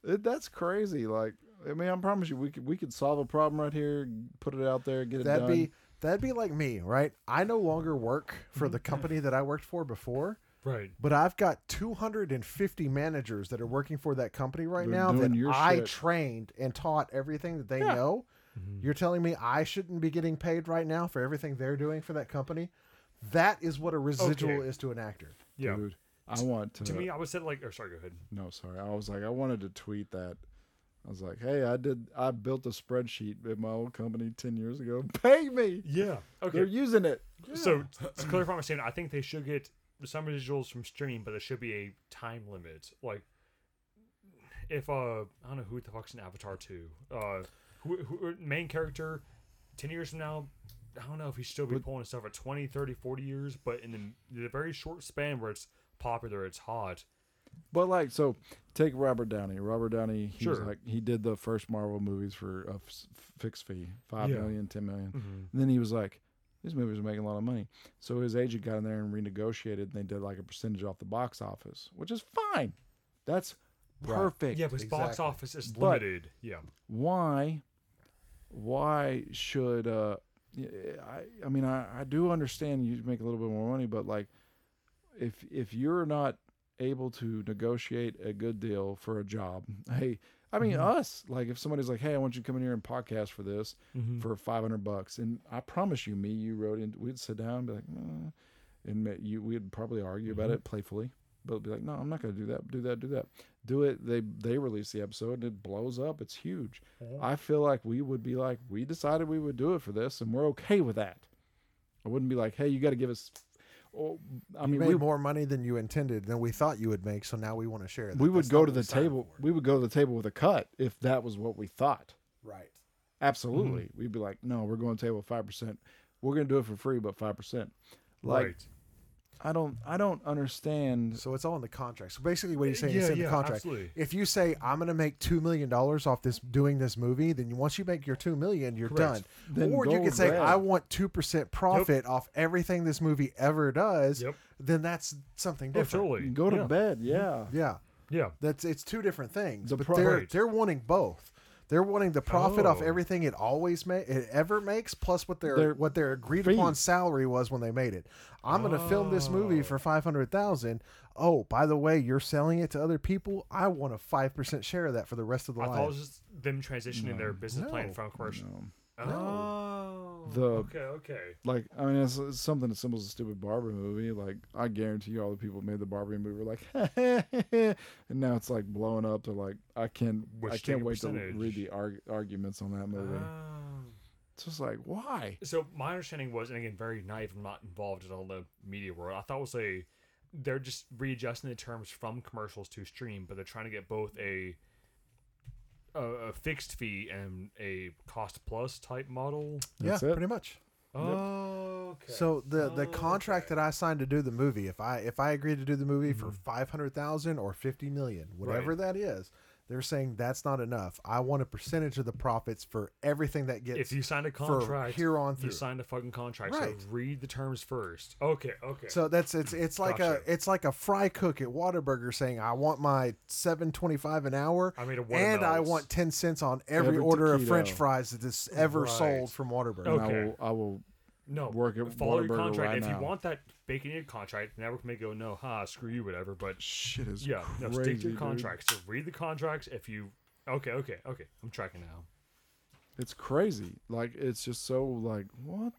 It, that's crazy. Like, I mean, I promise you, we could we could solve a problem right here, put it out there, get it
that'd
done.
be that'd be like me, right? I no longer work for
Mm-hmm.
the company that I worked for before,
Right.
but I've got 250 managers that are working for that company right
They're
now
doing
that
your
I
shit.
trained and taught everything that they
Yeah. Mm-hmm.
know. You're telling me I shouldn't be getting paid right now for everything they're doing for that company? That is what a residual
Okay.
is to an actor.
Yeah.
Dude, I want to.
To me, I would say like, or sorry, go ahead.
no, sorry. I was like, I wanted to tweet that. I was like, hey, I did. I built a spreadsheet at my old company ten years ago. *laughs* Pay me.
Yeah. Okay.
They're using it.
So to clarify my statement, I think they should get some residuals from streaming, but there should be a time limit. Like if uh I don't know who the fuck's in Avatar two. Uh who, who main character ten years from now I don't know if he should still be pulling stuff at 20, 30, 40 years, but in the, the very short span where it's popular, it's hot.
But like, so take Robert Downey. Robert Downey, he was
Sure.
like he did the first Marvel movies for a f- s- fixed fee, five
Yeah. Mm-hmm.
million, ten million. And then he was like, these movies are making a lot of money. So his agent got in there and renegotiated, and they did like a percentage off the box office, which is fine. That's perfect.
Yeah, but his box
Exactly.
office is
But-
limited. yeah.
why why should uh y- i i mean i i do understand you make a little bit more money but like if if you're not able to negotiate a good deal for a job hey i mean
Mm-hmm.
us like if somebody's like hey i want you to come in here and podcast for this
Mm-hmm.
for 500 bucks and i promise you me you wrote in we'd sit down and be like uh, and ma- you we'd probably argue
Mm-hmm.
about it playfully but be like no i'm not going to do that do that do that do it they they release the episode and it blows up it's huge i feel like we would be like we decided we would do it for this and we're okay with that i wouldn't be like hey you got to give us oh, i
You
mean
made
we,
more money than you intended, than we thought you would make, so now we want to share that.
we would
That's
go
not
to
what
the
we signed
table
for.
we would go to the table with a cut if that was what we thought
Right.
absolutely
Mm-hmm.
we'd be like no we're going to table 5% we're going to do it for free but 5% like
right.
I don't I don't understand.
So it's all in the contract. So basically, what he's saying is
Yeah,
in the
yeah,
contract.
absolutely.
If you say I'm going to make two million dollars off this doing this movie, then once you make your two million, you're done.
Then
or you
go
could say
red.
I want two percent profit off everything this movie ever does.
Yep.
Then that's something
Oh,
different.
totally.
Go to
yeah.
bed, yeah.
Yeah,
Yeah.
that's it's two different things.
The
but
pro-
they're
Right.
they're wanting both. They're wanting the profit off
Oh.
everything it always ma- it ever makes, plus what their
Their
what their agreed
fee.
upon salary was when they made it. I'm going to film this movie for five hundred thousand. Oh, by the way, you're selling it to other people. I want a five percent share of that for the rest of the
I thought it
life.
was just them transitioning their business plan from commercial. Oh.
The-
okay, okay.
Like I mean, it's, it's something as simple as a stupid Barbie movie. Like I guarantee you, all the people who made the Barbie movie were like, *laughs* and now it's like blowing up. They're like, I can
Which
I can't
taking
wait to read
percentage?
the arg- arguments on that movie.
Oh.
it's just like why?
So my understanding was, and again, very naive. I'm not involved at all in the media world. I thought it was a they're just readjusting the terms from commercials to stream, but they're trying to get both a a, a fixed fee and a cost plus type model.
yeah,
That's it.
pretty much.
Oh, okay.
So the the contract that I signed to do the movie, if I if I agree to do the movie for five hundred thousand or fifty million, whatever
Mm-hmm. Right.
that is, they're saying that's not enough. I want a percentage of the profits for everything that gets.
if you signed a
for
contract
here on
you
through.
signed a fucking contract.
Right.
So read the terms first. Okay, okay.
so that's it's it's like
Gotcha.
a it's like a fry cook at Whataburger saying I want my seven twenty five an hour,
I made a
and I
watermelons.
want ten cents on every,
Every
order of French
taquito.
fries that is ever
Right. Oh.
sold from Whataburger.
And
Okay.
I will I will
no,
work at
follow your
Whataburger
contract.
right
if
now.
you want that baconator contract, the network may go, no, ha, screw you, whatever. But
shit is
Yeah,
crazy.
no, stick to your
dude.
contracts. So read the contracts. If you okay, okay, okay, I'm tracking now.
It's crazy. Like it's just so like what?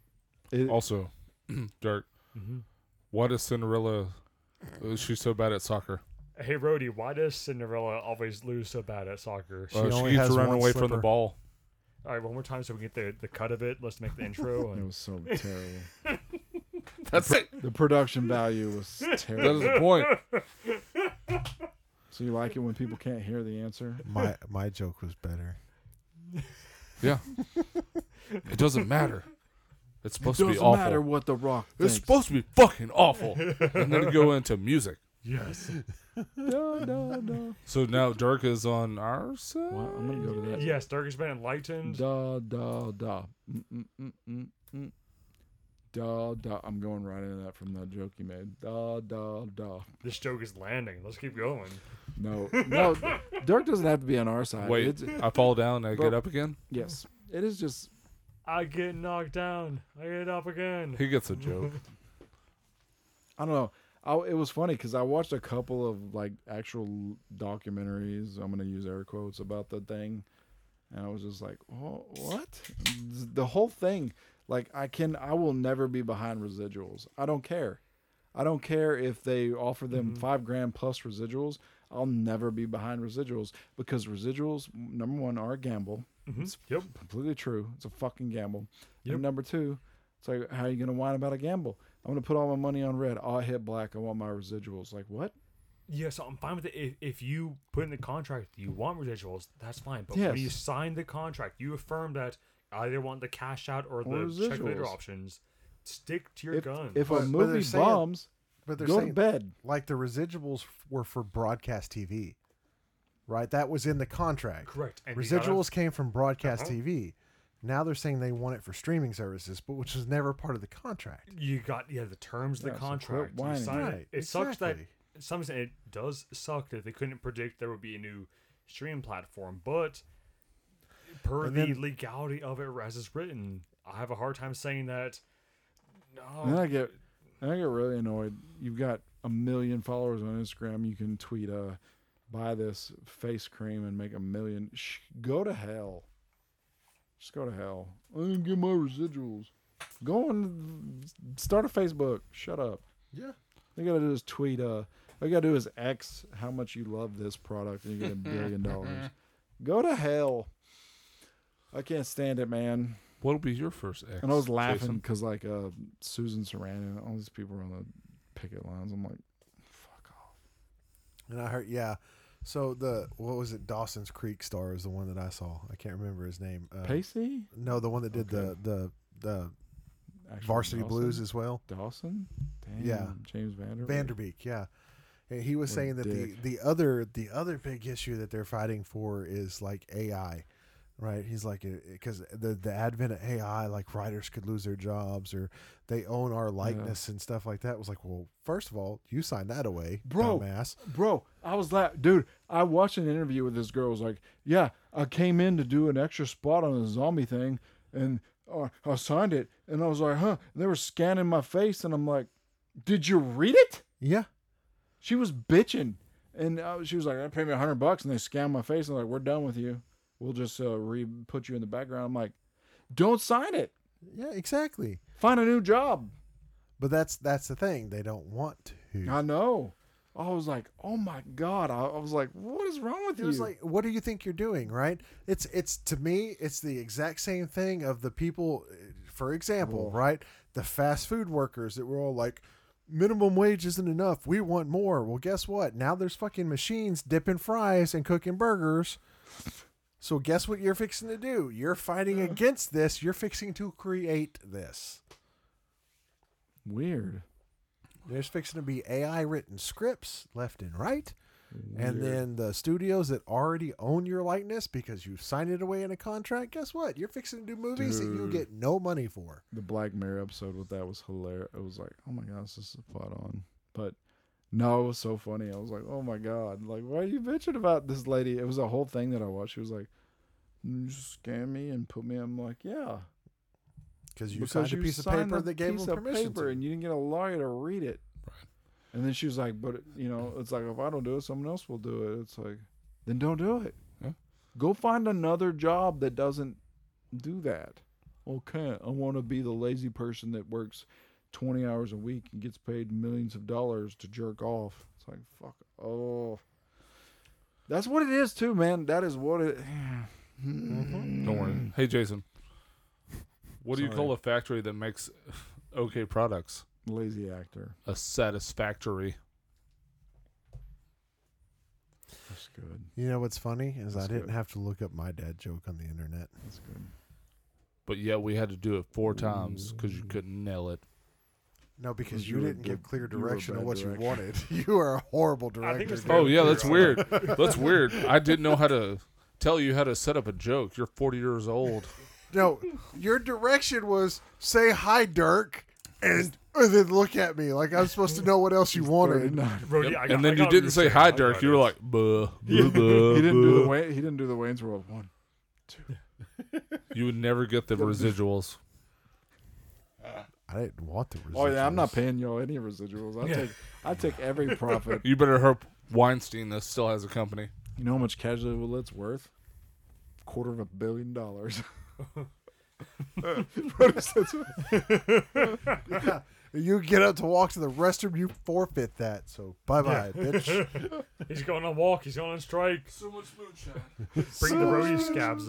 It,
Also, *clears throat* Dirk,
Mm-hmm.
what is Cinderella? uh, She's so bad at soccer.
Hey, Rhodey, why does Cinderella always lose so bad at soccer?
Uh,
only
she keeps
has
running
one
away from the
slipper.
ball.
All right, one more time so we get the the cut of it. Let's make
*laughs*
the intro.
it
And,
was
*laughs*
so terrible.
*laughs* That's it.
The production value
*laughs*
was
That is
terrible.
the point.
So you like it when people can't hear the answer?
My my joke was better. *laughs*
Yeah. It doesn't matter. It's supposed to be
Doesn't
awful.
matter what the rock
It's
thinks.
supposed to be fucking awful. and then go into music.
yes.
no, no, no.
So now Dirk is on our side.
Well, I'm gonna go to that.
Yes, Dirk has been enlightened.
Da da da. Mm, mm, mm, mm, mm. Da da. I'm going right into that from that joke you made. Da da da.
This joke is landing. Let's keep going.
No, no. Dirk doesn't have to be on our side.
Wait,
It's,
I fall down. I get
Bro.
up again.
yes, it is just
I get knocked down. I get up again.
He gets a joke.
I don't know. I, it was funny because I watched a couple of like actual documentaries. I'm gonna use air quotes about the thing, and I was just like, "Oh, what?" The whole thing. Like, I can, I will never be behind residuals. I don't care. I don't care if they offer them
Mm-hmm.
five grand plus residuals. I'll never be behind residuals because residuals, number one, are a gamble. It's
Mm-hmm. Yep.
completely true. It's a fucking gamble.
Yep.
And number two, it's like, how are you going to whine about a gamble? I'm going to put all my money on red. I'll hit black. I want my residuals. Like, what?
Yeah, so I'm fine with it. If, if you put in the contract that you want residuals, that's fine. But when
Yes.
you sign the contract, you affirm that I either want the cash out or,
Or
the check later
residuals.
options. Stick to your
If,
guns.
if
But-
a
but
movie
they're saying-
bombs,
But they're
go
saying
to bed.
like the residuals were for broadcast TV, right? That was in the contract.
Correct. And Uh-huh. you gotta-
Residuals came from broadcast TV. Now they're saying they want it for streaming services, but which was never part of the contract.
you got yeah the terms of
Yeah, so
the
quit
contract. You
whining.
signed it.
Right,
It sucks that
exactly.
in some extent it does suck that they couldn't predict there would be a new stream platform, but per
And
the
then-
legality of it as it's written, I have a hard time saying that.
And then
No,
I get, and I get really annoyed. You've got a million followers on Instagram. You can tweet, uh, buy this face cream and make a million. Shh, go to hell. Just go to hell. I didn't get my residuals. Go and start a Facebook. Shut up.
Yeah.
They gotta do is tweet. Uh, all you gotta do is X how much you love this product, and you get a billion dollars. Go to hell. I can't stand it, man.
What'll be your first X?
And I was laughing
Jason?
because like uh, Susan Sarandon, all these people are on the picket lines. I'm like, fuck off.
And I heard, yeah. So the what was it? Dawson's Creek star is the one that I saw. I can't remember his name. Uh,
Pacey,
No, the one that did the the the
actually
Varsity
Dawson?
Blues as well.
Dawson? Damn,
Yeah.
James Vanderbeek.
Vanderbeek, yeah. And he was
What a
saying that the,
dick.
the other the other big issue that they're fighting for is like AI, right? He's like because the the advent of AI, like writers could lose their jobs or they own our likeness and stuff like that. Was like, well, first of all, you signed that away,
Bro.
dumbass.
Bro, I was like, dude, I watched an interview with this girl. It was like, yeah, I came in to do an extra spot on a zombie thing, and uh, I signed it, and I was like, huh. And they were scanning my face, and I'm like, did you read it?
Yeah,
She was bitching, and uh, she was like, "I paid me a hundred bucks," and they scanned my face, and they're like, "We're done with you. We'll just uh, re put you in the background." I'm like, "Don't sign it.
yeah, exactly.
Find a new job."
But that's that's the thing they don't want to.
I know. I was like, "Oh my god!" I, I was like, "What is wrong with
It
you?"
was like, what do you think you're doing, right? It's it's to me, it's the exact same thing of the people, uh, for example, right? The fast food workers that were all like, minimum wage isn't enough. We want more. Well, guess what? Now there's fucking machines dipping fries and cooking burgers. So guess what you're fixing to do? You're fighting against this. You're fixing to create this.
Weird.
There's fixing to be AI written scripts left and right. And then the studios that already own your likeness because you signed it away in a contract, guess what? You're fixing to do movies that you
Dude.
get no money for.
The Black Mirror episode with that was hilarious. It was like, "Oh my gosh, this is spot on." But no, it was so funny. I was like, "Oh my god!" Like, why are you bitching about this lady? It was a whole thing that I watched. She was like, "You just "Scan me and put me." I'm like, "Yeah."
Because you
because
signed a
you
piece of
signed
paper
a
that gave
piece
them
of
permission.
paper
to.
and you didn't get a lawyer to read it. And then she was like, "But you know, it's like if I don't do it, someone else will do it." It's like, then don't do it.
Yeah.
Go find another job that doesn't do that. Okay, I want to be the lazy person that works twenty hours a week and gets paid millions of dollars to jerk off. It's like fuck. Oh, that's what it is too, man. That is what it. *sighs*
Don't worry. Hey, Jason. What do you
Mm. Sorry.
call a factory that makes *sighs* okay products?
Lazy actor.
A satisfactory.
That's good.
You know what's funny is I
That's
didn't
good.
have to look up my dad joke on the internet.
That's good.
But yeah, we had to do it four times because you couldn't nail it.
No, because
You
you
were
didn't give
good-
clear
you were a
direction on
bad
what
direction.
you wanted. *laughs* You are a horrible
I think
director.
it's
dude.
fair.
Oh yeah,
You're
that's
on.
weird. That's weird. I didn't know how to tell you how to set up a joke. You're 40 years old.
*laughs*
No, your direction was say hi, Dirk, and, and then look at me like I'm supposed to know what else you wanted.
Brody, I got-
and then
I got
you
what
didn't
you're
say
saying.
hi,
I got
Dirk. You were
it.
like, buh, buh,
he didn't do the
buh, buh.
Wayne, he didn't do the Wayne's World one.
You would never get the residuals.
I didn't want the
Oh yeah, I'm not
residuals.
paying y'all any residuals. I
Yeah.
take I take every profit. *laughs*
You better hope Weinstein that still has a company.
you know how much Casual's worth? Quarter of a billion dollars. *laughs*
You get up to walk to the restroom, you forfeit that. So bye bye,
*laughs*
bitch.
He's going on walk. He's going on strike.
So much moonshine.
*laughs* Bring the Brody scabs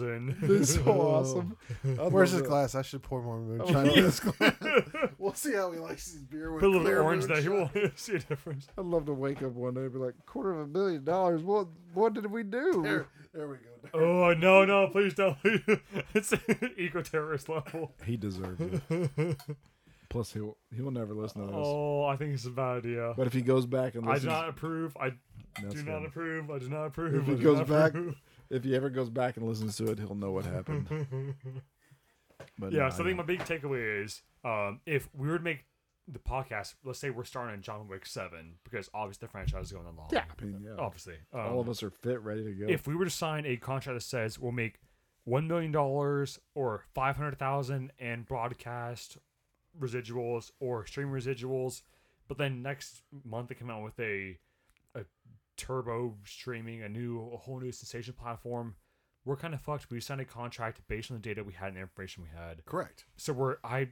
*laughs*
in.
This is so
*laughs*
awesome. I
Where's
love
this
it. Oh,
glass? I should pour more moonshine on this glass.
*laughs*
we'll see how he likes his beer with
Put a little
clear
orange there.
moonshine.
You won't *laughs* see a difference.
I'd love to wake up one day and be like, quarter of a billion dollars. What what did we do?
There, there we go.
Oh no, no! Please don't. *laughs* it's eco terrorist level.
He deserved it.
*laughs*
Plus he'll he'll never listen to this.
Oh, I think it's a bad idea.
But if he goes back and
I do
listens,
not approve. I
that's
do not
good.
approve. I do not approve.
If he
I do
goes
not
back-
*laughs* approve.
if he ever goes back and listens to it, he'll know what happened.
*laughs*
But
Yeah,
no,
so I think my big takeaway is um, if we were to make the podcast, let's say we're starting in John Wick 7, because obviously the franchise is going on long.
yeah, I mean, yeah.
Obviously. Um,
all of us are fit, ready to go.
If we were to sign a contract that says we'll make $1 million or 500000 in broadcast residuals or stream residuals, but then next month they come out with a, a turbo streaming, a new, a whole new sensation platform. We're kind of fucked. We signed a contract based on the data we had and the information we had
Correct.
so we're I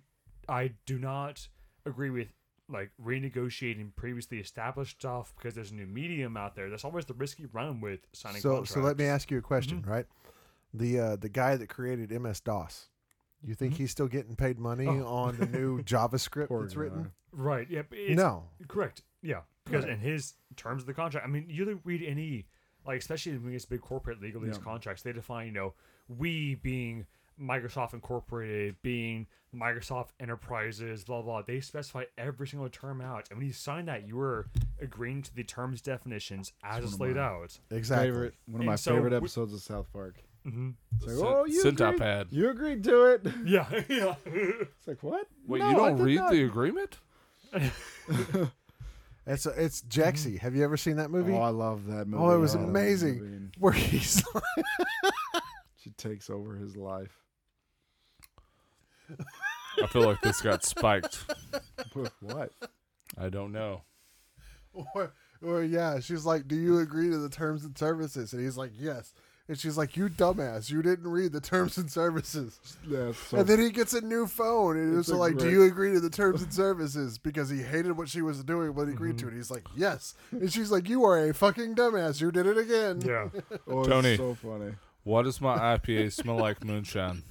I do not agree with like renegotiating previously established stuff because there's a new medium out there. That's always the risky run with signing
So,
contracts.
so let me ask you a question,
Mm-hmm.
right? The uh, the guy that created MS DOS, you think he's still getting paid money on the
*laughs*
new
Mm-hmm.
JavaScript
Oh. Poor
that's written?
Right? Yeah. but it's-
no,
Correct. Yeah. Because in his terms of the contract, I mean, you don't read any like especially when it's big corporate legal these contracts, they define you know we being Microsoft Incorporated, being Microsoft Enterprises, blah blah. They specify every single term out, and when you sign that, you are agreeing to the terms definitions as it's laid out.
Exactly.
Favorite one of my
And so
favorite
we- Mm-hmm.
episodes of South Park. It's like,
Cent-
oh, you agreed,
centipad.
you agreed to it. *laughs*
Yeah, *laughs* yeah.
It's like what?
Wait,
No,
you
I
don't
did
read
not.
the agreement?
It's a, it's Jaxie. Have you ever seen that movie?
Mm-hmm. Oh, I love that movie.
Oh, it was
love that
amazing.
movie. And
*laughs* Where he's
She takes over his life. *laughs*
I feel like this got spiked.
With what?
I don't know.
or, or yeah, she's like, "Do you agree to the terms and services?" And he's like, "Yes." And she's like, "You dumbass, you didn't read the terms and services."
Yeah, it's so
and then he gets a new phone, and
It's
it's
a
like, "Do
great-
you agree to the terms and services?" Because he hated what she was doing, but he agreed
Mm-hmm.
to it. He's like, "Yes," and she's like, "You are a fucking dumbass. You did it again."
Yeah.
oh, it's
Tony.
so funny.
Why does my IPA smell like moonshine?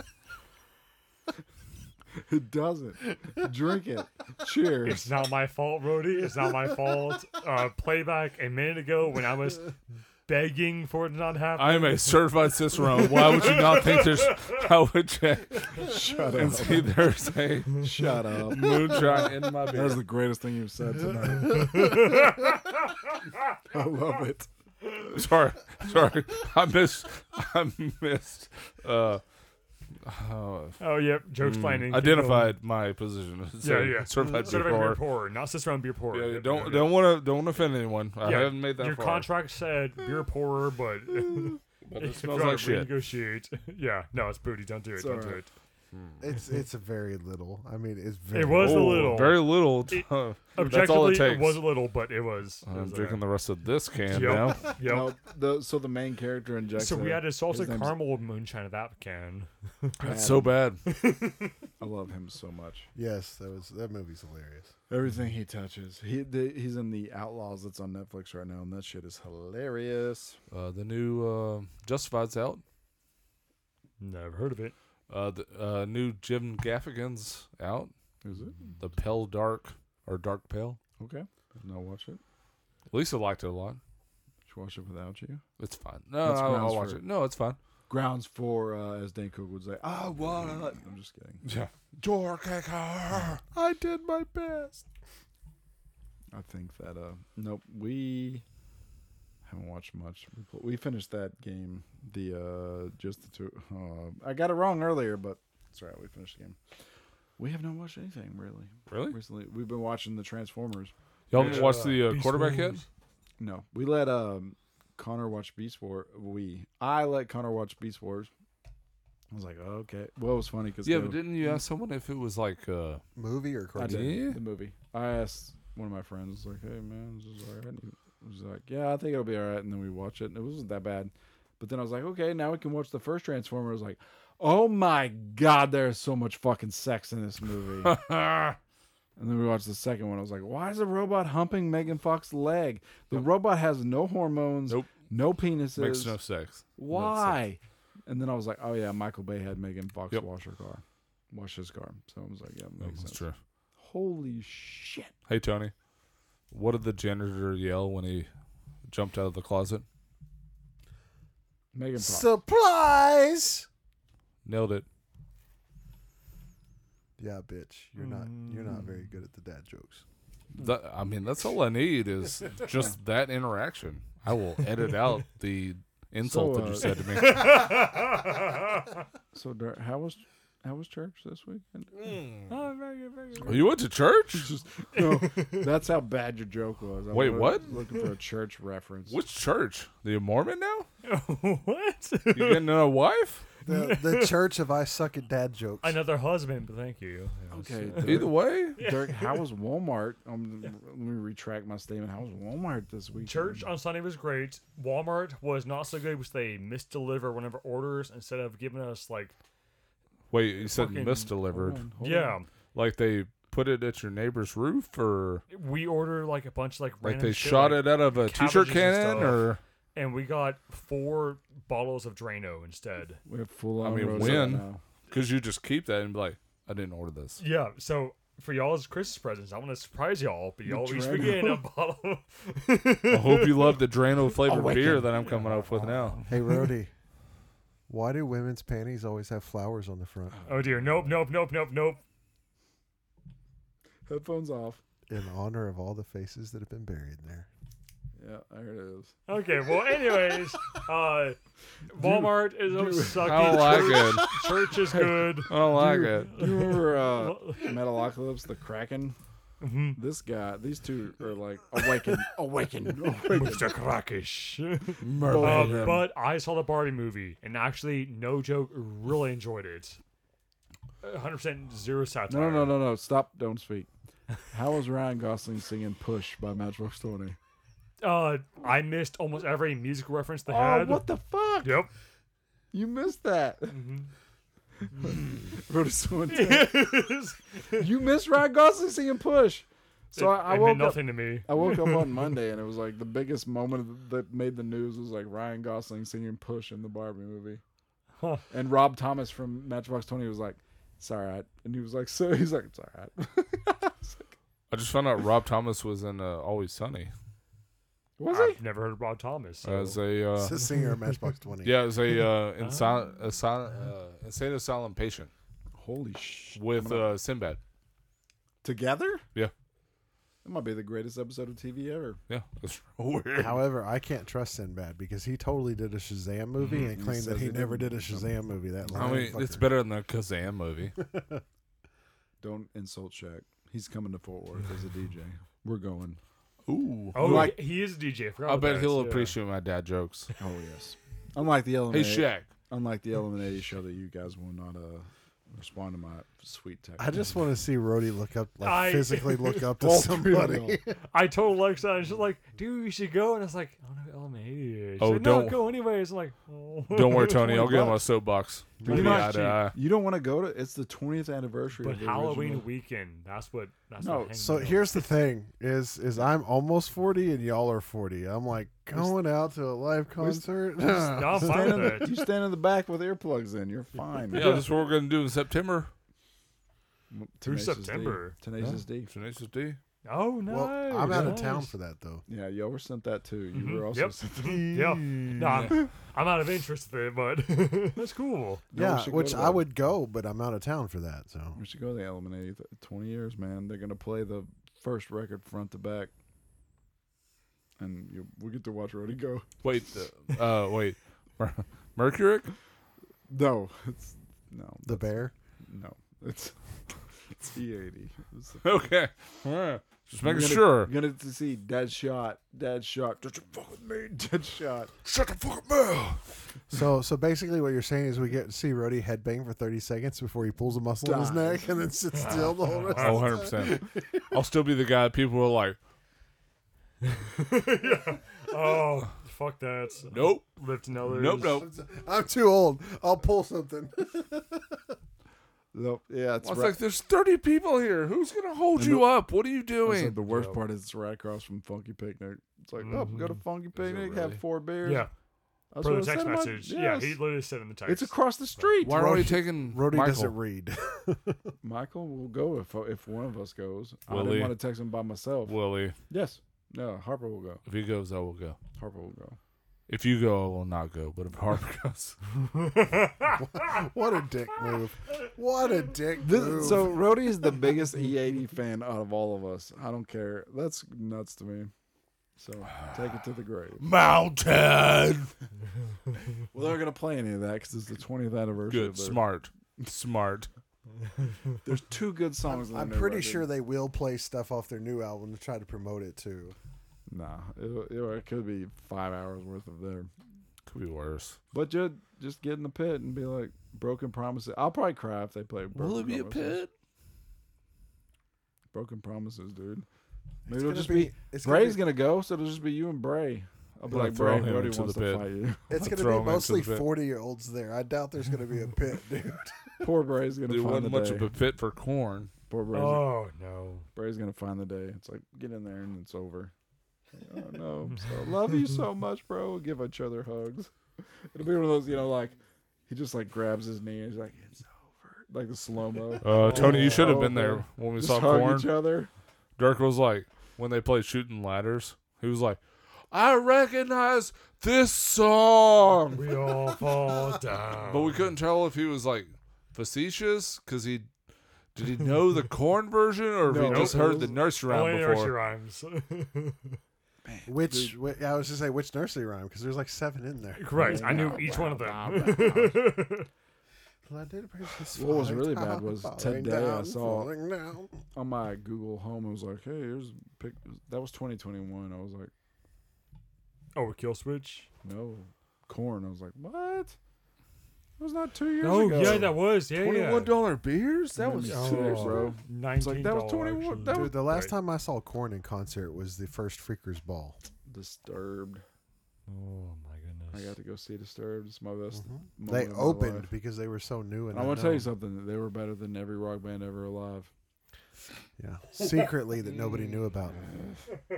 It doesn't. Drink
*laughs*
it. Cheers.
It's not my fault, Rody. It's not my fault. Uh, playback a minute ago when I *laughs* was begging for it to not happen.
I am a certified Cicerone. Why would you not think there's? How would you
Shut
and
up.
*laughs*
see there's a
Shut up.
moonshine in my
That was
beer?
the greatest thing you've said tonight. *laughs* I love it.
Sorry, sorry. I missed. I missed. Uh, oh,
oh, yep. Jokes planning.
identified my position. *laughs* as
Yeah,
a
yeah.
Certified beer
Certified beer
pourer.
pourer, not Cicerone beer pourer.
Yeah,
Yep,
don't
yep,
don't want to don't offend anyone. I
Yeah,
haven't made that
Your
far.
contract said beer pourer, but
but it
*laughs* if you *laughs*
smells
want
like
to
shit.
renegotiate, *laughs* yeah, no, it's booty. Don't do it.
It's
don't do
alright.
it.
It's it's a very little. I mean, it's very.
was a
little.
Oh,
little.
very little.
It-
*laughs* That's all
Objectively,
it takes.
was a little, but it was. it
I'm
was uh,
drinking the rest of this can
Yep.
now.
*laughs* alright. Yep.
No, the, so the main character injects.
So we
it.
had a salted
His name's-
caramel moonshine of that can.
It's so bad.
I love him so much.
Yes, that was that movie's hilarious.
Everything he touches. He the, he's in the Outlaws that's on Netflix right now, and that shit is hilarious.
Uh, the new uh, Justified's out.
Never heard of it. *laughs*
Uh, the uh, new Jim Gaffigan's out.
Is it
The Pale Dark or Dark Pale.
okay? Now watch it.
Lisa liked it a lot.
Should watch it without you.
It's fine. No,
That's
I'll, I'll
grounds
watch
for-
it. No, it's fine.
Grounds for uh, as Dan Cook would say, I want. it." I'm just kidding.
Yeah. Door kicker.
I did my best. I think that uh nope we haven't watched much. We, pl- we finished that game the uh just the two. Uh, I got it wrong earlier, but it's all right. We finished the game. We have not watched anything really
Really?
recently. We've been watching the Transformers.
Y'all haven't
Yeah.
watched the uh,
Beast
quarterback yet?
Wars.
No, we let um Connor watch Beast Wars. We I let Connor watch Beast Wars. I was like, okay. Well, it was funny because
Yeah, but didn't you ask someone if it was like uh,
Movie or
I
cartoon?
did
Yeah.
the movie. I asked one of my friends, like, "Hey man, this is alright." He was like, "Yeah, I think it'll be alright." And then we watch it, and it wasn't that bad. But then I was like, "Okay, now we can watch the first Transformer." I was like, "Oh my god, there's so much fucking sex in this
*laughs*
movie." And then we watched the second one. I was like, why is a robot humping Megan Fox's leg? The robot has no hormones,
Nope.
no penises.
makes no sex?
Why? And then I was like, oh yeah, Michael Bay had Megan Fox
Yep.
wash her car, wash his car. So I was like, yeah,
No,
makes
that's
sense.
true.
Holy shit!
Hey Tony, what did the janitor yell when he jumped out of the closet?
Megan Fox.
Supplies.
Nailed it.
Yeah, bitch. You're not. You're not very
Mm.
good at the dad jokes.
That, I mean, that's all I need is just that interaction. I will edit out the insult
So,
that
uh,
you said to me.
so Dar- how was how was church this week?
Oh, you went to church?
*laughs* no, that's how bad your joke was. I
Wait,
was
what?
Looking for a church reference.
Which church? The Mormon now?
what? *laughs*
You getting a wife?
The, *laughs* the Church of I Suck at Dad Jokes.
Another husband, but thank you.
Okay.
Either way,
Dirk, how *laughs* was Walmart? Um, let me retract my statement. How was Walmart this week?
Church on Sunday was great. Walmart was not so good because they misdeliver one of our orders instead of giving us like
wait. You said
Fucking-
misdelivered.
Hold on.
yeah.
Like they put it at your neighbor's roof, or
We order like a bunch of like
like
random
they
shit,
shot
like-
it out of a t-shirt
cabbages and
cannon,
stuff.
or
and we got four bottles of Drano instead.
We have full on.
I mean,
rosé
when?
now.
because you just keep that and be like, I didn't order *laughs* this.
Yeah, so for y'all's Christmas presents, I want to surprise y'all, but y'all each
Drano.
begin a
*laughs*
bottle.
*laughs*
I hope you love the Drano flavored beer that I'm coming up with now.
hey, Rody. Why do women's panties always have flowers on the front?
Oh dear. Nope, nope, nope, nope, nope.
Headphones off.
Uh,
In honor of all the faces that have been buried there.
Yeah, there it
*laughs*
is.
Okay, well, anyways,
*laughs*
uh, Walmart is a sucky.
I don't like
church,
it.
*laughs*
church is good.
I don't like it.
You remember uh, Metalocalypse, the Kraken?
Mm-hmm.
This guy, these two are like awaken, awaken, *laughs* awaken.
Mr. Krakish.
Both of
Uh,
them.
but I saw the Barbie movie and actually, no joke, really enjoyed it. 100% zero satire.
No, no, no, no. Stop. Don't speak. How was Ryan Gosling singing Push by Matchbox 20?
Uh, I missed almost every musical reference they
Oh,
had.
what the fuck?
Yep.
You missed that.
Mm-hmm.
*laughs* Wrote us one time.
*laughs*
you missed Ryan Gosling singing Push. So I, I
it
woke
meant
up.
nothing to me.
I woke up
*laughs*
on Monday and it was like the biggest moment that made the news was like Ryan Gosling singing Push in the Barbie movie.
Huh.
And Rob Thomas from Matchbox 20 was like, it's all right. And he was like, so he's like, it's all right. *laughs*
I just found out Rob Thomas was in uh, Always Sunny
Was he?
I've never heard of Rob Thomas. so-
as a uh,
It's a singer of Matchbox 20.
yeah as a *laughs* uh, insi- asylum, uh, insane asylum patient
Holy sh.
with uh, Sinbad.
Together?
Yeah.
That might be the greatest episode of TV ever.
Yeah, that's weird.
However, I can't trust Sinbad because he totally did a Shazam movie and claimed
says
that he
he
never did a Shazam movie. That
Mm-hmm. I
line,
mean, it's better than the Kazam movie.
Don't insult Shaq. He's coming to Fort Worth
*laughs*
as a DJ. We're going.
Ooh,
Oh,
Like-
he he is a DJ. I, forgot
I
about
bet
that,
he'll
yeah.
appreciate my dad jokes.
Oh yes. Unlike the
Hey,
LMA,
Shaq.
unlike the LMA show that you guys will not uh, respond to my sweet text.
I just want to see Rody look up, like
I-
*laughs*
physically look up to
All three of
*laughs*
them.
somebody.
I told Alexa, and she's like, dude, you should go. And I was like, I don't know, LMA. She's
Oh,
like,
don't-
No, go anyways. I'm like, *laughs* oh.
Don't worry, Tony. I'll
20
get on my
bucks.
soapbox.
You,
We'll be
know,
eye to eye.
you don't want to go to. It's the 20th anniversary.
But
of the
Halloween
original-
weekend, that's what. That's
No,
what hangs
so
out.
here's the thing: is is I'm almost forty and y'all are forty. I'm like going out to a live concert. *laughs*
No, I'm fine
Stand
with
*laughs* in the-
it.
you stand in the back with earplugs in. You're fine.
Yeah, that's what we're gonna do in September.
Through
Tenacious D.
September.
Tenacious D.
Tenacious D.
Oh no!
well, I'm out of town
nice.
for that
*laughs*
though.
Yeah, you were sent that too. You
Mm-hmm.
were also
Yep.
sent
*laughs*
yeah. No, I'm, I'm out of interest there, but that's cool.
No, we
yeah,
should go
which
to
I
that. Mm.
would go, but I'm out of town for that. So
We should go to the Eliminate. Twenty years, man. They're gonna play the first record front to back, and you, we get to watch Roddy go. *laughs*
Wait, the- uh, wait, Mer- Mercuric.
No, it's no,
the bear.
no. It's *laughs* it's E eighty. Just
*laughs* Okay, Alright. just making sure.
You're gonna see Dead Shot. Dead Shot. Don't you fuck with me. Dead Shot.
Shut the fuck up, man.
So so basically, what you're saying is we get to see Rody headbang for 30 seconds before he pulls a muscle in his
Die.
neck and
*laughs*
then sits still the whole rest.
Oh, 100 percent. I'll still be the guy. People are like,
Oh, fuck that.
nope,
Live to know
nope,
there's-
nope.
I'm too old. I'll pull something.
Nope. Yeah, it's
I was
right.
like, there's 30 people here. Who's gonna hold
And
you
the-
up? What are you
I said
doing?
the worst part is it's right across from Funky Picnic. It's like, oh, go to Funky Picnic,
really?
have four beers.
Yeah,
That's
for
what
the
I
text
said in my-
message. Yeah, he
yes.
literally said in the text.
it's across the street.
Why are we taking
Rody
Michael?
doesn't read.
Michael will go if if one of us goes. I
Will he?
didn't want to text him by myself.
Willie,
yes. No, Harper will go.
if he goes, I will go.
Harper will go.
If you go, I will not go. But if Harper *laughs* goes,
*laughs* What a dick move. What a dick move.
so Rody is the biggest *laughs* E80 fan out of all of us. I don't care. That's nuts to me. So take it to the grave.
mountain.
Well, they're gonna play any of that because it's the 20th anniversary.
Good,
of their-
smart, smart.
There's two good songs. on
I'm
their
pretty
record.
sure they will play stuff off their new album to try to promote it too.
Nah, it, it, it could be five hours worth of their.
Could be worse.
But just just get in the pit and be like broken promises. I'll probably cry if they play. Broken
Will it be a
Promises.
pit?
Broken promises, dude. Maybe
It's
it'll
gonna
just
be-
be,
it's gonna
Bray's
be-
gonna, go, so it'll just be you and Bray. I'll be
Gonna
like,
throw
Bray,
him
Brody
into
wants
the
to
pit."
fight you. *laughs*
It's going to
throw 'em
be
into
mostly
the pit.
40 year olds there. I doubt there's going to be
*laughs*
a pit, dude.
Poor Bray's
*laughs*
gonna
There
find
wasn't
the
much
day.
of a pit for corn.
Poor Bray's,
Oh no!
Bray's gonna find the day. It's like get in there and it's over. Like, oh no, I'm so love you so
*laughs*
much, bro. We'll give each other hugs. *laughs* It'll be one of those, you know, like he just like grabs his knee and he's like, it's over, like the slow mo.
Uh, Tony, *laughs* you should have been
okay.
there when we
Just
saw
hug
corn.
each other.
Dirk was like, when they played shooting ladders, he was like, I recognize this song.
*laughs*
We all fall down.
But we couldn't tell if he was like facetious because he did he know the corn version or if he
No.
just
Nope.
heard the nursery rhyme
Only
before.
nursery rhymes. *laughs*
Which wh- I was just say which nursery rhyme because there's like seven in *laughs* there.
Correct. I knew each one of them.
What
What was really bad was today I saw-
down.
on my Google Home. It was like, hey, here's pic. That was 2021. I was like,
Overkill Oh, switch.
no, corn. I was like, what? It was not two years
Oh
ago.
yeah, that was yeah yeah.
Twenty-one dollar beers? That
Made
was
me
Oh,
sick, bro.
Nineteen.
like, that was 21 that was-
Dude, the last time I saw Corn in concert was the first Freakers Ball.
Disturbed.
Oh my
I
goodness.
got to go see Disturbed. It's my best. moment
Mm-hmm. They
of my
opened
life.
because they were so new. And
I want to tell you
unknown.
something. They were better than every rock band ever alive.
Yeah, secretly that nobody knew about.
*laughs*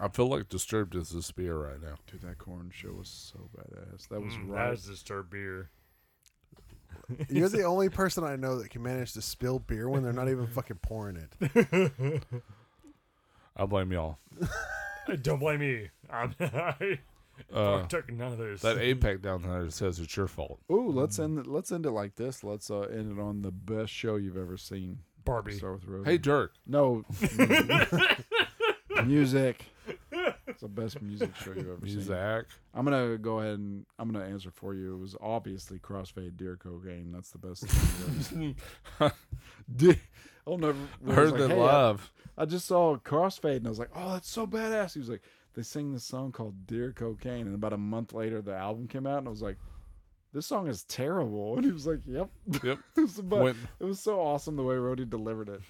I feel like disturbed is this beer right now.
Dude, that corn show was so badass. That was
Mm,
right.
That is disturbed beer. *laughs*
You're the only person I know that can manage to spill beer when they're not even fucking pouring it.
I blame y'all.
Don't blame me. I'm, *laughs* I
Uh,
took none of this.
that APEC down there says it's your fault.
Ooh,
mm.
let's end. it- Let's end it like this. Let's uh, end it on the best show you've ever seen.
Barbie.
Start with Rosie.
Hey Dirk,
*laughs*
No. music. It's the best music show you've ever seen.
Muzak.
I'm gonna go ahead and I'm gonna answer for you. It was obviously crossfade deer cocaine. That's the best *laughs* thing. I've ever seen. Di- I'll never I was
Heard
like,
the
"Hey, I-
love.
I, just saw crossfade and I was like, oh, that's so badass. He was like, they sing this song called Deer Cocaine, and about a month later the album came out, and I was like, this song is terrible. *laughs* And he was like, yep.
Yep.
it, was about-
Went-
it was so awesome the way Rody delivered
*laughs*
it.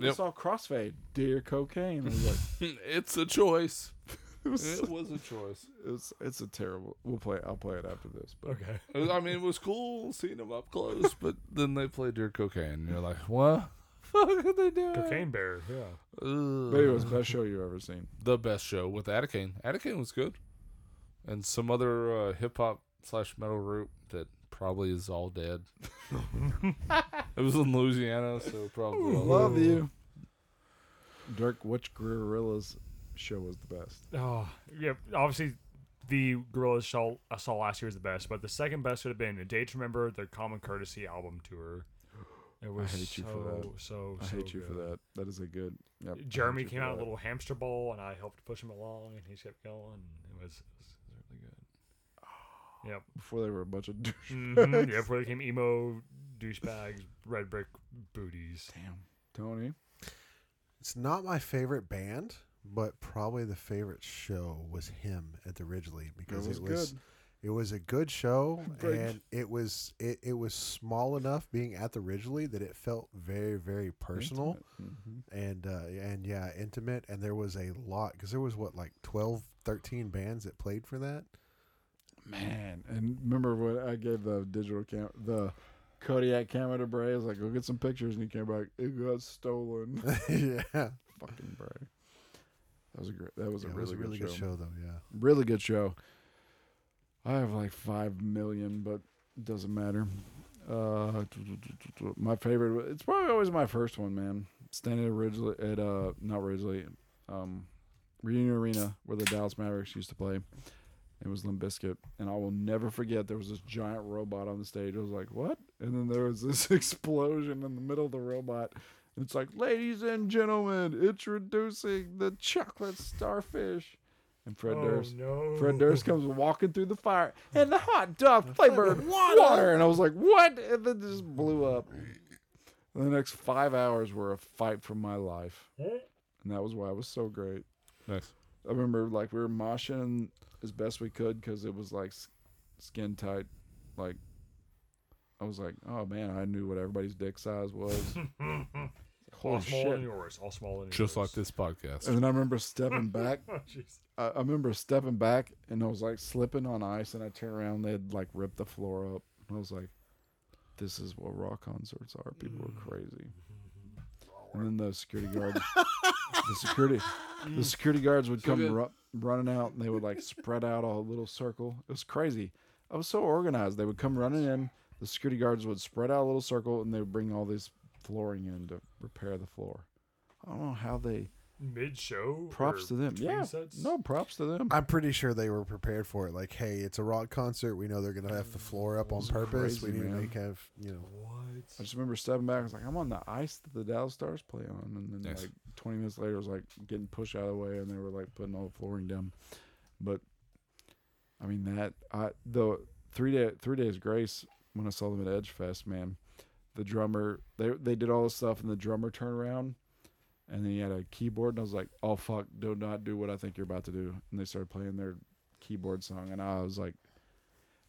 I
Yep.
saw crossfade deer cocaine. I was like,
*laughs* it's a choice. *laughs*
it was,
It was a choice.
it's it's a terrible. We'll play. I'll play it after this. But
Okay.
It was- I mean, it was cool seeing them up close, but then they played Dear Cocaine, and you're like, what? Fuck are they doing?
Cocaine bear. Yeah.
but
Ugh.
anyways, best show you've ever seen.
The best show with Atticane. Atticane was good, and some other uh, hip hop slash metal group that probably is all dead. it was in Louisiana, so probably all
Love you, Dirk. Which Gorilla's show was the best?
Oh, yeah. Obviously, the Gorillaz show I saw last year was the best, but the second best would have been A Day to Remember, their Common Courtesy album tour. It was
hate you
so,
for that.
so,
I
so
hate you for
good.
that. That is a good. Yep, I hate
Jeremy
you
came
for
out with
that.
a little hamster ball, and I helped push him along, and he kept going. It was, it was really good. Yep.
before they were a bunch of. douche-
*laughs*
Mhm, yeah, before they came emo douchebags, red brick booties.
Damn, Tony.
It's not my favorite band, but probably the favorite show was him at the Ridgely because
It was
it was
good.
it was a good show
*laughs* Great.
and it was it, it was small enough being at the Ridgely that it felt very very personal
Mhm.
and uh, and yeah intimate and there was a lot because there was what like 12 13 bands that played for
*laughs*
that *laughs*
Man, and remember when I gave the digital cam the. Kodiak camera to Bray. I was like, go get some pictures. And he came back. It got *laughs* stolen.
yeah
Fucking Bray. That was a great. That was
Yeah,
a
it
really,
was a really good
show.
show though yeah
Really good show. I have like five million, but it doesn't matter. Uh, my favorite. It's probably always my first one, man. Standing at Ridgely at uh not Ridgely, um, Reunion Arena where the Dallas Mavericks used to play. It was Limp Bizkit, and I will never forget. There was this giant robot on the stage. I was like, "What?" And then there was *laughs* this explosion in the middle of the robot. And it's like, "Ladies and gentlemen, introducing the chocolate starfish." And Fred
Oh,
Oh,
Durst,
no.
Fred Durst comes walking through the fire and the hot dog flavored water. And I was like, what? And then it just blew up. And the next five hours were a fight for my life. And that was why it was so great.
Nice.
I remember like we were moshing as best we could because it was like s- skin tight. Like, I was like, oh man, I knew what everybody's dick size was.
All
Holy
small than
shit.
yours. All small than
Just like
yours.
this podcast.
And then I remember stepping back
Jeez.
I, I remember stepping back and I was like slipping on ice, and I turned around, and they'd like ripped the floor up, and I was like, "This is what rock concerts are. People are crazy." And then the security guards, the security, the security guards would come
good.
ru- running out, and they would like spread out a little circle. It was crazy. I was so organized. They would come running in. The security guards would spread out a little circle, and they would bring all this flooring in to repair the floor. I don't know how they
mid show.
Props
*laughs*
to them. Yeah.
Sets?
No, props to them.
I'm pretty sure they were prepared for it. Like, hey, it's a rock concert. We know they're gonna have the floor up on purpose.
crazy,
we need
man.
to make have you know.
I just remember stepping back. I was like, I'm on the ice that the Dallas Stars play on, and then
Nice.
like 20 minutes later, I was like getting pushed out of the way, and they were like putting all the flooring down. But I mean that I the three day three days grace when I saw them at Edge Fest, man, the drummer they they did all this stuff, and the drummer turned around, and then he had a keyboard, and I was like, oh fuck, do not do what I think you're about to do, and they started playing their keyboard song, and I was like,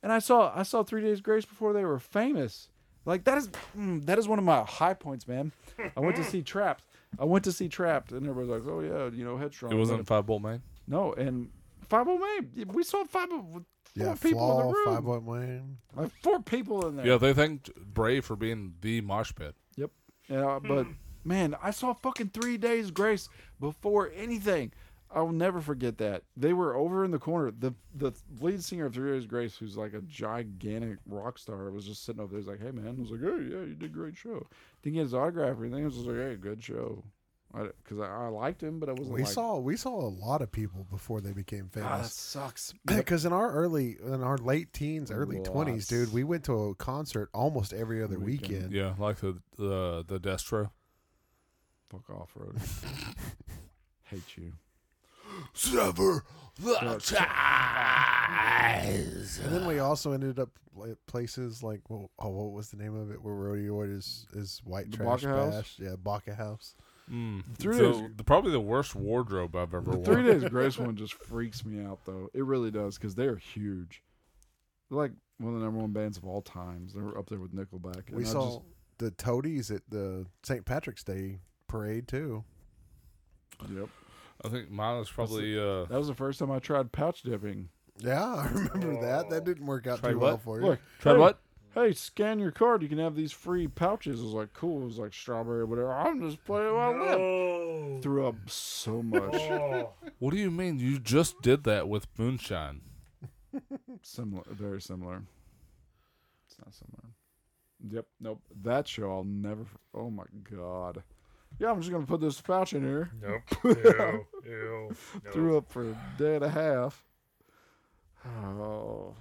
and I saw I saw Three Days Grace before they were famous. Like that is mm, that is one of my high points, man. I went to see Trapped. I went to see Trapped, and everybody's like, "Oh yeah, you know, Headstrong."
It wasn't Five Bolt Man.
no, and Five O Man. We saw Five O.
Yeah,
Four people in
flaw,
the room.
five point Wayne.
like four people in there.
Yeah, they thanked Bray for being the mosh pit.
Yeah, uh, but man, I saw fucking Three Days Grace before anything. I'll never forget that. They were over in the corner. The the lead singer of Three Days Grace, who's like a gigantic rock star, was just sitting over there. He's like, "Hey man," I was like, "Hey, yeah, you did a great show." Didn't get his autograph or anything. I was just like, "Hey, good show," because I, I, liked him, but I wasn't.
We
like,
saw we saw a lot of people before they became
"Ah, that
famous.
sucks.
*clears throat* Because in our early, in our late teens, early twenties,
Lots.
dude, we went to a concert almost every other
Weekend.
weekend.
Yeah, like the the the Destro.
Fuck off,
*laughs*
Rhoda. Hate you.
Sever the ties.
And then we also ended up at places like, well, oh, what was the name of it? Where rodeo is is white
The
trash
Baca House?
bash. Yeah, Baca House.
Mm.
Three
the-
days-
the- probably the worst wardrobe I've ever
The
worn.
Three
*laughs*
Days Grace one just freaks me out though. It really does because they're huge. They're like one of the number one bands of all times. They're up there with Nickelback. and
we
I
saw
just-
the toadies at the St. Patrick's Day parade too.
yep.
I think mine was probably uh,
That was the first time I tried pouch dipping.
Yeah, *laughs* I remember that.
Oh.
That didn't work out
Try
too well
what?
for you.
Look,
Tried
hey,
what?
Hey, scan your card. You can have these free pouches. It was like cool. It was like strawberry, whatever. I'm just playing while I live.
Oh.
Threw up so
*laughs*
much.
Oh.
What do you mean? You just did that with moonshine.
similar, very similar. It's not similar. Yep. Nope. That show I'll never. Oh my god. Yeah, I'm just gonna put this pouch in here. *laughs*
Nope. Ew. Ew.
threw up for a day and a half. Oh,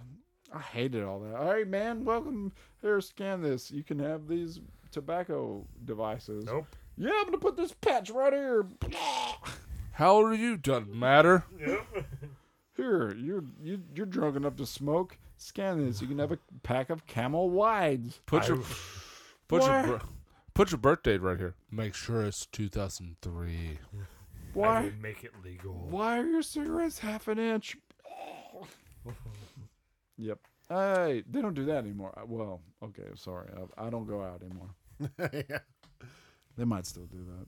I hated all that. All right, man, welcome here. Scan this. You can have these tobacco devices.
Nope.
Yeah, I'm gonna put this patch right here.
How old are you? Doesn't matter.
Here, you're you, you're drunk enough to smoke. Scan this. You can have a pack of Camel Wides.
Put your put your
What?
br- put your birth date right here. Make sure it's 2003.
I will
Why?
make it legal.
Why are your cigarettes half an
*laughs*
inch? yep. Hey, they don't do that anymore. I- Well, okay, sorry. I, I don't go out anymore.
*laughs* Yeah.
They might still do that.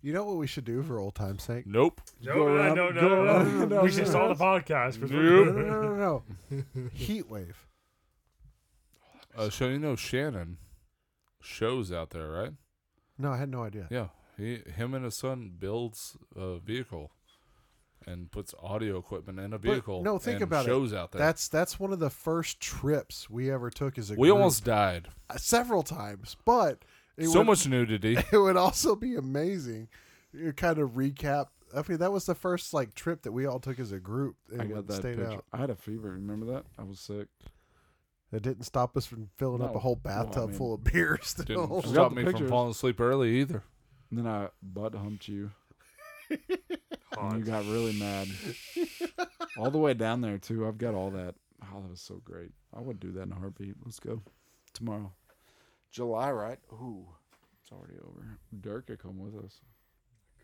You know what we should do for old time's sake?
Nope.
No,
Go
no,
around-
uh, no,
go
no, no,
around-
no.
no,
We should
no,
stall
no.
the podcast.
No,
Nope.
no, no, no, no.
*laughs*
no. Heat wave.
Uh, so you know Shannon shows out there, right?
No, I had no idea.
Yeah, he, him and his son builds a vehicle and puts audio equipment in a vehicle.
no, think
and
about it.
shows out there.
That's that's one of the first trips we ever took as a
we
group.
almost died.
Uh, several times, but it
So
would,
much nudity.
*laughs* It would also be amazing. You kind of recap. I mean, that was the first like trip that we all took as a group and
I got
went and
that
stayed
picture.
out.
I had a fever. Remember that? I was sick.
It didn't stop us from filling up
No.
a whole
No, I
bathtub
mean-
full of beer. *laughs*
Didn't
Still,
got
stop
the
me from
pictures.
falling asleep early either.
And then I butt humped
*laughs*
you, and
Hot.
you got really mad. all the way down there too. I've got all that. Oh, that was so great. I would do that in a heartbeat. Let's go tomorrow, July, right? Ooh, it's already over. Dirk could come with us.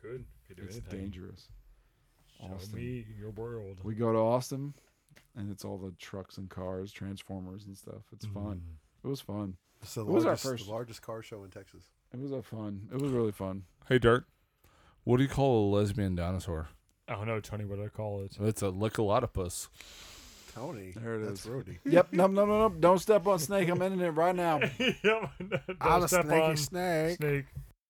Good. Could do
It's
anything.
dangerous.
Show
Austin.
me your world.
We go to Austin, and it's all the trucks and cars, transformers and stuff. It's fun.
Mm.
It was fun.
it's the
What was our
largest,
first-
the largest car show in Texas.
It was a fun. It was really fun.
Hey, Dirk, what do you call a lesbian dinosaur?
I don't know, Tony, what do I call
*laughs*
it?
It's a lickalotopus.
Tony,
There it
that's
is.
Rody.
Yep. No, no, no, no. Don't step on snake. I'm ending it right now.
yep. Don't
I'm a
step
snaky
on
snake.
snake.